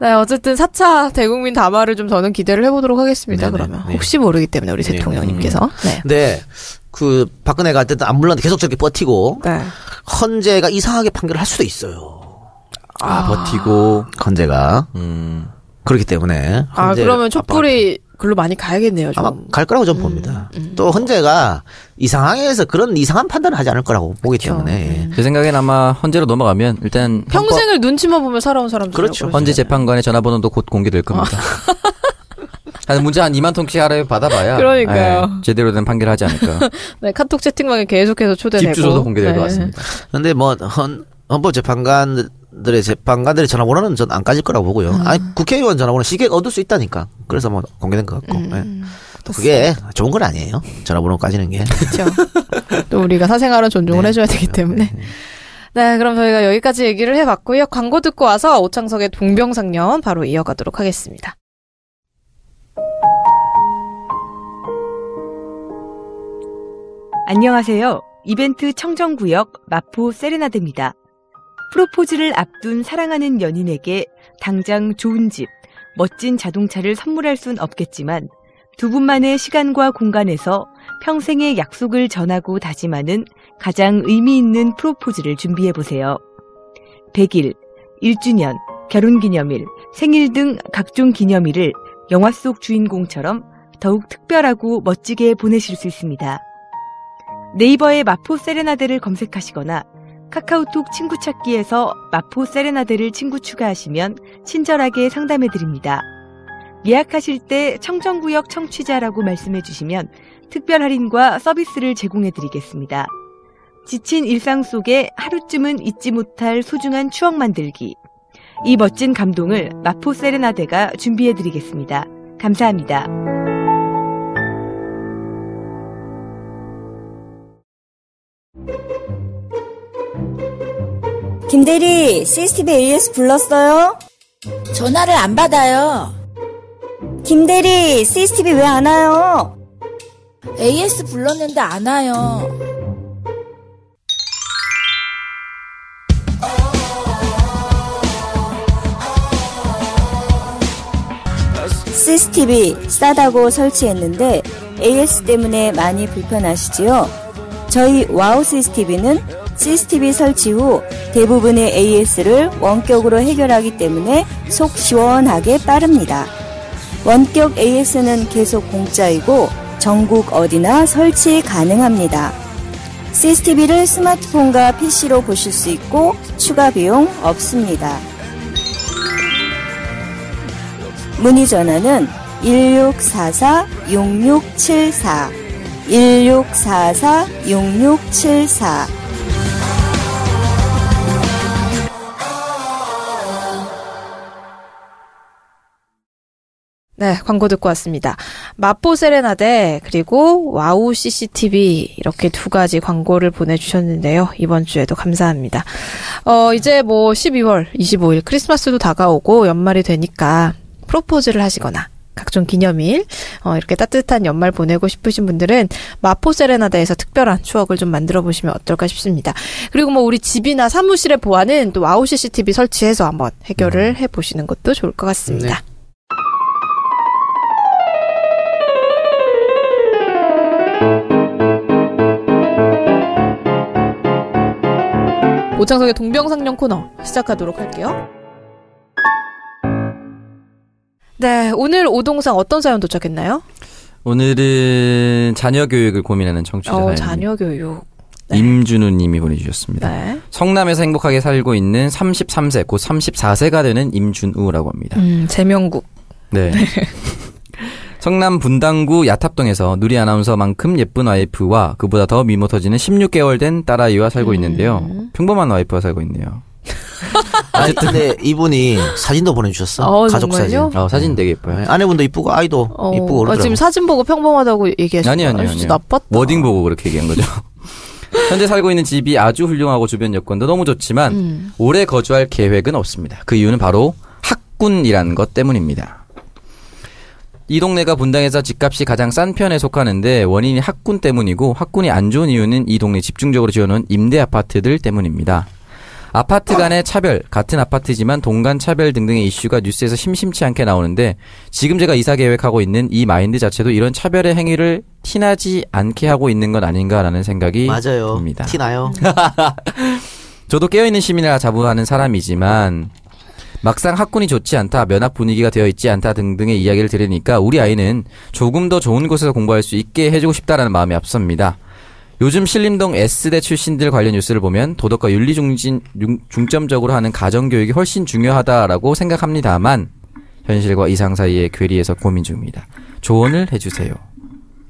Speaker 2: 네, 어쨌든 4차 대국민 담화를 좀 저는 기대를 해보도록 하겠습니다.
Speaker 1: 네네,
Speaker 2: 그러면
Speaker 1: 네.
Speaker 2: 혹시 모르기 때문에 우리 대통령님께서 네.
Speaker 1: 근데 그 박근혜가 어쨌든 안 물렀는데 계속 저렇게 버티고
Speaker 2: 네.
Speaker 1: 헌재가 이상하게 판결을 할 수도 있어요.
Speaker 3: 아, 버티고.
Speaker 1: 헌재가
Speaker 3: 음.
Speaker 1: 그렇기 때문에
Speaker 2: 아
Speaker 1: 헌재를
Speaker 2: 그러면 음, 촛불이 글로 많이 가야겠네요. 좀.
Speaker 1: 아마 갈 거라고 저는 봅니다.
Speaker 2: 음.
Speaker 1: 또 헌재가 이 상황에서 그런 이상한 판단을 하지 않을 거라고 보기
Speaker 2: 그렇죠.
Speaker 1: 때문에
Speaker 3: 제 생각엔 아마 헌재로 넘어가면 일단
Speaker 2: 평생을 눈치만 보며 살아온 사람들.
Speaker 1: 그렇죠.
Speaker 3: 헌법- 헌재 재판관의 전화번호도 곧 공개될
Speaker 2: 어.
Speaker 3: 겁니다. 한 문제 한 2만 통씩 하라 받아봐야
Speaker 2: 그러니까요.
Speaker 3: 예, 제대로 된 판결을 하지 않을까.
Speaker 2: 네, 카톡 채팅방에 계속해서 초대되고.
Speaker 3: 집 주소도 공개될 것
Speaker 2: 네.
Speaker 3: 같습니다.
Speaker 1: 근데 뭐 헌 헌법 재판관들의 재판관들의 전화번호는 전 안 까질 거라고 보고요.
Speaker 2: 음.
Speaker 1: 아니 국회의원 전화번호 쉽게 얻을 수 있다니까. 그래서 뭐 공개된 것 같고.
Speaker 2: 음.
Speaker 1: 예. 또 그게 좋은 건 아니에요. 전화번호 까지는 게.
Speaker 2: 그렇죠. 또 우리가 사생활은 존중을 해줘야 되기 때문에.
Speaker 1: 예.
Speaker 2: 네, 그럼 저희가 여기까지 얘기를 해봤고요. 광고 듣고 와서 오창석의 동병상련 바로 이어가도록 하겠습니다.
Speaker 8: 안녕하세요. 이벤트 청정구역 마포 세레나드입니다. 프로포즈를 앞둔 사랑하는 연인에게 당장 좋은 집, 멋진 자동차를 선물할 순 없겠지만 두 분만의 시간과 공간에서 평생의 약속을 전하고 다짐하는 가장 의미 있는 프로포즈를 준비해 보세요. 100일, 1주년, 결혼기념일, 생일 등 각종 기념일을 영화 속 주인공처럼 더욱 특별하고 멋지게 보내실 수 있습니다. 네이버에 마포 세레나데를 검색하시거나 카카오톡 친구 찾기에서 마포 세레나데를 친구 추가하시면 친절하게 상담해 드립니다. 예약하실 때 청정구역 청취자라고 말씀해 주시면 특별 할인과 서비스를 제공해 드리겠습니다. 지친 일상 속에 하루쯤은 잊지 못할 소중한 추억 만들기. 이 멋진 감동을 마포 세레나데가 준비해 드리겠습니다. 감사합니다.
Speaker 9: 김대리, CCTV AS 불렀어요?
Speaker 10: 전화를 안 받아요.
Speaker 9: 김대리, CCTV 왜 안 와요?
Speaker 10: AS 불렀는데 안 와요.
Speaker 9: CCTV 싸다고 설치했는데 AS 때문에 많이 불편하시지요? 저희 와우 CCTV는 CCTV 설치 후 대부분의 AS를 원격으로 해결하기 때문에 속 시원하게 빠릅니다. 원격 AS는 계속 공짜이고 전국 어디나 설치 가능합니다. CCTV를 스마트폰과 PC로 보실 수 있고 추가 비용 없습니다. 문의 전화는 1644-6674. 1644-6674.
Speaker 2: 네, 광고 듣고 왔습니다. 마포 세레나데 그리고 와우 CCTV 이렇게 두 가지 광고를 보내주셨는데요. 이번 주에도 감사합니다. 어 이제 뭐 12월 25일 크리스마스도 다가오고 연말이 되니까 프로포즈를 하시거나 각종 기념일 어, 이렇게 따뜻한 연말 보내고 싶으신 분들은 마포 세레나데에서 특별한 추억을 좀 만들어 보시면 어떨까 싶습니다. 그리고 뭐 우리 집이나 사무실의 보안은 또 와우 CCTV 설치해서 한번 해결을 해 보시는 것도 좋을 것 같습니다. 오창석의 동병상련 코너 시작하도록 할게요. 네, 오늘 오동상 어떤 사연 도착했나요?
Speaker 3: 오늘은 자녀 교육을 고민하는 청취자
Speaker 2: 어,
Speaker 3: 사연입니다.
Speaker 2: 자녀 교육. 네.
Speaker 3: 임준우님이 보내주셨습니다.
Speaker 2: 네.
Speaker 3: 성남에서 행복하게 살고 있는 33세 곧 34세가 되는 임준우라고 합니다.
Speaker 2: 음, 재명국.
Speaker 3: 네. 성남 분당구 야탑동에서 누리 아나운서만큼 예쁜 와이프와 그보다 더 미모 터지는 16개월 된 딸아이와 살고 있는데요. 평범한 와이프와 살고 있네요.
Speaker 1: 아니 근데 이분이 사진도 보내주셨어.
Speaker 2: 어,
Speaker 1: 가족
Speaker 2: 정말요?
Speaker 1: 사진.
Speaker 3: 어, 사진 되게 예뻐요.
Speaker 1: 네, 아내분도 이쁘고 아이도
Speaker 2: 어,
Speaker 1: 이쁘고
Speaker 2: 아,
Speaker 1: 그러더라고.
Speaker 2: 지금 사진 보고 평범하다고 얘기하시는
Speaker 3: 아니 아니
Speaker 2: 거예요?
Speaker 3: 아니.
Speaker 2: 진짜 나빴다.
Speaker 3: 워딩 보고 그렇게 얘기한 거죠. 현재 살고 있는 집이 아주 훌륭하고 주변 여건도 너무 좋지만 오래 거주할 계획은 없습니다. 그 이유는 바로 학군이라는 것 때문입니다. 이 동네가 분당에서 집값이 가장 싼 편에 속하는데 원인이 학군 때문이고 학군이 안 좋은 이유는 이 동네 집중적으로 지어놓은 임대 아파트들 때문입니다.
Speaker 1: 어.
Speaker 3: 아파트 간의 차별, 같은 아파트지만 동간 차별 등등의 이슈가 뉴스에서 심심치 않게 나오는데 지금 제가 이사 계획하고 있는 이 마인드 자체도 이런 차별의 행위를 티나지 않게 하고 있는 건 아닌가라는 생각이
Speaker 1: 맞아요.
Speaker 3: 듭니다.
Speaker 1: 티나요.
Speaker 3: 저도 깨어있는 시민이라 자부하는 사람이지만 막상 학군이 좋지 않다, 면학 분위기가 되어 있지 않다 등등의 이야기를 들으니까 우리 아이는 조금 더 좋은 곳에서 공부할 수 있게 해주고 싶다라는 마음이 앞섭니다. 요즘 신림동 S대 출신들 관련 뉴스를 보면 도덕과 윤리 중심 융- 중점적으로 하는 가정교육이 훨씬 중요하다라고 생각합니다만 현실과 이상 사이의 괴리에서 고민 중입니다. 조언을 해주세요.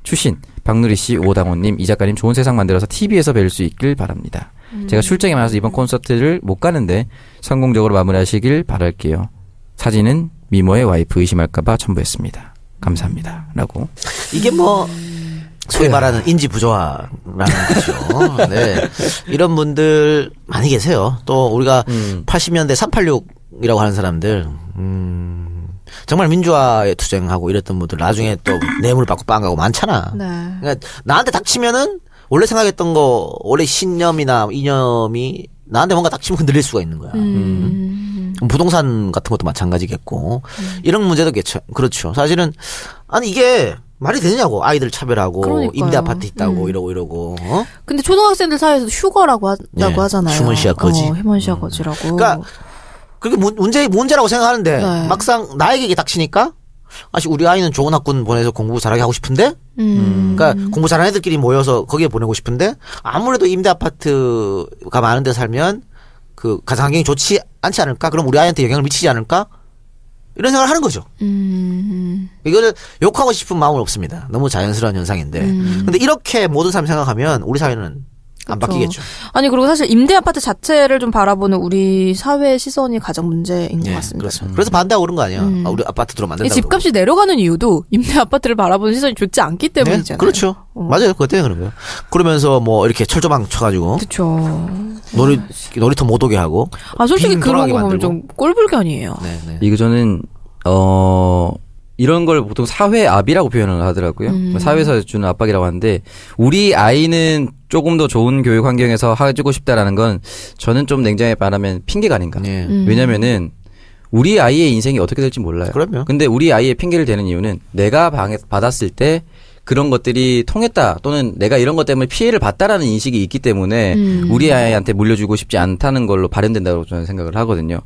Speaker 3: 출신 박누리 씨, 오당호님, 이 작가님 좋은 세상 만들어서 TV에서 뵐 수 있길 바랍니다. 제가 출장이 많아서 이번 콘서트를 못 가는데 성공적으로 마무리하시길 바랄게요. 사진은 미모의 와이프 의심할까봐 첨부했습니다. 감사합니다. 라고.
Speaker 1: 이게 뭐 소위 말하는 인지 부조화라는 거죠. 네. 이런 분들 많이 계세요. 또 우리가 80년대 386이라고 하는 사람들 음. 정말 민주화에 투쟁하고 이랬던 분들 나중에 또 뇌물 받고 빵 가고 많잖아.
Speaker 2: 네.
Speaker 1: 그러니까 나한테 닥치면은 원래 생각했던 거 원래 신념이나 이념이 나한테 뭔가 닥치면 흔들릴 수가 있는 거야. 음. 부동산 같은 것도 마찬가지겠고
Speaker 2: 음.
Speaker 1: 이런 문제도 괜찮 그렇죠. 사실은 아니 이게 말이 되느냐고 아이들 차별하고
Speaker 2: 그러니까요. 음.
Speaker 1: 임대 아파트 있다고 이러고 이러고 어?
Speaker 2: 근데 초등학생들 사이에서 휴거라고 한다고
Speaker 1: 네,
Speaker 2: 하잖아요.
Speaker 1: 휴먼시아 거지.
Speaker 2: 어, 휴먼시아 거지라고.
Speaker 1: 그러니까 그게 문, 문제 문제라고 생각하는데
Speaker 2: 네.
Speaker 1: 막상 나에게 이게 닥치니까 아시 우리 아이는 좋은 학군 보내서 공부 잘하게 하고 싶은데
Speaker 2: 음.
Speaker 1: 그러니까 공부 잘하는 애들끼리 모여서 거기에 보내고 싶은데 아무래도 임대 아파트가 많은 데 살면 그 가장 환경이 좋지 않지 않을까? 그럼 우리 아이한테 영향을 미치지 않을까? 이런 생각을 하는 거죠.
Speaker 2: 음.
Speaker 1: 이거를 욕하고 싶은 마음은 없습니다. 너무 자연스러운 현상인데. 근데 이렇게 모든 사람이 생각하면 우리 사회는 안
Speaker 2: 음. 그렇죠.
Speaker 1: 바뀌겠죠.
Speaker 2: 아니 그리고 사실 임대 아파트 자체를 좀 바라보는 우리 사회의 시선이 가장 문제인 것
Speaker 1: 예,
Speaker 2: 같습니다.
Speaker 1: 그렇습니다. 그래서 반대하고 그런 거 아니야. 아, 우리 아파트 들어만든다.
Speaker 2: 이 음. 집값이 내려가는 이유도 임대 아파트를 바라보는 시선이 좋지 않기 때문이잖아요. 어.
Speaker 1: 그렇죠. 맞아요. 그것 때문에 그런 거예요. 그러면서 뭐 이렇게 철조망 쳐가지고
Speaker 2: 그렇죠.
Speaker 1: 놀이, 놀이터 못 오게 하고.
Speaker 2: 아 솔직히
Speaker 1: 빙
Speaker 2: 그런
Speaker 1: 돌아가게
Speaker 2: 거 보면
Speaker 1: 만들고.
Speaker 2: 좀 꼴불견이에요.
Speaker 1: 네, 네.
Speaker 3: 이거 저는, 어, 이런 걸 보통 사회압이라고 표현을 하더라고요. 뭐 사회에서 주는 압박이라고 하는데, 우리 아이는 조금 더 좋은 교육 환경에서 해주고 싶다라는 건, 저는 좀 냉정히 말하면 핑계가 아닌가.
Speaker 1: 예.
Speaker 2: 음.
Speaker 3: 왜냐면은, 우리 아이의 인생이 어떻게 될지 몰라요.
Speaker 1: 그럼요.
Speaker 3: 근데 우리 아이의 핑계를 대는 이유는 내가 방해- 받았을 때 그런 것들이 통했다 또는 내가 이런 것 때문에 피해를 봤다라는 인식이 있기 때문에 우리 아이한테 물려주고 싶지 않다는 걸로 발현된다고 저는 생각을 하거든요.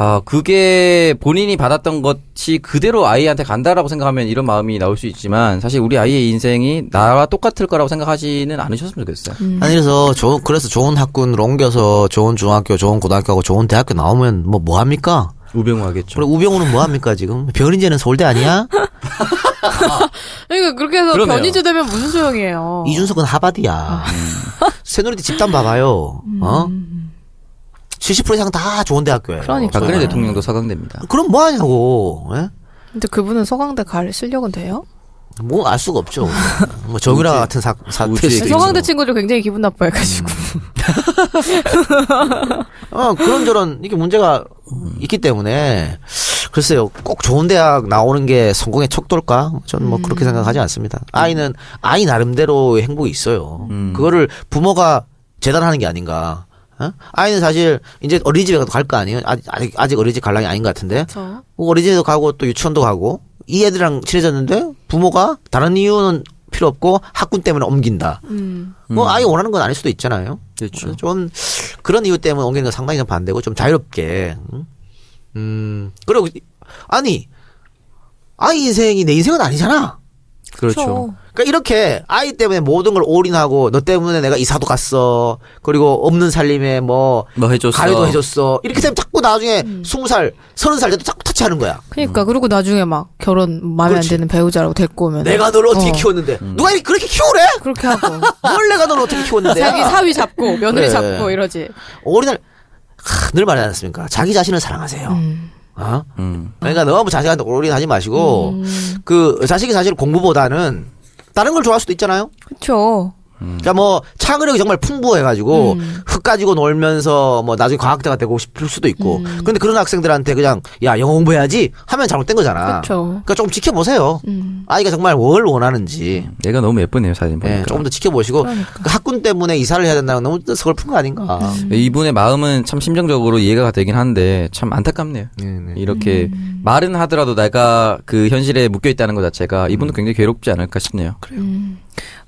Speaker 3: 아, 그게 본인이 받았던 것이 그대로 아이한테 간다라고 생각하면 이런 마음이 나올 수 있지만 사실 우리 아이의 인생이 나와 똑같을 거라고 생각하지는 않으셨으면 좋겠어요.
Speaker 2: 음.
Speaker 1: 아니 그래서 좋은 그래서 좋은 학군으로 옮겨서 좋은 중학교, 좋은 고등학교하고 좋은 대학교 나오면 뭐 뭐 합니까?
Speaker 3: 우병우하겠죠.
Speaker 1: 그래 우병우는 뭐 합니까 지금? 변인재는 서울대 아니야?
Speaker 2: 그러니까 그렇게 해서
Speaker 3: 그러네요.
Speaker 2: 변이제 되면 무슨 소용이에요.
Speaker 1: 이준석은 하바드야.
Speaker 2: 어.
Speaker 1: 음. 새누리대 집단 봐봐요.
Speaker 2: 음.
Speaker 1: 어? 70% 이상 다 좋은 대학교예요.
Speaker 2: 그러니까.
Speaker 3: 박근혜
Speaker 1: 소위 말하는.
Speaker 3: 대통령도 서강대입니다.
Speaker 1: 그럼 뭐 하냐고. 예?
Speaker 2: 근데 그분은 서강대 갈 실력은 돼요?
Speaker 1: 뭐 알 수가 없죠. 뭐 정유라 같은 사, 사태일
Speaker 3: 우지.
Speaker 1: 수도 음. 있고.
Speaker 2: 서강대 친구들 굉장히 기분 나빠해가지고.
Speaker 1: 어, 그런저런 이게 문제가 있기 때문에 글쎄요 꼭 좋은 대학 나오는 게 성공의 척도일까? 저는 뭐 그렇게 생각하지 않습니다. 아이는 아이 나름대로의 행복이 있어요. 그거를 부모가 재단하는 게 아닌가. 어? 아이는 사실 이제 어린이집에 갈 거 아니에요? 아직 아직, 아직 어린이집 갈랑이 아닌 것 같은데
Speaker 2: 그렇죠.
Speaker 1: 뭐 어린이집도 가고 또 유치원도 가고 이 애들이랑 친해졌는데 부모가 다른 이유는 필요 없고 학군 때문에 옮긴다.
Speaker 2: 음.
Speaker 1: 뭐 아이 원하는 건 아닐 수도 있잖아요. 그래서
Speaker 3: 그렇죠.
Speaker 1: 네, 좀 그런 이유 때문에 옮기는 건 상당히 좀 반대고 좀 자유롭게 음? 음 그리고 이- 아니 아이 인생이 내 인생은 아니잖아.
Speaker 3: 그렇죠.
Speaker 1: 그러니까 이렇게 아이 때문에 모든 걸 올인하고 너 때문에 내가 이사도 갔어. 그리고 없는 살림에 뭐
Speaker 3: 뭐 해줬어.
Speaker 1: 가래도 해줬어. 이렇게 되면 자꾸 나중에
Speaker 2: 음.
Speaker 1: 스무 살, 서른 살 돼도 자꾸 터치하는 거야.
Speaker 2: 그러니까 그리고 나중에 막 결혼 마음에
Speaker 1: 그렇지.
Speaker 2: 안 드는 배우자라고 데리고 오면
Speaker 3: 네.
Speaker 1: 내가 너를 어떻게
Speaker 2: 어.
Speaker 1: 키웠는데
Speaker 3: 음.
Speaker 1: 누가 이렇게 그렇게 키우래?
Speaker 2: 그렇게 하고
Speaker 1: 뭘 내가 너를 어떻게 키웠는데?
Speaker 2: 자기 사위 잡고 며느리
Speaker 1: 네.
Speaker 2: 잡고 이러지.
Speaker 1: 오리날 하, 늘 말하지 않습니까? 자기 자신을 사랑하세요.
Speaker 2: 음.
Speaker 1: 어?
Speaker 3: 음.
Speaker 1: 그러니까 너무 자식한테 올인하지 마시고
Speaker 2: 음.
Speaker 1: 그 자식이 사실 공부보다는 다른 걸 좋아할 수도 있잖아요.
Speaker 2: 그렇죠.
Speaker 1: 그러니까 뭐 창의력이 정말 풍부해가지고 흙 가지고 놀면서 뭐 나중에 과학자가 되고 싶을 수도 있고. 그런데 그런 학생들한테 그냥 야 영어 공부해야지 하면 잘못된 거잖아.
Speaker 2: 그쵸.
Speaker 1: 그러니까 조금 지켜보세요.
Speaker 2: 음.
Speaker 1: 아이가 정말 뭘 원하는지
Speaker 3: 내가 너무 예쁘네요 사진
Speaker 1: 예,
Speaker 3: 보니까.
Speaker 1: 조금 더 지켜보시고
Speaker 2: 그러니까.
Speaker 1: 그 학군 때문에 이사를 해야 된다는 건 너무 서글픈 거 아닌가.
Speaker 3: 음. 네, 이분의 마음은 참 심정적으로 이해가 되긴 한데 참 안타깝네요. 이렇게
Speaker 2: 음. 음. 그렇죠.
Speaker 3: 말은 하더라도 내가 그 현실에 묶여 있다는 것 자체가 이분도 굉장히 괴롭지 않을까 싶네요. 그래요.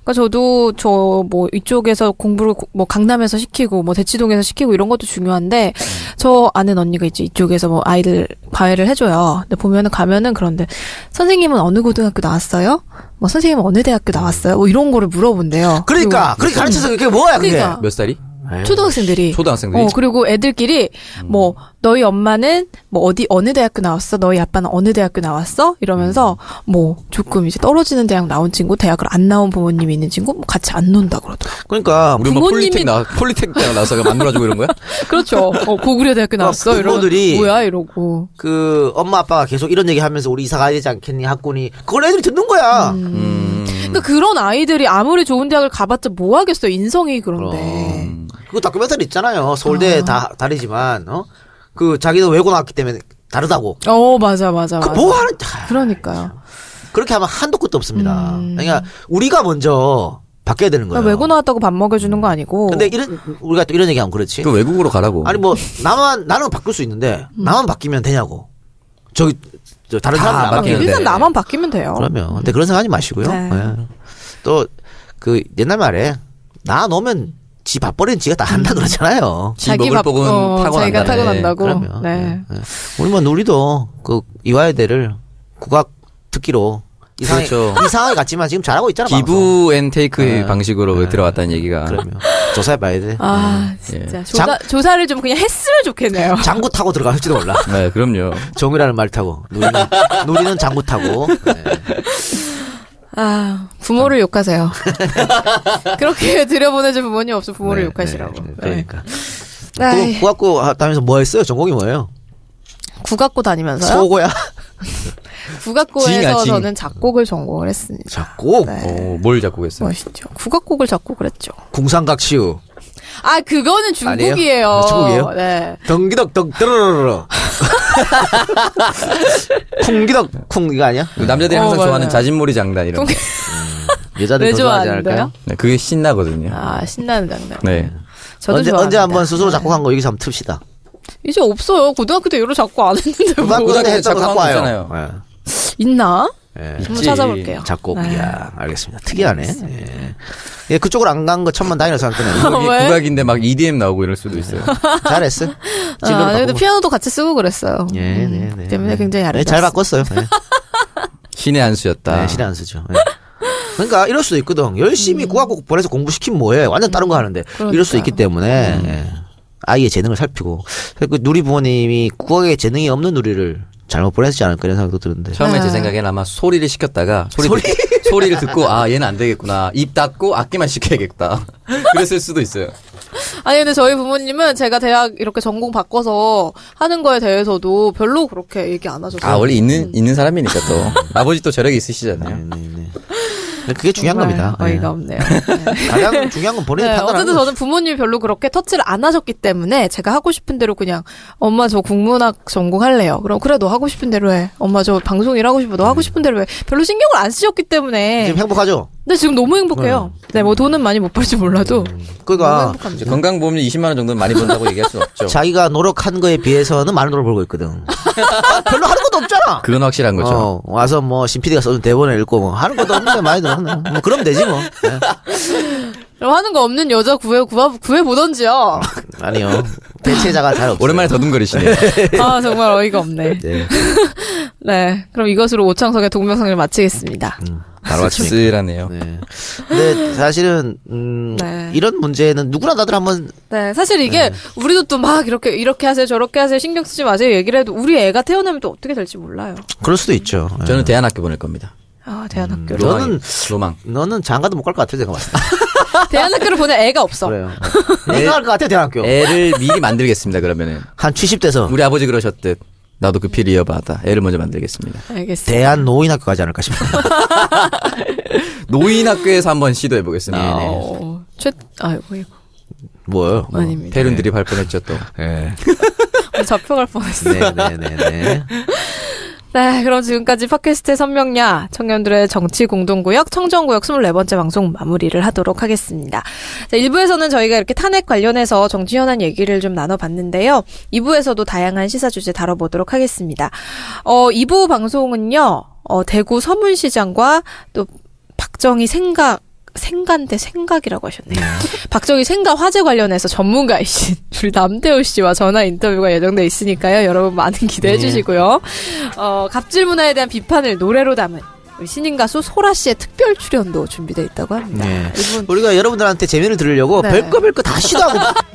Speaker 2: 그러니까 저도 저 뭐 이쪽에서 공부를 고- 뭐 강남에서 시키고 뭐 대치동에서 시키고 이런 것도 중요한데 저 아는 언니가 이제 이쪽에서 뭐 아이들 과외를 해줘요. 근데 보면은 가면은 그런데 선생님은 어느 고등학교 나왔어요? 뭐 선생님은 어느 대학교 나왔어요? 뭐 이런 거를 물어본대요.
Speaker 1: 그러니까 그렇게 가르쳐서 그게 뭐야 그게.
Speaker 2: 그러니까.
Speaker 3: 몇 살이?
Speaker 1: 에휴.
Speaker 2: 초등학생들이
Speaker 3: 초등학생들이.
Speaker 2: 어, 그리고 애들끼리 뭐 너희 엄마는 뭐 어디 어느 대학교 나왔어? 너희 아빠는 어느 대학교 나왔어? 이러면서 뭐 조금 이제 떨어지는 대학 나온 친구, 대학을 안 나온 부모님이 있는 친구 뭐 같이 안 논다 그러더라고.
Speaker 1: 그러니까
Speaker 3: 우리 엄마
Speaker 2: 부모님이-
Speaker 3: 폴리텍 나 폴리텍 대학 나와서 그냥 만들어주고 이런 거야?
Speaker 2: 그렇죠. 어, 고구려 대학교 나왔어. 이러면
Speaker 1: 부모들이-
Speaker 2: 뭐야 이러고.
Speaker 1: 그 엄마 아빠가 계속 이런 얘기 하면서 우리 이사 가야 되지 않겠니 학군이 그걸 애들이 듣는 거야.
Speaker 3: 음.
Speaker 1: 음.
Speaker 2: 그러니까 그런 아이들이 아무리 좋은 대학을 가봤자 뭐 하겠어. 인성이 그런데.
Speaker 1: 그거 다큐멘터리 있잖아요. 서울대 다 다르지만 어 그 자기는 외고 나왔기 때문에 다르다고.
Speaker 2: 어, 맞아 맞아 맞아.
Speaker 1: 그 뭐 하는 하,
Speaker 2: 그러니까요.
Speaker 1: 그렇게 하면 한도 끝도 없습니다. 그러니까 우리가 먼저 바뀌어야 되는 거예요.
Speaker 2: 그러니까 음. 외고 나왔다고 밥 먹여주는 거 아니고.
Speaker 1: 근데 이런 우리가 또 이런 얘기하면 그렇지.
Speaker 3: 그 외국으로 가라고.
Speaker 1: 아니 뭐 나만 나는 바꿀 수 있는데
Speaker 2: 음.
Speaker 1: 나만 바뀌면 되냐고. 저기 저 다른
Speaker 3: 다
Speaker 1: 사람
Speaker 3: 바뀌는데.
Speaker 1: 바뀌는데.
Speaker 2: 일단 나만 바뀌면 돼요.
Speaker 1: 어? 그러면 근데 그런 생각하지 마시고요. 예.
Speaker 2: 네.
Speaker 1: 또 그 옛날 말에 나 놓으면 지 밥벌이는 지가 다 한다 그러잖아요.
Speaker 3: 지 먹을
Speaker 2: 밥-
Speaker 3: 복은
Speaker 2: 어,
Speaker 3: 타고난다네.
Speaker 2: 자기가 타고난다고.
Speaker 1: 그러면
Speaker 2: 네.
Speaker 1: 예, 예. 우리 뭐 우리도 그 이화여대를 국악 듣기로 이상하게
Speaker 3: 그렇죠.
Speaker 1: 이상하게 갔지만 지금 잘하고 있잖아. 방송.
Speaker 3: 기부 앤 테이크
Speaker 1: 네.
Speaker 3: 방식으로
Speaker 1: 네.
Speaker 3: 들어왔다는 얘기가.
Speaker 1: 그러면 조사해 봐야 돼. 음,
Speaker 2: 아,
Speaker 3: 예.
Speaker 2: 진짜. 조사, 조사를 좀 그냥 했으면 좋겠네요.
Speaker 1: 장구 타고 들어갈지도 몰라.
Speaker 3: 네, 그럼요.
Speaker 1: 정이라는 말 타고 누리는 누리는 장구 타고. 예.
Speaker 2: 아, 부모를 욕하세요. 그렇게 들여보내준 부모님 없어 부모를
Speaker 1: 네,
Speaker 2: 욕하시라고.
Speaker 1: 네, 그러니까.
Speaker 2: 네. 아이,
Speaker 1: 그 국악고 다니면서 뭐 했어요? 전공이 뭐예요?
Speaker 2: 국악고 다니면서요. 네.
Speaker 1: 서고야.
Speaker 3: 징이야,
Speaker 2: 국악고에서
Speaker 3: 징.
Speaker 2: 저는 작곡을 전공을 했습니다.
Speaker 1: 작곡.
Speaker 2: 네.
Speaker 3: 어, 뭘 잡고 했어요?
Speaker 2: 멋있죠. 국악곡을 작곡을 했죠.
Speaker 1: 궁상각시우.
Speaker 2: 아, 그거는
Speaker 1: 아니에요?
Speaker 2: 중국이에요.
Speaker 1: 아, 중국이에요?
Speaker 2: 네.
Speaker 1: 덩기덕 덩 드르르르. 쿵기덕 쿵 이거 아니야?
Speaker 3: 그 남자들이
Speaker 2: 어,
Speaker 3: 항상
Speaker 2: 맞아요.
Speaker 3: 좋아하는 자진몰이 장단 이런. 거.
Speaker 1: 여자들
Speaker 2: 왜
Speaker 1: 더 좋아하지 않을까요?
Speaker 2: 좋아하는데요?
Speaker 3: 네, 그게 신나거든요.
Speaker 2: 아, 신나는 장면.
Speaker 3: 네.
Speaker 2: 저도
Speaker 1: 언제
Speaker 2: 좋아합니다.
Speaker 1: 언제 한번 스스로 작곡한 거 여기서 한번 틉시다.
Speaker 2: 이제 없어요. 고등학교 때 이후로 작곡 안 했는데 뭐.
Speaker 1: 고등학교 때 했던 거 갖고
Speaker 3: 작곡한
Speaker 1: 와요.
Speaker 2: 있나?
Speaker 1: 예. 예.
Speaker 2: 한번
Speaker 3: 있지.
Speaker 2: 찾아볼게요.
Speaker 1: 작곡이야. 알겠습니다. 특이하네. 예. 예, 그쪽으로 안 간 거 천만 다행이라 생각되네.
Speaker 3: 이게
Speaker 2: 왜?
Speaker 3: 국악인데 막 EDM 나오고 이럴 수도 있어요.
Speaker 1: 잘했어.
Speaker 2: 아,
Speaker 1: 진로를
Speaker 2: 근데
Speaker 1: 바꾸고.
Speaker 2: 피아노도 같이 쓰고 그랬어요.
Speaker 1: 예,
Speaker 2: 음,
Speaker 1: 네, 네.
Speaker 2: 때문에
Speaker 1: 네.
Speaker 2: 굉장히
Speaker 1: 네, 잘
Speaker 2: 아름다웠어요.
Speaker 1: 바꿨어요. 예.
Speaker 3: 신의 안수였다.
Speaker 1: 네, 신의 안 쓰죠. 예. 그러니까 이럴 수도 있거든.
Speaker 2: 음.
Speaker 1: 열심히 국악국 보내서 공부시키면 뭐해. 완전 다른 거 하는데.
Speaker 2: 그러니까.
Speaker 1: 이럴 수도 있기 때문에
Speaker 2: 음.
Speaker 1: 예. 아이의 재능을 살피고. 그 누리 부모님이 국악에 재능이 없는 누리를 잘못 보냈지 않을까 이런 생각도 드는데.
Speaker 3: 처음에 제 생각에는 아마 소리를 시켰다가 네. 소리,
Speaker 1: 소리?
Speaker 3: 듣- 소리를 듣고 아 얘는 안 되겠구나 입 닫고 악기만 시켜야겠다 그랬을 수도 있어요.
Speaker 2: 아니 근데 저희 부모님은 제가 대학 이렇게 전공 바꿔서 하는 거에 대해서도 별로 그렇게 얘기 안 하셨어요.
Speaker 3: 아 원래 있는 있는 사람이니까 또 아버지 또 저력이 있으시잖아요.
Speaker 1: 네, 네, 네. 그게 중요한
Speaker 2: 정말
Speaker 1: 겁니다. 예.
Speaker 2: 어이가 없네요.
Speaker 1: 가장 중요한 건 본인이
Speaker 2: 네,
Speaker 1: 판단하는
Speaker 2: 어쨌든
Speaker 1: 거죠.
Speaker 2: 저는 부모님이 별로 그렇게 터치를 안 하셨기 때문에 제가 하고 싶은 대로 그냥 엄마 저 국문학 전공할래요. 그럼 그래 너 하고 싶은 대로 해. 엄마 저 방송 일하고 싶어. 너 하고 싶은 대로 해. 별로 신경을 안 쓰셨기 때문에
Speaker 1: 지금 행복하죠?
Speaker 2: 근데 지금 너무 행복해요. 네, 뭐 돈은 많이 못 벌지 몰라도 너무
Speaker 1: 그러니까
Speaker 2: 행복합니다.
Speaker 3: 이제 건강보험료 20만 원 정도는 많이 번다고 얘기할 수는 없죠.
Speaker 1: 자기가 노력한 거에 비해서는 많은 돈을 벌고 있거든. 아, 별로 하는 것도 없잖아.
Speaker 3: 그건 확실한 거죠.
Speaker 1: 어, 와서 뭐, 신PD가 써준 대본을 읽고, 뭐, 하는 것도 없는데 많이 들었네. 뭐, 그럼 되지 뭐. 네.
Speaker 2: 그럼 하는 거 없는 여자 구해 구해 구해 보던지요.
Speaker 1: 아니요. 대체자가 잘 없어요.
Speaker 3: 오랜만에 더듬거리시네요.
Speaker 2: 아 정말 어이가 없네.
Speaker 1: 네.
Speaker 2: 네, 그럼 이것으로 오창석의 동명상을 마치겠습니다.
Speaker 1: 바로 아침에.
Speaker 3: 씁쓸하네요.
Speaker 1: 네. 근데 사실은, 음,
Speaker 2: 네.
Speaker 1: 이런 문제는 누구나 다들 한번
Speaker 2: 네, 사실 이게 우리도 또 막 이렇게 이렇게 하세요, 저렇게 하세요, 신경 쓰지 마세요 얘기를 해도 우리 애가 태어나면 또 어떻게 될지 몰라요.
Speaker 1: 그럴 수도 있죠. 네.
Speaker 3: 저는 대안학교 보낼 겁니다.
Speaker 2: 아, 대안학교를
Speaker 1: 저는-
Speaker 3: 로망이- 로망.
Speaker 1: 너는 장가도 못 갈 것 같아, 제가 봤을 때.
Speaker 2: 대안학교를 보낼 애가 없어.
Speaker 1: 그래요. 내가 갈것 같아, 대학교.
Speaker 3: 애를 미리 만들겠습니다. 그러면은
Speaker 1: 한 70대서.
Speaker 3: 우리 아버지 그러셨듯 나도 그 피를 이어받아 애를 먼저 만들겠습니다.
Speaker 2: 알겠습니다.
Speaker 1: 대한 노인학교 가지 않을까 싶어요.
Speaker 3: 노인학교에서 한번 시도해 보겠습니다.
Speaker 2: 아, 어, 최, 아이고, 이거
Speaker 1: 뭐요?
Speaker 2: 아닙니다.
Speaker 3: 폐륜 드립할 뻔했죠 또.
Speaker 1: 네.
Speaker 2: 오늘 잡혀갈 뻔했어. 네.
Speaker 1: 네네네네.
Speaker 2: 그럼 지금까지 팟캐스트 선명야 청년들의 정치 공동구역 청정구역 24번째 방송 마무리를 하도록 하겠습니다. 자, 1부에서는 저희가 이렇게 탄핵 관련해서 정치 현안 얘기를 좀 나눠봤는데요. 2부에서도 다양한 시사 주제 다뤄보도록 하겠습니다. 어, 2부 방송은요, 어, 대구 서문시장과 또 박정희 생각 생가인데 생각이라고 하셨네요. 박정희 생가 화재 관련해서 전문가이신 우리 남대호 씨와 전화 인터뷰가 예정돼 있으니까요. 여러분 많은 기대해 주시고요. 어, 갑질 문화에 대한 비판을 노래로 담은 우리 신인 가수 소라 씨의 특별 출연도 준비되어 있다고 합니다.
Speaker 1: 네.
Speaker 2: 이분
Speaker 1: 우리가 여러분들한테 재미를 드리려고
Speaker 2: 네.
Speaker 1: 별거 별거 다 시도하고